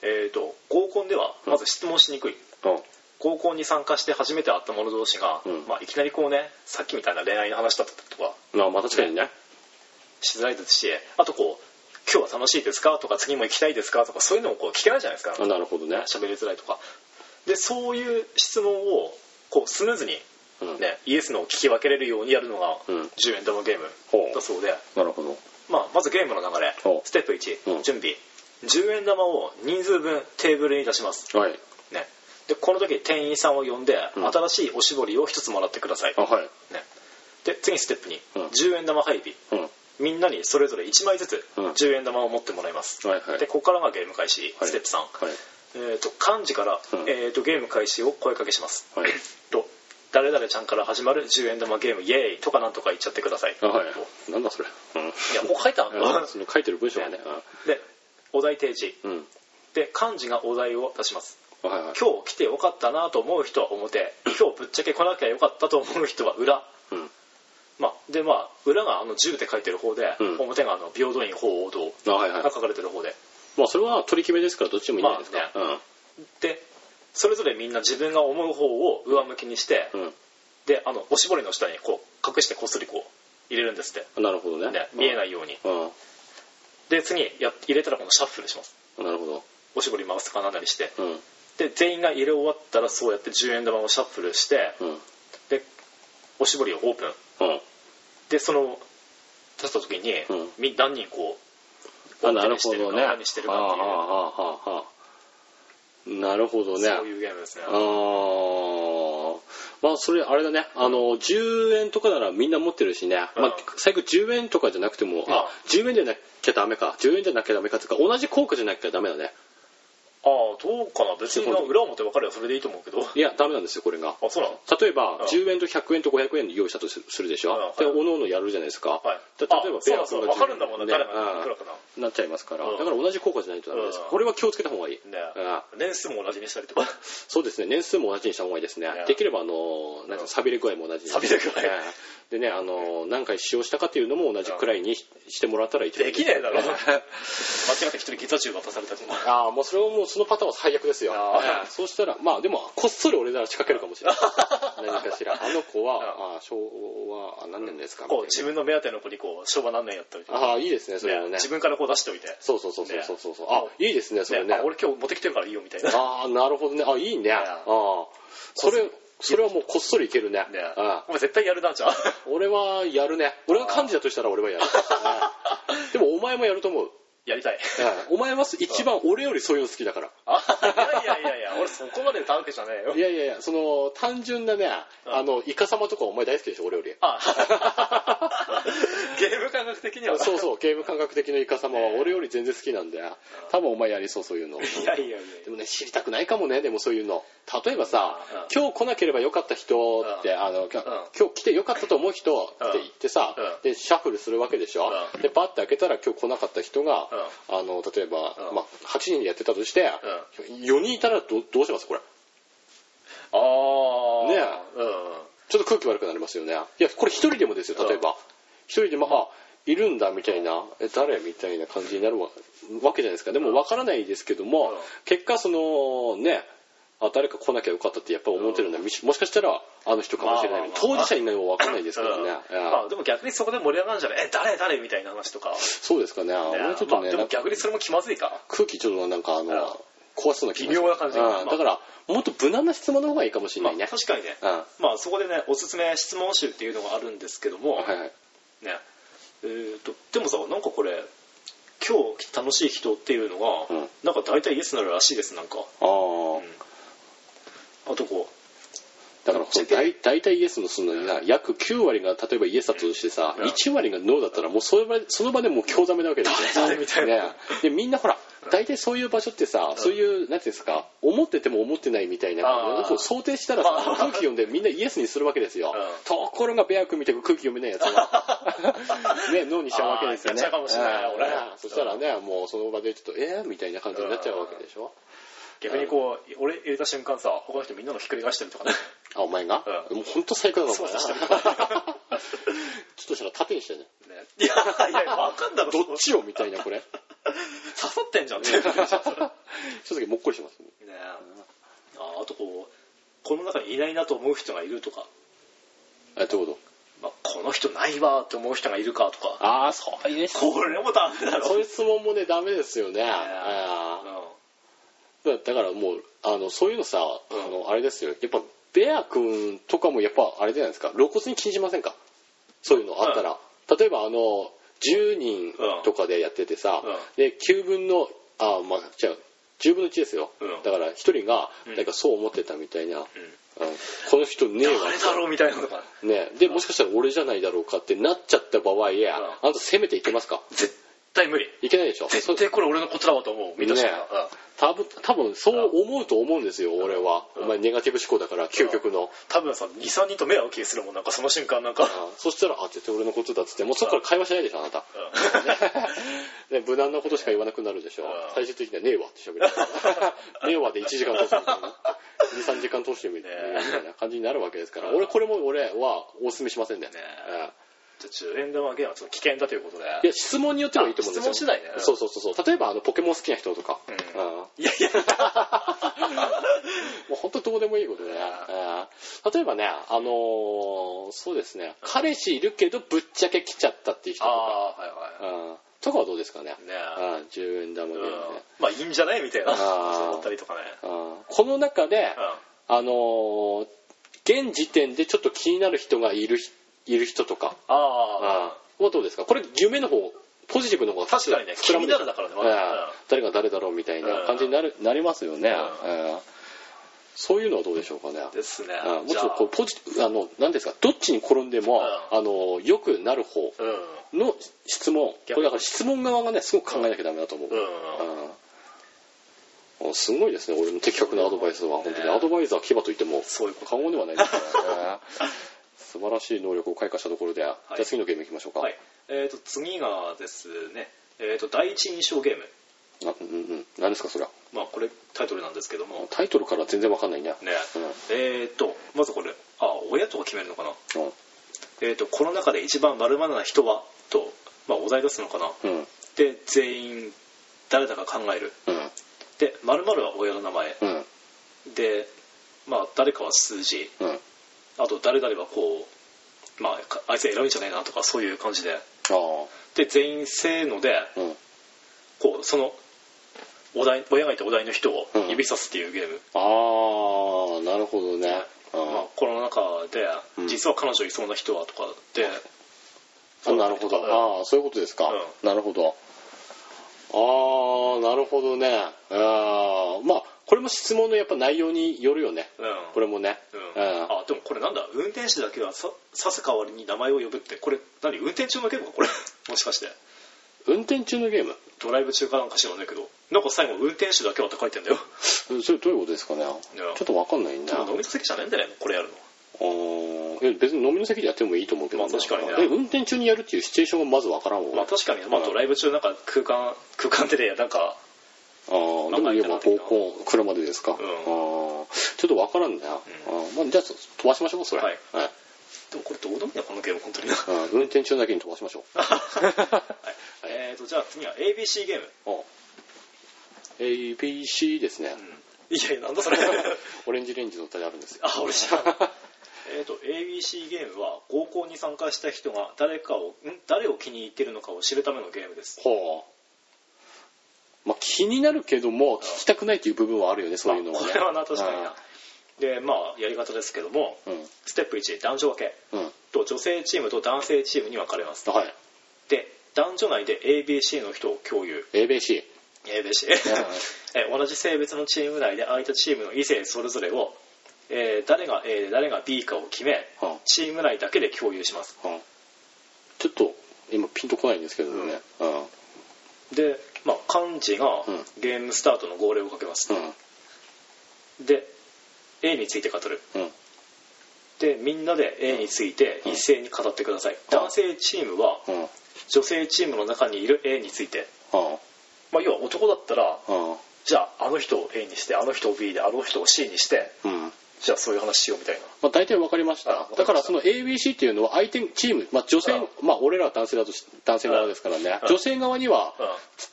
Speaker 3: えー、と合コンではまず質問しにくい、
Speaker 1: お
Speaker 3: 合コンに参加して初めて会った者同士が、
Speaker 1: うん
Speaker 3: まあ、いきなりこうねさっきみたいな恋愛の話だったりとか
Speaker 1: まあまあ確かにね
Speaker 3: しづらいですしあとこう「今日は楽しいですか?」とか「次も行きたいですか?」とかそういうのもこう聞けないじゃないですか
Speaker 1: あなるほどね、
Speaker 3: 喋りづらいとかでそういう質問をこうスムーズに
Speaker 1: うん
Speaker 3: ね、イエスのを聞き分けれるようにやるのが
Speaker 1: うん
Speaker 3: 10円玉ゲーム
Speaker 1: ほう
Speaker 3: だそうで、
Speaker 1: なるほど
Speaker 3: まあ、まずゲームの流れ
Speaker 1: ほう
Speaker 3: ステップ
Speaker 1: うん
Speaker 3: 1準備10円玉を人数分テーブルに出します、
Speaker 1: はい
Speaker 3: ね、でこの時店員さんを呼んで
Speaker 1: うん
Speaker 3: 新しいおしぼりを1つもらってください、
Speaker 1: あはい
Speaker 3: ね、で次ステップ
Speaker 1: うん
Speaker 3: 2 10円玉配備
Speaker 1: うんは
Speaker 3: みんなにそれぞれ1枚ずつ
Speaker 1: うん
Speaker 3: 10円玉を持ってもらいます、
Speaker 1: いはい
Speaker 3: でここからがゲーム開始
Speaker 1: はい
Speaker 3: ステップ3、
Speaker 1: はい
Speaker 3: えー、と漢字から、
Speaker 1: うん
Speaker 3: えー、とゲーム開始を声かけします、
Speaker 1: はい
Speaker 3: と「誰々ちゃんから始まる10円玉ゲームイエーイ!」とかなんとか言っちゃってください
Speaker 1: あはいなんだそれ
Speaker 3: [LAUGHS]
Speaker 1: うん
Speaker 3: いやもう書いた
Speaker 1: あ
Speaker 3: の
Speaker 1: その書いてる文章がねあ
Speaker 3: [LAUGHS] でお題提示
Speaker 1: うん
Speaker 3: で漢字がお題を出します
Speaker 1: あはいはい
Speaker 3: 今日来てよかったなと思う人は表今日ぶっちゃけ来なきゃよかったと思う人は裏
Speaker 1: うん
Speaker 3: まあでまあ裏があの10って書いてる方で、
Speaker 1: うん
Speaker 3: 表があの平等院鳳凰堂
Speaker 1: あはいはい
Speaker 3: が書かれてる方で
Speaker 1: まあそれは取り決めですからどっちでもいいんじゃないですか
Speaker 3: でそれぞれみんな自分が思う方を上向きにして、
Speaker 1: うん
Speaker 3: であのおしぼりの下にこう隠してこっそりこう入れるんですって
Speaker 1: うんなるほどね
Speaker 3: ね、見えないいように
Speaker 1: うん
Speaker 3: で次や入れたらこのシャッフルします
Speaker 1: なるほど
Speaker 3: おしぼり回すとかなんなりして
Speaker 1: うん
Speaker 3: で全員が入れ終わったらそうやって10円玉をシャッフルして
Speaker 1: うん
Speaker 3: でおしぼりをオープン
Speaker 1: うん
Speaker 3: でその出した時に、
Speaker 1: うん
Speaker 3: み何人こう
Speaker 1: あなるほどね
Speaker 3: 何してるか
Speaker 1: ああ
Speaker 3: 何してるかっ
Speaker 1: ああああああなるほど
Speaker 3: ていう
Speaker 1: ね
Speaker 3: そういうゲームですね
Speaker 1: ああーまあそれあれだねあの10円とかならみんな持ってるしね、まあ、最後10円とかじゃなくても、あ10円じゃなきゃダメか10円じゃなきゃダメかっていうか同じ効果じゃなきゃダメだね
Speaker 3: ああどうかな別にな裏表分かればそれでいいと思
Speaker 1: [LAUGHS]
Speaker 3: うけど
Speaker 1: いやダメなんですよこれが
Speaker 3: あそうなの
Speaker 1: 例えば10円と100円と500円で用意したとするでしょ、
Speaker 3: うんはい
Speaker 1: でおのおのやるじゃないですか、
Speaker 3: はい
Speaker 1: で例えば
Speaker 3: あそうだそうだ
Speaker 1: ベア
Speaker 3: 分かるんだもんな
Speaker 1: ね
Speaker 3: 誰がいくら
Speaker 1: う
Speaker 3: かなん
Speaker 1: なっちゃいますから、
Speaker 3: うん
Speaker 1: だから同じ効果じゃないとダメです、
Speaker 3: うん
Speaker 1: これは気をつけた方がいい、
Speaker 3: ね
Speaker 1: うん
Speaker 3: 年数も同じにしたりとか [LAUGHS]
Speaker 1: そうですね年数も同じにした方がいいですね
Speaker 3: いや
Speaker 1: できればあのーなんか錆びれ具合も同じに
Speaker 3: 錆びれ具合
Speaker 1: ええでねあのー何回使用したかっていうのも同じくらいにししてもらったらいい
Speaker 3: できねえだろ間違
Speaker 1: え
Speaker 3: って一人ギザ中渡されたとか
Speaker 1: [LAUGHS] ああもうそれはもうそのパターンは最悪ですよ
Speaker 3: あー
Speaker 1: ええそうしたらまあでもこっそり俺なら仕掛けるかもしれ
Speaker 3: [LAUGHS]
Speaker 1: ない何かしらあの子はあー昭和あ何年ですかみたい
Speaker 3: こう
Speaker 1: な
Speaker 3: 自分の目当ての子にこう昭和何年やったりとか
Speaker 1: ああいいですねそれも
Speaker 3: ね
Speaker 1: ね
Speaker 3: 自分からこう出しておいて
Speaker 1: そうそうそうそうそうそうそうあいいですねそれ
Speaker 3: ね
Speaker 1: ね
Speaker 3: あ俺今日持ってきてるからいいよみたいな
Speaker 1: ああなるほどねあいいねああそれそれはもうこっそりいけるね
Speaker 3: ね
Speaker 1: ああ
Speaker 3: お前絶対やるな
Speaker 1: [LAUGHS]
Speaker 3: じゃあ
Speaker 1: 俺はやるね俺が幹事だとしたら俺 [LAUGHS] はやるうんでもお前もやると思う
Speaker 3: やりたい
Speaker 1: うんお前は一番俺よりそういうの好きだから
Speaker 3: あいやいやいやいや俺そこまでタンクじゃねえよ
Speaker 1: いやいやいやその単純なねあのイカ様とかお前大好きでしょ俺より
Speaker 3: あ [LAUGHS] ゲーム感覚的にはな
Speaker 1: [LAUGHS] そうそうゲーム感覚的のイカ様は俺より全然好きなんだよ多分お前やりそうそういうの
Speaker 3: いやいやいやい
Speaker 1: でもね、知りたくないかもね、でもそういうの。例えばさ
Speaker 3: うん、
Speaker 1: 今日来なければよかった人って、あの、きょ今日来てよかったと思う人って言ってさ
Speaker 3: うん、
Speaker 1: で、シャッフルするわけでしょ
Speaker 3: う。
Speaker 1: で、バッて開けたら今日来なかった人が、あの、例えば
Speaker 3: う、ん
Speaker 1: まあ、8人でやってたとして、4人いたらどどうしますこれ。
Speaker 3: ああ
Speaker 1: ね
Speaker 3: うん
Speaker 1: ちょっと空気悪くなりますよね。いや、これ1人でもですよ、例えば。1人でも、あ、いるんだみたいな、え、誰みたいな感じになるわわけじゃないですか。でもわからないですけども
Speaker 3: うん、
Speaker 1: 結果、その、ね、あ誰か来なきゃよかったってやっぱ思ってるんだ、みしもしかしたらあの人かもしれない、
Speaker 3: まあまあまあ
Speaker 1: 当事者になるのは分かんないですからね、
Speaker 3: うん
Speaker 1: ええ
Speaker 3: まあでも逆にそこで盛り上がるんじゃないえ誰誰みたいな話とか
Speaker 1: そうですかねもうちょっと
Speaker 3: ま
Speaker 1: ね、
Speaker 3: あで
Speaker 1: な
Speaker 3: も
Speaker 1: んか
Speaker 3: 逆にそれも気まずいか
Speaker 1: 空気ちょっとなんかあの、
Speaker 3: ん
Speaker 1: 怖そうな気がする
Speaker 3: 微妙な感じ
Speaker 1: うん
Speaker 3: まあ
Speaker 1: だからもっと無難な質問の方がいいかもしれ
Speaker 3: ま
Speaker 1: な
Speaker 3: あ
Speaker 1: いね、
Speaker 3: 確かにね
Speaker 1: うん
Speaker 3: まあそこでねおすすめ質問集っていうのがあるんですけども
Speaker 1: はいはい
Speaker 3: ねえーとでもさなんかこれ今日楽しい人っていうのが、
Speaker 1: うん
Speaker 3: なんか大体イエスになるらしいですなんか、
Speaker 1: ああ、
Speaker 3: あとこ
Speaker 1: だからこれ大大体イエスのするのにな約9割が例えばイエスだとしてさ、
Speaker 3: うん
Speaker 1: 1割がノーだったらもうその場でその場でもう興ざめなわけですよ
Speaker 3: 誰誰みたいな
Speaker 1: ねでみんなほら大体そういう場所ってさ、そういうなんていうんですか思ってても思ってないみたいな
Speaker 3: あー
Speaker 1: こう想定したらさ
Speaker 3: あー
Speaker 1: 空気読んでみんなイエスにするわけですよ、
Speaker 3: うん
Speaker 1: ところがベア君みたく空気読めないやつは
Speaker 3: [LAUGHS]
Speaker 1: ねノーにしちゃうわけですよね
Speaker 3: あーやっちゃうかもしれない
Speaker 1: うん
Speaker 3: 俺
Speaker 1: うんそしたらねもうその場でちょっとえー、みたいな感じになっちゃうわけでしょ、
Speaker 3: う逆にこう、俺入れた瞬間さ他の人みんなのひっくり返してるとかね
Speaker 1: あお前が、
Speaker 3: うん
Speaker 1: もう本当最高だなお前
Speaker 3: そう
Speaker 1: ち
Speaker 3: そ
Speaker 1: ょ
Speaker 3: う
Speaker 1: っとしたら縦にしてね
Speaker 3: ね [LAUGHS] いやいや分かんだろ
Speaker 1: どっちよみたいなこれ
Speaker 3: 刺さってんじゃんっていう感じでしょそれ [LAUGHS] ね
Speaker 1: 正直もっこりしますね
Speaker 3: ああとこうこの中にいないなと思う人がいるとか、
Speaker 1: えどういうこ
Speaker 3: まあ、この人ないわって思う人がいるかと
Speaker 1: と
Speaker 3: か
Speaker 1: ああそういうね
Speaker 3: これもダメだろ
Speaker 1: そういう質問もねダメですよねあ
Speaker 3: うん
Speaker 1: ーだからもうあのそういうのさあ
Speaker 3: うん
Speaker 1: のあれですよやっぱベア君とかもやっぱあれじゃないですか露骨に気にしませんかそういうのあったら、例えばあの10人とかでやっててさ、
Speaker 3: うん
Speaker 1: で9分のあまあ違う10分の1ですよ、
Speaker 3: うん
Speaker 1: だから1人が
Speaker 3: ん
Speaker 1: なんかそう思ってたみたいな、うんこの人ねえわ
Speaker 3: 誰だろうみたいなのとか
Speaker 1: ね、でもしかしたら俺じゃないだろうかってなっちゃった場合や、あんた攻めていけますか
Speaker 3: 絶対無理
Speaker 1: いけないでしょ
Speaker 3: 絶対これ俺のことだわと思う見た瞬間
Speaker 1: ね多分多分そう思うと思うんですよ俺は、
Speaker 3: うん
Speaker 1: お前ネガティブ思考だから究極の、
Speaker 3: 多分さ23人と目合う気がするもんなんかその瞬間なんか
Speaker 1: あそしたらあ絶対俺のことだっつってもうそっから会話しないでしょあなた、 [LAUGHS] ね、無難なことしか言わなくなるでしょ、
Speaker 3: うん
Speaker 1: 最終的には「ねえわ」って喋るねえわ」で1時間通すみたいな23時間通してみたいな感じになるわけですから、
Speaker 3: うん
Speaker 1: 俺これも俺はお勧めしませんね
Speaker 3: ね
Speaker 1: うん
Speaker 3: じゃあ10円玉ゲームはちょっと危険だということで
Speaker 1: いや質問によってはいいと思うんですよ
Speaker 3: あ質問次第ね
Speaker 1: そうそうそうそう例えばあのポケモン好きな人とか、
Speaker 3: うん
Speaker 1: うん [LAUGHS] も
Speaker 3: いやいや
Speaker 1: う本当どうでもいいことね、うん例えばねあのーそうですね彼氏いるけどぶっちゃけ来ちゃったっていう人
Speaker 3: あ
Speaker 1: とか、
Speaker 3: あはいは
Speaker 1: うんとかはどうですかね
Speaker 3: いね
Speaker 1: うん10円玉ゲー
Speaker 3: う
Speaker 1: ム
Speaker 3: ん
Speaker 1: ね、
Speaker 3: まあいいんじゃないみたいな
Speaker 1: あー
Speaker 3: そう思ったりとかね
Speaker 1: うんこの中で、
Speaker 3: う
Speaker 1: あのー現時点でちょっと気になる人がいるいる人とか
Speaker 3: んああ
Speaker 1: はどうですかこれ夢の方ポジティブの方が
Speaker 3: 確かにね
Speaker 1: 膨らむでしょ
Speaker 3: 気になるだからね
Speaker 1: うん誰が誰だろうみたいな感じになるなりますよね、
Speaker 3: う
Speaker 1: うんそういうのはどうでしょうかね。
Speaker 3: ですね
Speaker 1: あもうちょっとこう
Speaker 3: じ
Speaker 1: ポジあの何ですかどっちに転んでも、あの良くなる方
Speaker 3: ゃあ
Speaker 1: の質問こ
Speaker 3: 逆
Speaker 1: れだから質問側がねすごく考えなきゃダメだと思う、
Speaker 3: うんうん
Speaker 1: うんあすごいですね俺の的確なアドバイスは本当に
Speaker 3: ね
Speaker 1: アドバイザー牙と言っても
Speaker 3: そういうこと
Speaker 1: 過言ではないですからね素晴らしい能力を開花したところで、じゃあ次のゲームいきましょうか、
Speaker 3: はいえー、と次がですね、えー、と第一印象ゲーム、
Speaker 1: なうんうん、何ですかそれは
Speaker 3: まあ、これタイトルなんですけども
Speaker 1: タイトルから全然わかんないね
Speaker 3: ねえー、とまずこれあ親とか決めるのかな、
Speaker 1: うんうん
Speaker 3: えー、とこの中で一番丸々な人はと、まあ、お題出すのかな
Speaker 1: うん
Speaker 3: で全員誰だか考える
Speaker 1: うん
Speaker 3: で丸々は親の名前
Speaker 1: うん
Speaker 3: で、まあ、誰かは数字
Speaker 1: うん
Speaker 3: あと誰々はこう、まあ、かあいつ選ぶんじゃないなとかそういう感じで
Speaker 1: ああ
Speaker 3: で全員せーので
Speaker 1: うん
Speaker 3: こうそのお題親がいたお題の人を指さすっていうゲーム、
Speaker 1: ああなるほどねあ
Speaker 3: まあ、この中で、
Speaker 1: うん
Speaker 3: 実は彼女いそうな人はとかで、
Speaker 1: あなるほどああそういうことですか、
Speaker 3: う
Speaker 1: なるほどああなるほどねああまあこれも質問のやっぱ内容によるよね
Speaker 3: うん、
Speaker 1: これもね
Speaker 3: うんあでもこれなんだ運転手だけはさ指す代わりに名前を呼ぶってこれ何運転中のゲームかこれ [LAUGHS] もしかして
Speaker 1: 運転中のゲーム
Speaker 3: ドライブ中かなんか知らないけどなんか最後運転手だけはって書いてんだよ
Speaker 1: うんそれどういうことですかね
Speaker 3: いや
Speaker 1: ちょっとわかんないね
Speaker 3: でも飲み席じゃねえんだよねこれやるの
Speaker 1: あーいや別に飲みの席でやってもいいと思うけど、
Speaker 3: まあ確かにね
Speaker 1: え運転中にやるっていうシチュエーションがまずわからんわ
Speaker 3: まあ確かに、まあ、ドライブ中なんか空間空間でねなんか
Speaker 1: ああでもいえば高校車でですか、ああちょっとわからんね、ああまあ、じゃあ飛ばしましょうそれ
Speaker 3: はい
Speaker 1: はい
Speaker 3: でもこれどうでもいいなこのゲーム本当 [LAUGHS] にな、は
Speaker 1: うん運転中だけに飛ばしましょう [LAUGHS]
Speaker 3: い、えーとじゃあ次は ABC ゲーム、
Speaker 1: あ ABC ですね、
Speaker 3: うん、いやいやなんだ [LAUGHS] それ
Speaker 1: オレンジレンジの歌であるんですよ
Speaker 3: あ俺知らないえーと ABC ゲームは合コンに参加した人が誰かをん誰を気に入ってるのかを知るためのゲームです
Speaker 1: [LAUGHS] ほうまあ気になるけども聞きたくないっていう部分はあるよねそういうのは
Speaker 3: まあ
Speaker 1: ね
Speaker 3: これはな確かになでまあやり方ですけども
Speaker 1: うん
Speaker 3: ステップ1男女分け
Speaker 1: うん
Speaker 3: と女性チームと男性チームに分かれます
Speaker 1: はい
Speaker 3: で男女内で ABC の人を共有
Speaker 1: ABC
Speaker 3: ABC [LAUGHS] え同じ性別のチーム内で相手チームの異性それぞれを、えー誰が A で誰が B かを決め
Speaker 1: うんうん
Speaker 3: チーム内だけで共有します
Speaker 1: ちょっと今ピンとこないんですけどねうんうん
Speaker 3: で、まあ、漢字が
Speaker 1: うん
Speaker 3: ゲームスタートの号令をかけます、で A について語る
Speaker 1: うん
Speaker 3: でみんなで A について一斉に語ってください、男性チームは
Speaker 1: うんうん
Speaker 3: 女性チームの中にいる A について、まあ、要は男だったら
Speaker 1: うん
Speaker 3: じゃああの人を A にしてあの人を B であの人を C にして
Speaker 1: うん
Speaker 3: じゃあそういう話しようみたいな
Speaker 1: まあ、大体わかりまし
Speaker 3: あわ
Speaker 1: た
Speaker 3: かりました
Speaker 1: だからその ABC っていうのは相手チーム、まあ、女性まあ俺らは男性だとし男性側ですからね
Speaker 3: うん
Speaker 1: 女性側には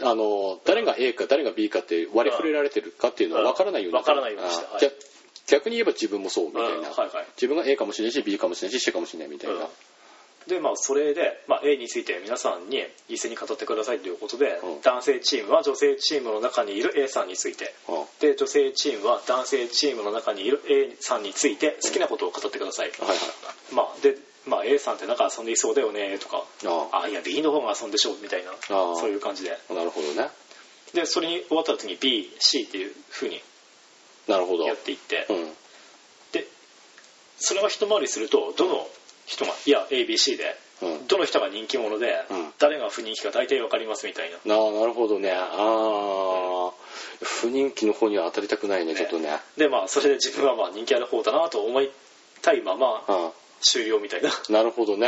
Speaker 1: あの誰が A か誰が B かって割り振れられてるかっていうのは分からないように
Speaker 3: うん分からないようにして
Speaker 1: あ
Speaker 3: はい
Speaker 1: じゃ逆に言えば自分もそうみたい
Speaker 3: うん
Speaker 1: な、
Speaker 3: はいはい
Speaker 1: 自分が A かもしれないし B かもしれないし C かもしれないみたいな、
Speaker 3: うんでまあそれで、まあ、A について皆さんに一斉に語ってくださいということで、
Speaker 1: うん
Speaker 3: 男性チームは女性チームの中にいる A さんについて
Speaker 1: うん
Speaker 3: で女性チームは男性チームの中にいる A さんについて好きなことを語ってください、
Speaker 1: はいはい
Speaker 3: まあでまあ、A さんってなんか遊んでいそうだよねとか
Speaker 1: あ
Speaker 3: あいや B の方が遊んでしょうみたいな
Speaker 1: あ
Speaker 3: そういう感じで
Speaker 1: あなるほどね
Speaker 3: でそれに終わった時に BC っていうふうに
Speaker 1: なるほど
Speaker 3: やっていって
Speaker 1: うん
Speaker 3: でそれが一回りするとどの人がいや ABC で
Speaker 1: うん
Speaker 3: どの人が人気者で、
Speaker 1: うん
Speaker 3: 誰が不人気か大体わかりますみたいな
Speaker 1: なあなるほどねああ不人気の方には当たりたくないね
Speaker 3: ね
Speaker 1: ちょっとね
Speaker 3: でまあそれで自分はまあ人気ある方だなと思いたいまま
Speaker 1: うん
Speaker 3: 終了みたいな
Speaker 1: なるほどね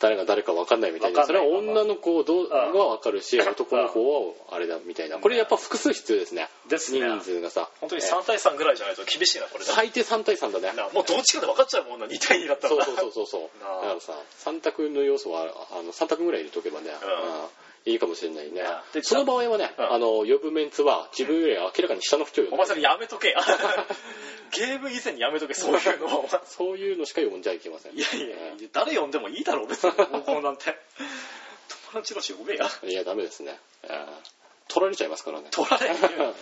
Speaker 1: 誰が誰か分かんないみたいな
Speaker 3: わ
Speaker 1: そ
Speaker 3: かん
Speaker 1: れ
Speaker 3: な
Speaker 1: はい女の子どうは
Speaker 3: うん
Speaker 1: 分かるし男の子はあれだみたいなこれやっぱ複数必要ですね
Speaker 3: ですね
Speaker 1: 人数がさ
Speaker 3: [LAUGHS] 本当に
Speaker 1: ええ
Speaker 3: 3対3ぐらいじゃないと厳しいなこれ
Speaker 1: 最低3対3だね
Speaker 3: なもうどっちかで分かっちゃうもんな2対2だったら
Speaker 1: そうそうそうそうそう
Speaker 3: なあ
Speaker 1: だからさ3択の要素はあの3択ぐらい入れとけばね、
Speaker 3: ん
Speaker 1: うんいいかもしれないね
Speaker 3: で
Speaker 1: その場合はね、
Speaker 3: うん
Speaker 1: あの呼ぶメンツは自分より明らかに下の人よ、
Speaker 3: [LAUGHS] お前それやめとけ [LAUGHS] ゲーム以前にやめとけそういうのはお前
Speaker 1: そういうのしか呼んじゃいけません
Speaker 3: [LAUGHS] いやいやいや誰呼んでもいいだろ別 [LAUGHS] に高校なんて友達同士呼べや [LAUGHS]
Speaker 1: ええいやダメですね、ええ取られちゃいますからね
Speaker 3: 取られへんよ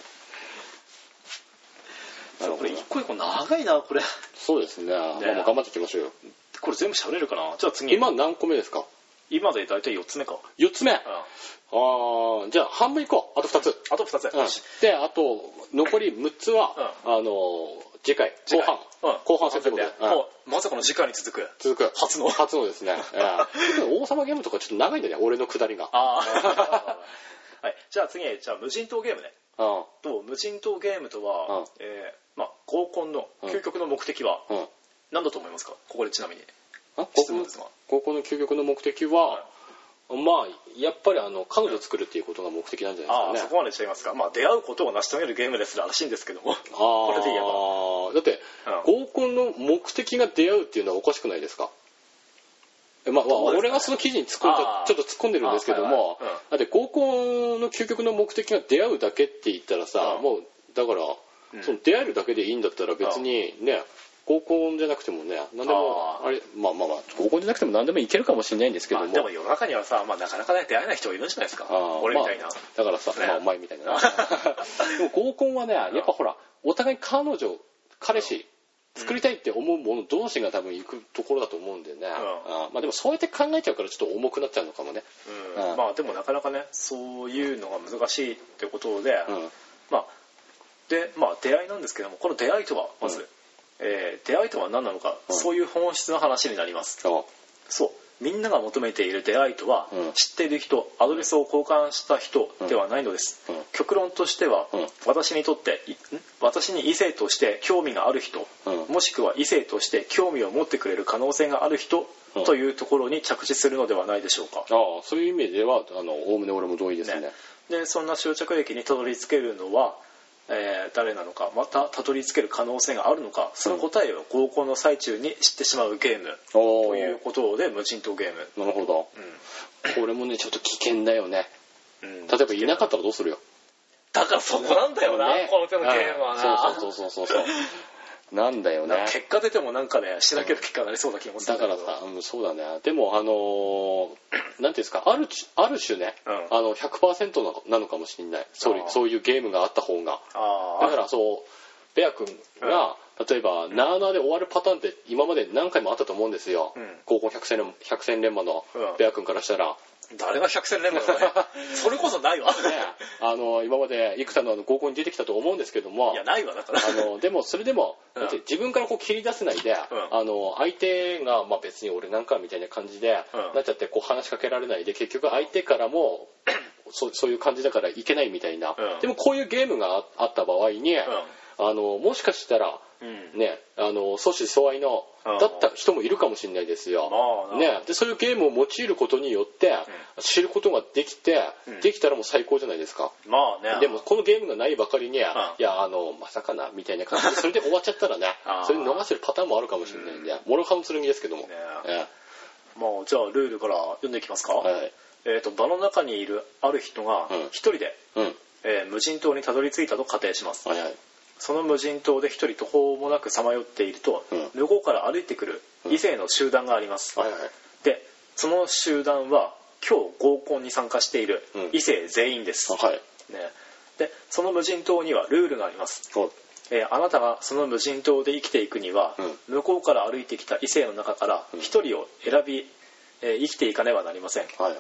Speaker 1: [LAUGHS] なるほ
Speaker 3: こ
Speaker 1: ど
Speaker 3: れ一個一個長いなこれ
Speaker 1: そうですねまあまあ頑張っていきましょうよ
Speaker 3: これ全部喋るかなじゃあ次
Speaker 1: 今何個目ですか
Speaker 3: 今で大体4つ目か、
Speaker 1: 4つ目ああじゃあ半分いこうあと2つ、
Speaker 3: あと2つ
Speaker 1: うんであと残り6つは、あの次回後半
Speaker 3: うん
Speaker 1: 後半戦という
Speaker 3: で
Speaker 1: ことで、うん
Speaker 3: もうまさかの次回に続く
Speaker 1: 続く
Speaker 3: 初の
Speaker 1: 初のですね、ええ王様ゲームとかちょっと長いんだよね俺のくだりが
Speaker 3: ああ
Speaker 1: [LAUGHS]
Speaker 3: はいじゃあ次じゃあ無人島ゲームね
Speaker 1: うん
Speaker 3: と無人島ゲームとは、
Speaker 1: うん
Speaker 3: えーまあ、合コンの究極の目的は
Speaker 1: うん
Speaker 3: 何だと思いますかここでちなみに
Speaker 1: あ
Speaker 3: 質問ですが
Speaker 1: 高校の究極の目的は、まあやっぱりあの彼女作るっていうことが目的なんじゃ
Speaker 3: あ
Speaker 1: ない
Speaker 3: あ
Speaker 1: です
Speaker 3: そ
Speaker 1: かね
Speaker 3: こまでしちゃいますか、まあ、出会うことを成し遂げるゲームですらしいんですけども
Speaker 1: あ
Speaker 3: これで言えば
Speaker 1: あだって、合コンの目的が出会うっていうのはおかしくないですかえまあ、まあ
Speaker 3: そうですね
Speaker 1: 俺がその記事に突っ込んだ
Speaker 3: あー
Speaker 1: ちょっと突っ込んでるんですけども、
Speaker 3: あーはいはい
Speaker 1: だって合コンの究極の目的が出会うだけって言ったらさ、
Speaker 3: うん
Speaker 1: もうだから、
Speaker 3: うん
Speaker 1: その出会えるだけでいいんだったら別にね合コンじゃなくてもね何でも
Speaker 3: あー
Speaker 1: あれまあまあまあ合コンじゃなくても何でもいけるかもしれないんですけ
Speaker 3: ま
Speaker 1: ど
Speaker 3: あ
Speaker 1: も、
Speaker 3: でも世の中にはさ、まあ、なかなかね出会えない人がいるんじゃないですか
Speaker 1: あー
Speaker 3: 俺みたいな、
Speaker 1: まあだからさ、
Speaker 3: ね
Speaker 1: まあお前みたいな [LAUGHS] でも合コンはねやっぱほらお互い彼女彼氏作りたいって思うもの同士が多分行くところだと思うんでね、あーまあでもそうやって考えちゃうからちょっと重くなっちゃうのかもね、
Speaker 3: うん
Speaker 1: うん
Speaker 3: まあでもなかなかねそういうのが難しいってことで、
Speaker 1: うん
Speaker 3: まあでまあ出会いなんですけどもこの出会いとはまず、
Speaker 1: うん
Speaker 3: えー出会いとは何なのか、
Speaker 1: うん
Speaker 3: そういう本質の話になります
Speaker 1: そう
Speaker 3: そうみんなが求めている出会いとは、
Speaker 1: うん
Speaker 3: 知っている人アドレスを交換した人ではないのです、
Speaker 1: うん
Speaker 3: 極論としては、
Speaker 1: うん
Speaker 3: 私にとっていん私に異性として興味がある人、
Speaker 1: うん
Speaker 3: もしくは異性として興味を持ってくれる可能性がある人、
Speaker 1: うん
Speaker 3: というところに着地するのではないでしょうか、
Speaker 1: ああそういう意味ではあのおおむね俺も同意ですね
Speaker 3: ねでそんな執着駅にたどり着けるのは、えー誰なのかまたたどり着ける可能性があるのかその答えを合コンの最中に知ってしまうゲーム
Speaker 1: おお
Speaker 3: ということで無人島ゲーム、
Speaker 1: なるほどこれもねちょっと危険だよね
Speaker 3: うんうん
Speaker 1: 例えばいなかったらどうするよ
Speaker 3: だからそこなんだよな、
Speaker 1: ね
Speaker 3: この手のゲームはな,、
Speaker 1: うんそうそうそうそうそうなんだよね
Speaker 3: 結果出てもなんかねしなける結果になりそうな気もする
Speaker 1: だ
Speaker 3: ん
Speaker 1: か
Speaker 3: け
Speaker 1: ら
Speaker 3: ど
Speaker 1: さ、うん、そうだねでもあのーなんていうんですかある種ある種ね、
Speaker 3: うん
Speaker 1: あの100%なのなのかもしれないそうい
Speaker 3: あー
Speaker 1: そういうゲームがあった方が
Speaker 3: あ
Speaker 1: だからそうベア君が、例えば、なあなあで終わるパターンって今まで何回もあったと思うんですよ、
Speaker 3: うん
Speaker 1: 高校100戦連100戦連磨の
Speaker 3: うん
Speaker 1: ベア君からしたら、
Speaker 3: ー誰が百戦錬磨だねそれこそ
Speaker 1: [LAUGHS]
Speaker 3: ないわ
Speaker 1: ね、あの今まで幾多のあの高校に出てきたと思うんですけども
Speaker 3: いやないわだから
Speaker 1: あのでもそれでも、
Speaker 3: うん
Speaker 1: だって自分からこう切り出せないで、
Speaker 3: ん
Speaker 1: あの相手が、まあ、別に俺なんかみたいな感じで、
Speaker 3: うん
Speaker 1: なっちゃってこう話しかけられないで結局相手から
Speaker 3: [CLEARS THROAT]
Speaker 1: もそうそういう感じだからいけないみたいな、
Speaker 3: うん
Speaker 1: でもこういうゲームがああった場合に、あのもしかしたら
Speaker 3: うん
Speaker 1: ねあの相思相愛の、
Speaker 3: うん
Speaker 1: だった人もいるかもしれないですよ。
Speaker 3: まあな
Speaker 1: ね、でそういうゲームを用いることによって、知ることができて、
Speaker 3: うん
Speaker 1: できたらもう最高じゃないですか。
Speaker 3: まあね
Speaker 1: でもこのゲームがないばかりに、い
Speaker 3: ん
Speaker 1: やあのまさかなみたいな感
Speaker 3: [LAUGHS]
Speaker 1: じでそれで終わっちゃったらね
Speaker 3: あー
Speaker 1: それ逃してるパターンもあるかもしれないんで、もろ刃の剣ですけども、
Speaker 3: ね
Speaker 1: え
Speaker 3: まあじゃあルールから読んでいきますか、
Speaker 1: えはい
Speaker 3: えー、と場の中にいるある人が
Speaker 1: うん
Speaker 3: 一人で、
Speaker 1: うん
Speaker 3: えー無人島にたどり着いたと仮定します
Speaker 1: はいはい
Speaker 3: その無人島で一人途方もなくさまよっていると、
Speaker 1: う
Speaker 3: 向こうから歩いてくる異性の集団があります、
Speaker 1: はいはい
Speaker 3: でその集団は今日合コンに参加している
Speaker 1: うん
Speaker 3: 異性全員です、
Speaker 1: あはい
Speaker 3: ね、でその無人島にはルールがあります、
Speaker 1: そう
Speaker 3: えーあなたがその無人島で生きていくには、
Speaker 1: う
Speaker 3: 向こうから歩いてきた異性の中から一人を選び、えー生きていかねばなりません、
Speaker 1: はい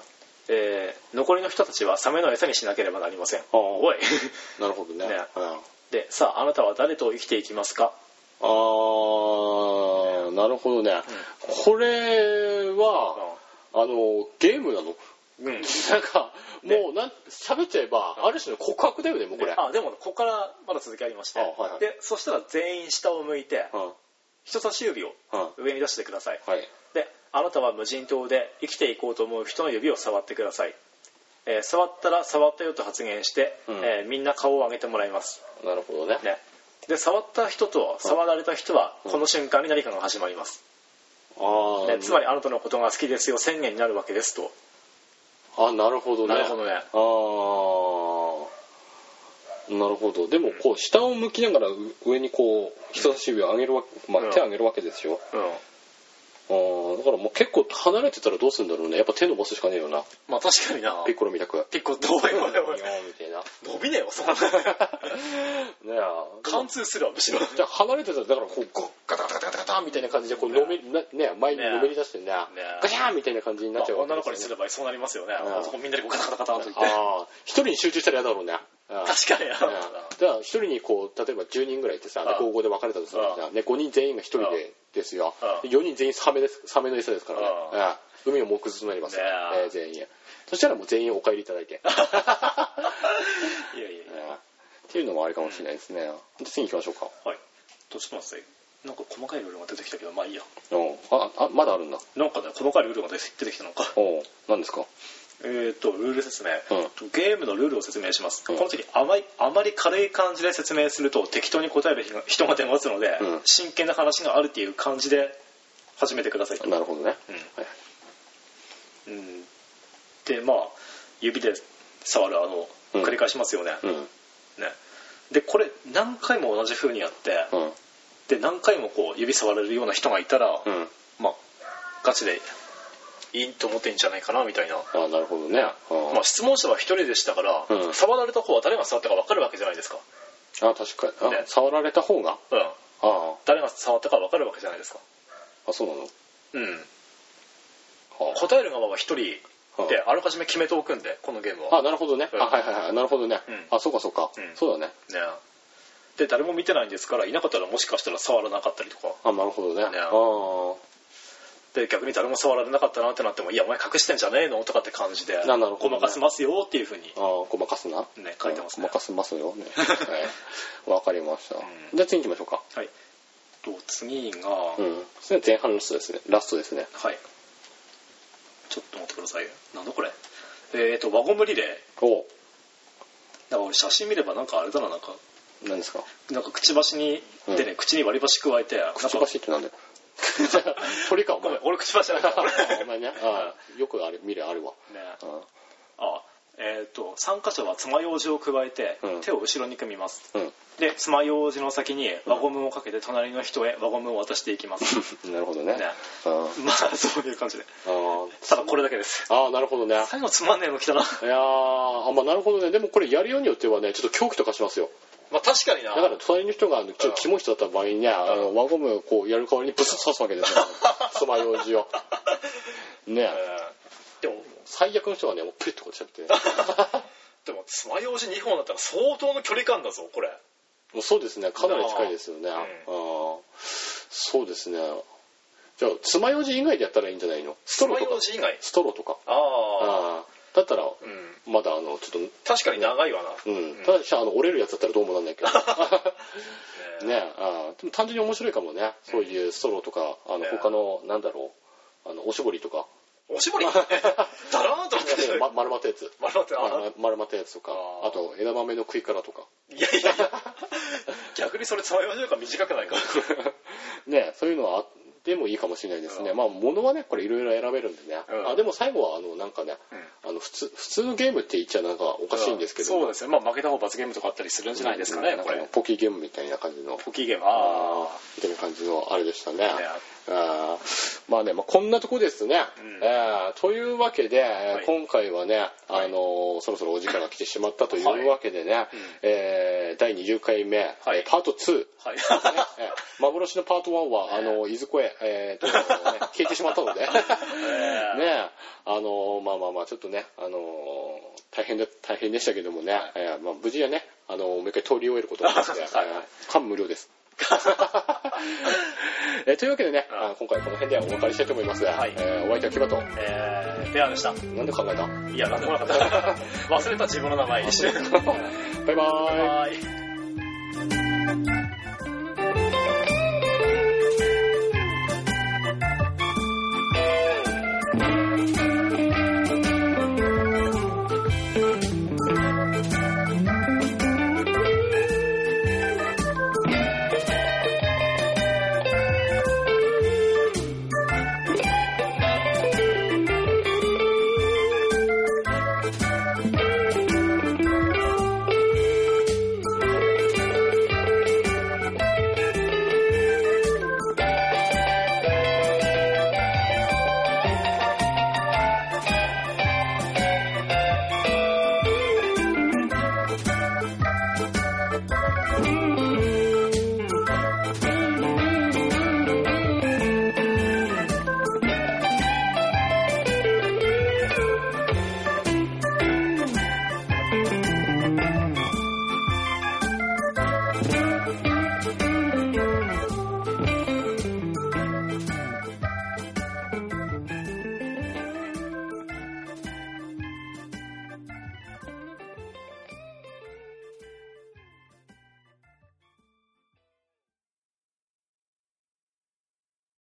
Speaker 3: えー残りの人たちはサメの餌にしなければなりません
Speaker 1: あー
Speaker 3: おい [LAUGHS]
Speaker 1: なるほどね
Speaker 3: ね
Speaker 1: うん
Speaker 3: でさああなたは誰と生きていきますか
Speaker 1: あーなるほどね、これは、あのゲームなの [LAUGHS]
Speaker 3: うん、うん
Speaker 1: なんかもうなん喋っちゃえば、ある種の告白だよねもうこれ、
Speaker 3: あでもここからまだ続きありまして、
Speaker 1: あはいはい
Speaker 3: でそしたら全員下を向いて
Speaker 1: うんうん
Speaker 3: 人差し指を
Speaker 1: は
Speaker 3: 上に出してください
Speaker 1: い
Speaker 3: であなたは無人島で生きていこうと思う人の指を触ってください、えー触ったら触ったよと発言して、
Speaker 1: うん
Speaker 3: えーみんな顔を上げてもらいます、
Speaker 1: なるほどね
Speaker 3: ね、で触った人と触られた人はこの瞬間に何かが始まります、
Speaker 1: ああ、
Speaker 3: ねつまりあなたのことが好きですよ宣言になるわけですと
Speaker 1: あなるほどね
Speaker 3: なるほどね
Speaker 1: あーなるほどでもこう下を向きながらう上にこう人差し指を上げるわけ、ま
Speaker 3: うん
Speaker 1: あ、手を上げるわけですよ、
Speaker 3: うん
Speaker 1: あーだからもう結構離れてたらどうするんだろうねやっぱ手伸ばすしかねえよな
Speaker 3: まあ確かにな
Speaker 1: ピッコロみたく
Speaker 3: 結構どうよ
Speaker 1: ピヨーンみたい [LAUGHS] なね
Speaker 3: 伸びねえよそんな
Speaker 1: えでも
Speaker 3: 貫通するわむし
Speaker 1: [LAUGHS]
Speaker 3: ろ
Speaker 1: じゃあ離れてたらだからこうゴッガタガタガタガタみたいな感じでこうのめ、なね前にのめり出してね
Speaker 3: え
Speaker 1: ガシャーンみたいな感じになっちゃうわけで
Speaker 3: 女の
Speaker 1: す
Speaker 3: 子
Speaker 1: よ
Speaker 3: にす
Speaker 1: ね
Speaker 3: ればそうなりますよね
Speaker 1: うん
Speaker 3: あそこみんなでこうガタガタガタと言って
Speaker 1: ああ一人に集中したら嫌だろうねうん
Speaker 3: 確かに
Speaker 1: う
Speaker 3: な
Speaker 1: んだから一人にこう例えば10人ぐらいいてさ
Speaker 3: ああ
Speaker 1: 高校で別れたとするじゃんね5人全員が一人でですよ
Speaker 3: ああ
Speaker 1: 4人全員サメですサメの餌ですからね
Speaker 3: あ
Speaker 1: ああ海の木図となりますよ
Speaker 3: ねえ
Speaker 1: えー全員そしたらもう全員お帰りいただいてあ
Speaker 3: いやいやいや
Speaker 1: あっていうのもありかもしれないですねで次行きましょうか
Speaker 3: はいちょっと待ってくださいなんか細かいルールが出てきたけどまあいいや
Speaker 1: うんああまだあるんだ
Speaker 3: なんかね細かいルールが出て出てきたのか
Speaker 1: おう何ですか
Speaker 3: えー、とルール説明、
Speaker 1: う
Speaker 3: ゲームのルールを説明します、
Speaker 1: うん
Speaker 3: この時あまりあまり軽い感じで説明すると適当に答える人が人が出ますので、
Speaker 1: うん
Speaker 3: 真剣な話があるっていう感じで始めてくださいと、
Speaker 1: なるほどね
Speaker 3: うんうんでまあ指で触るあの
Speaker 1: うん
Speaker 3: 繰り返しますよね,、
Speaker 1: うん
Speaker 3: ねでこれ何回も同じ風にやって、
Speaker 1: うん
Speaker 3: で何回もこう指触れるような人がいたら、
Speaker 1: うん
Speaker 3: まあガチでいいと思っていいんじゃないかなみたいな
Speaker 1: ああなるほどねあ
Speaker 2: まあ、質問者は一人でしたから、
Speaker 1: うん
Speaker 2: 触られた方は誰が触ったか分かるわけじゃないですか、
Speaker 1: ああ確かにあ
Speaker 2: ね
Speaker 1: 触られた方が
Speaker 2: うん、
Speaker 1: ああ
Speaker 2: 誰が触ったか分かるわけじゃないですか、
Speaker 1: あそうなの
Speaker 2: うん、
Speaker 1: はあ
Speaker 2: 答える側は一人で
Speaker 1: はあ
Speaker 2: あらかじめ決めておくんでこのゲームは、
Speaker 1: あなるほどね、
Speaker 2: うん
Speaker 1: あはいはいはいなるほどね、
Speaker 2: うん
Speaker 1: あそうかそうか、
Speaker 2: うん
Speaker 1: そうだね
Speaker 2: ね、で誰も見てないんですからいなかったらもしかしたら触らなかったりとか
Speaker 1: あなるほどね
Speaker 2: ね
Speaker 1: ああ
Speaker 2: で逆に誰も触られなかったなってなっても「いやお前隠してんじゃねえの?」とかって感じで
Speaker 1: ななる
Speaker 2: ご
Speaker 1: ほどね
Speaker 2: まかせますよっていうふうに
Speaker 1: ああごまかすな
Speaker 2: ね書いてます
Speaker 1: うん
Speaker 2: ね
Speaker 1: ごまかせま
Speaker 2: [LAUGHS]
Speaker 1: すよねはいわ、かりました、
Speaker 2: ん
Speaker 1: じゃあ次行きましょうか
Speaker 3: はいと次が、
Speaker 1: うんそれで前半のラストですねラストですね
Speaker 3: はいちょっと待ってくださいよなんだこれえー、と輪ゴムリレー
Speaker 1: おう
Speaker 3: なんか俺写真見ればなんかあれだななんか
Speaker 1: 何ですか
Speaker 3: なんかくちばしに、
Speaker 1: うん
Speaker 3: でね口に割り箸加えてなん
Speaker 1: くち
Speaker 3: か
Speaker 1: ばしってなんだよ [LAUGHS] 鳥か
Speaker 2: [LAUGHS]
Speaker 1: お
Speaker 2: ごめ
Speaker 1: 前
Speaker 2: ん俺口ばしじゃなかった俺
Speaker 1: あお前ねああよくある見るあるわ
Speaker 3: ね
Speaker 1: うん
Speaker 3: あえー、と参加者は爪楊枝を加えて、
Speaker 1: うん
Speaker 3: 手を後ろに組みます
Speaker 1: うん
Speaker 3: で爪楊枝の先に輪ゴムをかけて隣の人へ輪ゴムを渡していきます
Speaker 2: [LAUGHS]
Speaker 1: なるほどね
Speaker 3: ね
Speaker 1: うん
Speaker 3: まあそういう感じで
Speaker 1: あ
Speaker 3: ただこれだけです
Speaker 1: あああなるほどね
Speaker 3: 最後つまんねえの来たない
Speaker 1: やーあまあなるほどねでもこれやるようによってはねちょっと狂気とかしますよ
Speaker 2: まあ確かにな
Speaker 1: だから隣の人があのちょっとキモい人だった場合にね、あの輪ゴムをこうやる代わりにブスッと刺すわけ [LAUGHS] ですよ爪楊枝をね
Speaker 2: うんでも
Speaker 1: 最悪の人はねもうプリッとこうやってしゃべって
Speaker 2: でも爪楊枝2本だったら相当の距離感だぞこれ
Speaker 1: もうそうですねかなり近いですよね、
Speaker 2: あ
Speaker 1: あーそうですねじゃあ爪楊枝以外でやったらいいんじゃないのストロ
Speaker 2: 爪
Speaker 1: ーと
Speaker 2: 楊
Speaker 1: か
Speaker 2: 枝以外
Speaker 1: ストローとか
Speaker 2: ああ
Speaker 1: あーだったら
Speaker 2: うん
Speaker 1: まだあのちょっ
Speaker 2: 確かに長いわな
Speaker 1: とうんただしあの折れるやつだったらどうもなんないけ [LAUGHS] ど
Speaker 2: ね
Speaker 1: ねあーでも単純に面白いかもねそういうストローとかあの
Speaker 2: ね
Speaker 1: 他のなんだろうあのおしぼりとか、
Speaker 2: おしぼり [LAUGHS] だらーんとなってる
Speaker 1: [LAUGHS] ま、丸まったやつ
Speaker 2: 丸まってるあ
Speaker 1: 丸丸まったやつとか
Speaker 2: あー
Speaker 1: あと枝豆の食い殻とか
Speaker 2: いやいやいや逆にそれ爪楊枝よりか短くないか
Speaker 1: ねそういうのはあってもいいかもしれないですね、まあ物はねこれいろいろ選べるんでね、
Speaker 2: うん
Speaker 1: あでも最後はあのなんかね、あの普通普通のゲームって言っちゃなんかおかしいんですけど、
Speaker 3: そうですねまあ負けた方罰ゲームとかあったりするんじゃないですかね、
Speaker 1: なん
Speaker 3: こ
Speaker 1: あの
Speaker 3: れ
Speaker 1: ポキゲームみたいな感じの
Speaker 3: ポキーゲームああ
Speaker 1: みたいな感じのあれでしたね。あーまあね、まあ、こんなとこですね、
Speaker 2: うん
Speaker 1: えーというわけで、えー
Speaker 2: はい
Speaker 1: 今回はね、あのーそろそろお時間が来てしまったとい
Speaker 2: はいう
Speaker 1: わけでね、えー第20回目、えーパート2、
Speaker 2: はい [LAUGHS]
Speaker 1: ねえー幻のパート1は、あのーいずこへ、えーとね消えてしまった [LAUGHS] のでねあのーまあまあまあちょっとね、あのー大変で大変でしたけどもね、えーまあ、無事はね、あのーもう一回通り終えることができて、えー感無量です。 [LAUGHS] えーというわけでね、あ今回はこの辺でお別れしたいと思います。
Speaker 2: はい
Speaker 1: えーお相手はキバと、
Speaker 2: えーペアでした
Speaker 1: なんで考えた [LAUGHS]
Speaker 2: いやなんでもなかった忘れた自分の名前一瞬
Speaker 1: バイバー
Speaker 2: [LAUGHS]
Speaker 1: イ。
Speaker 2: はい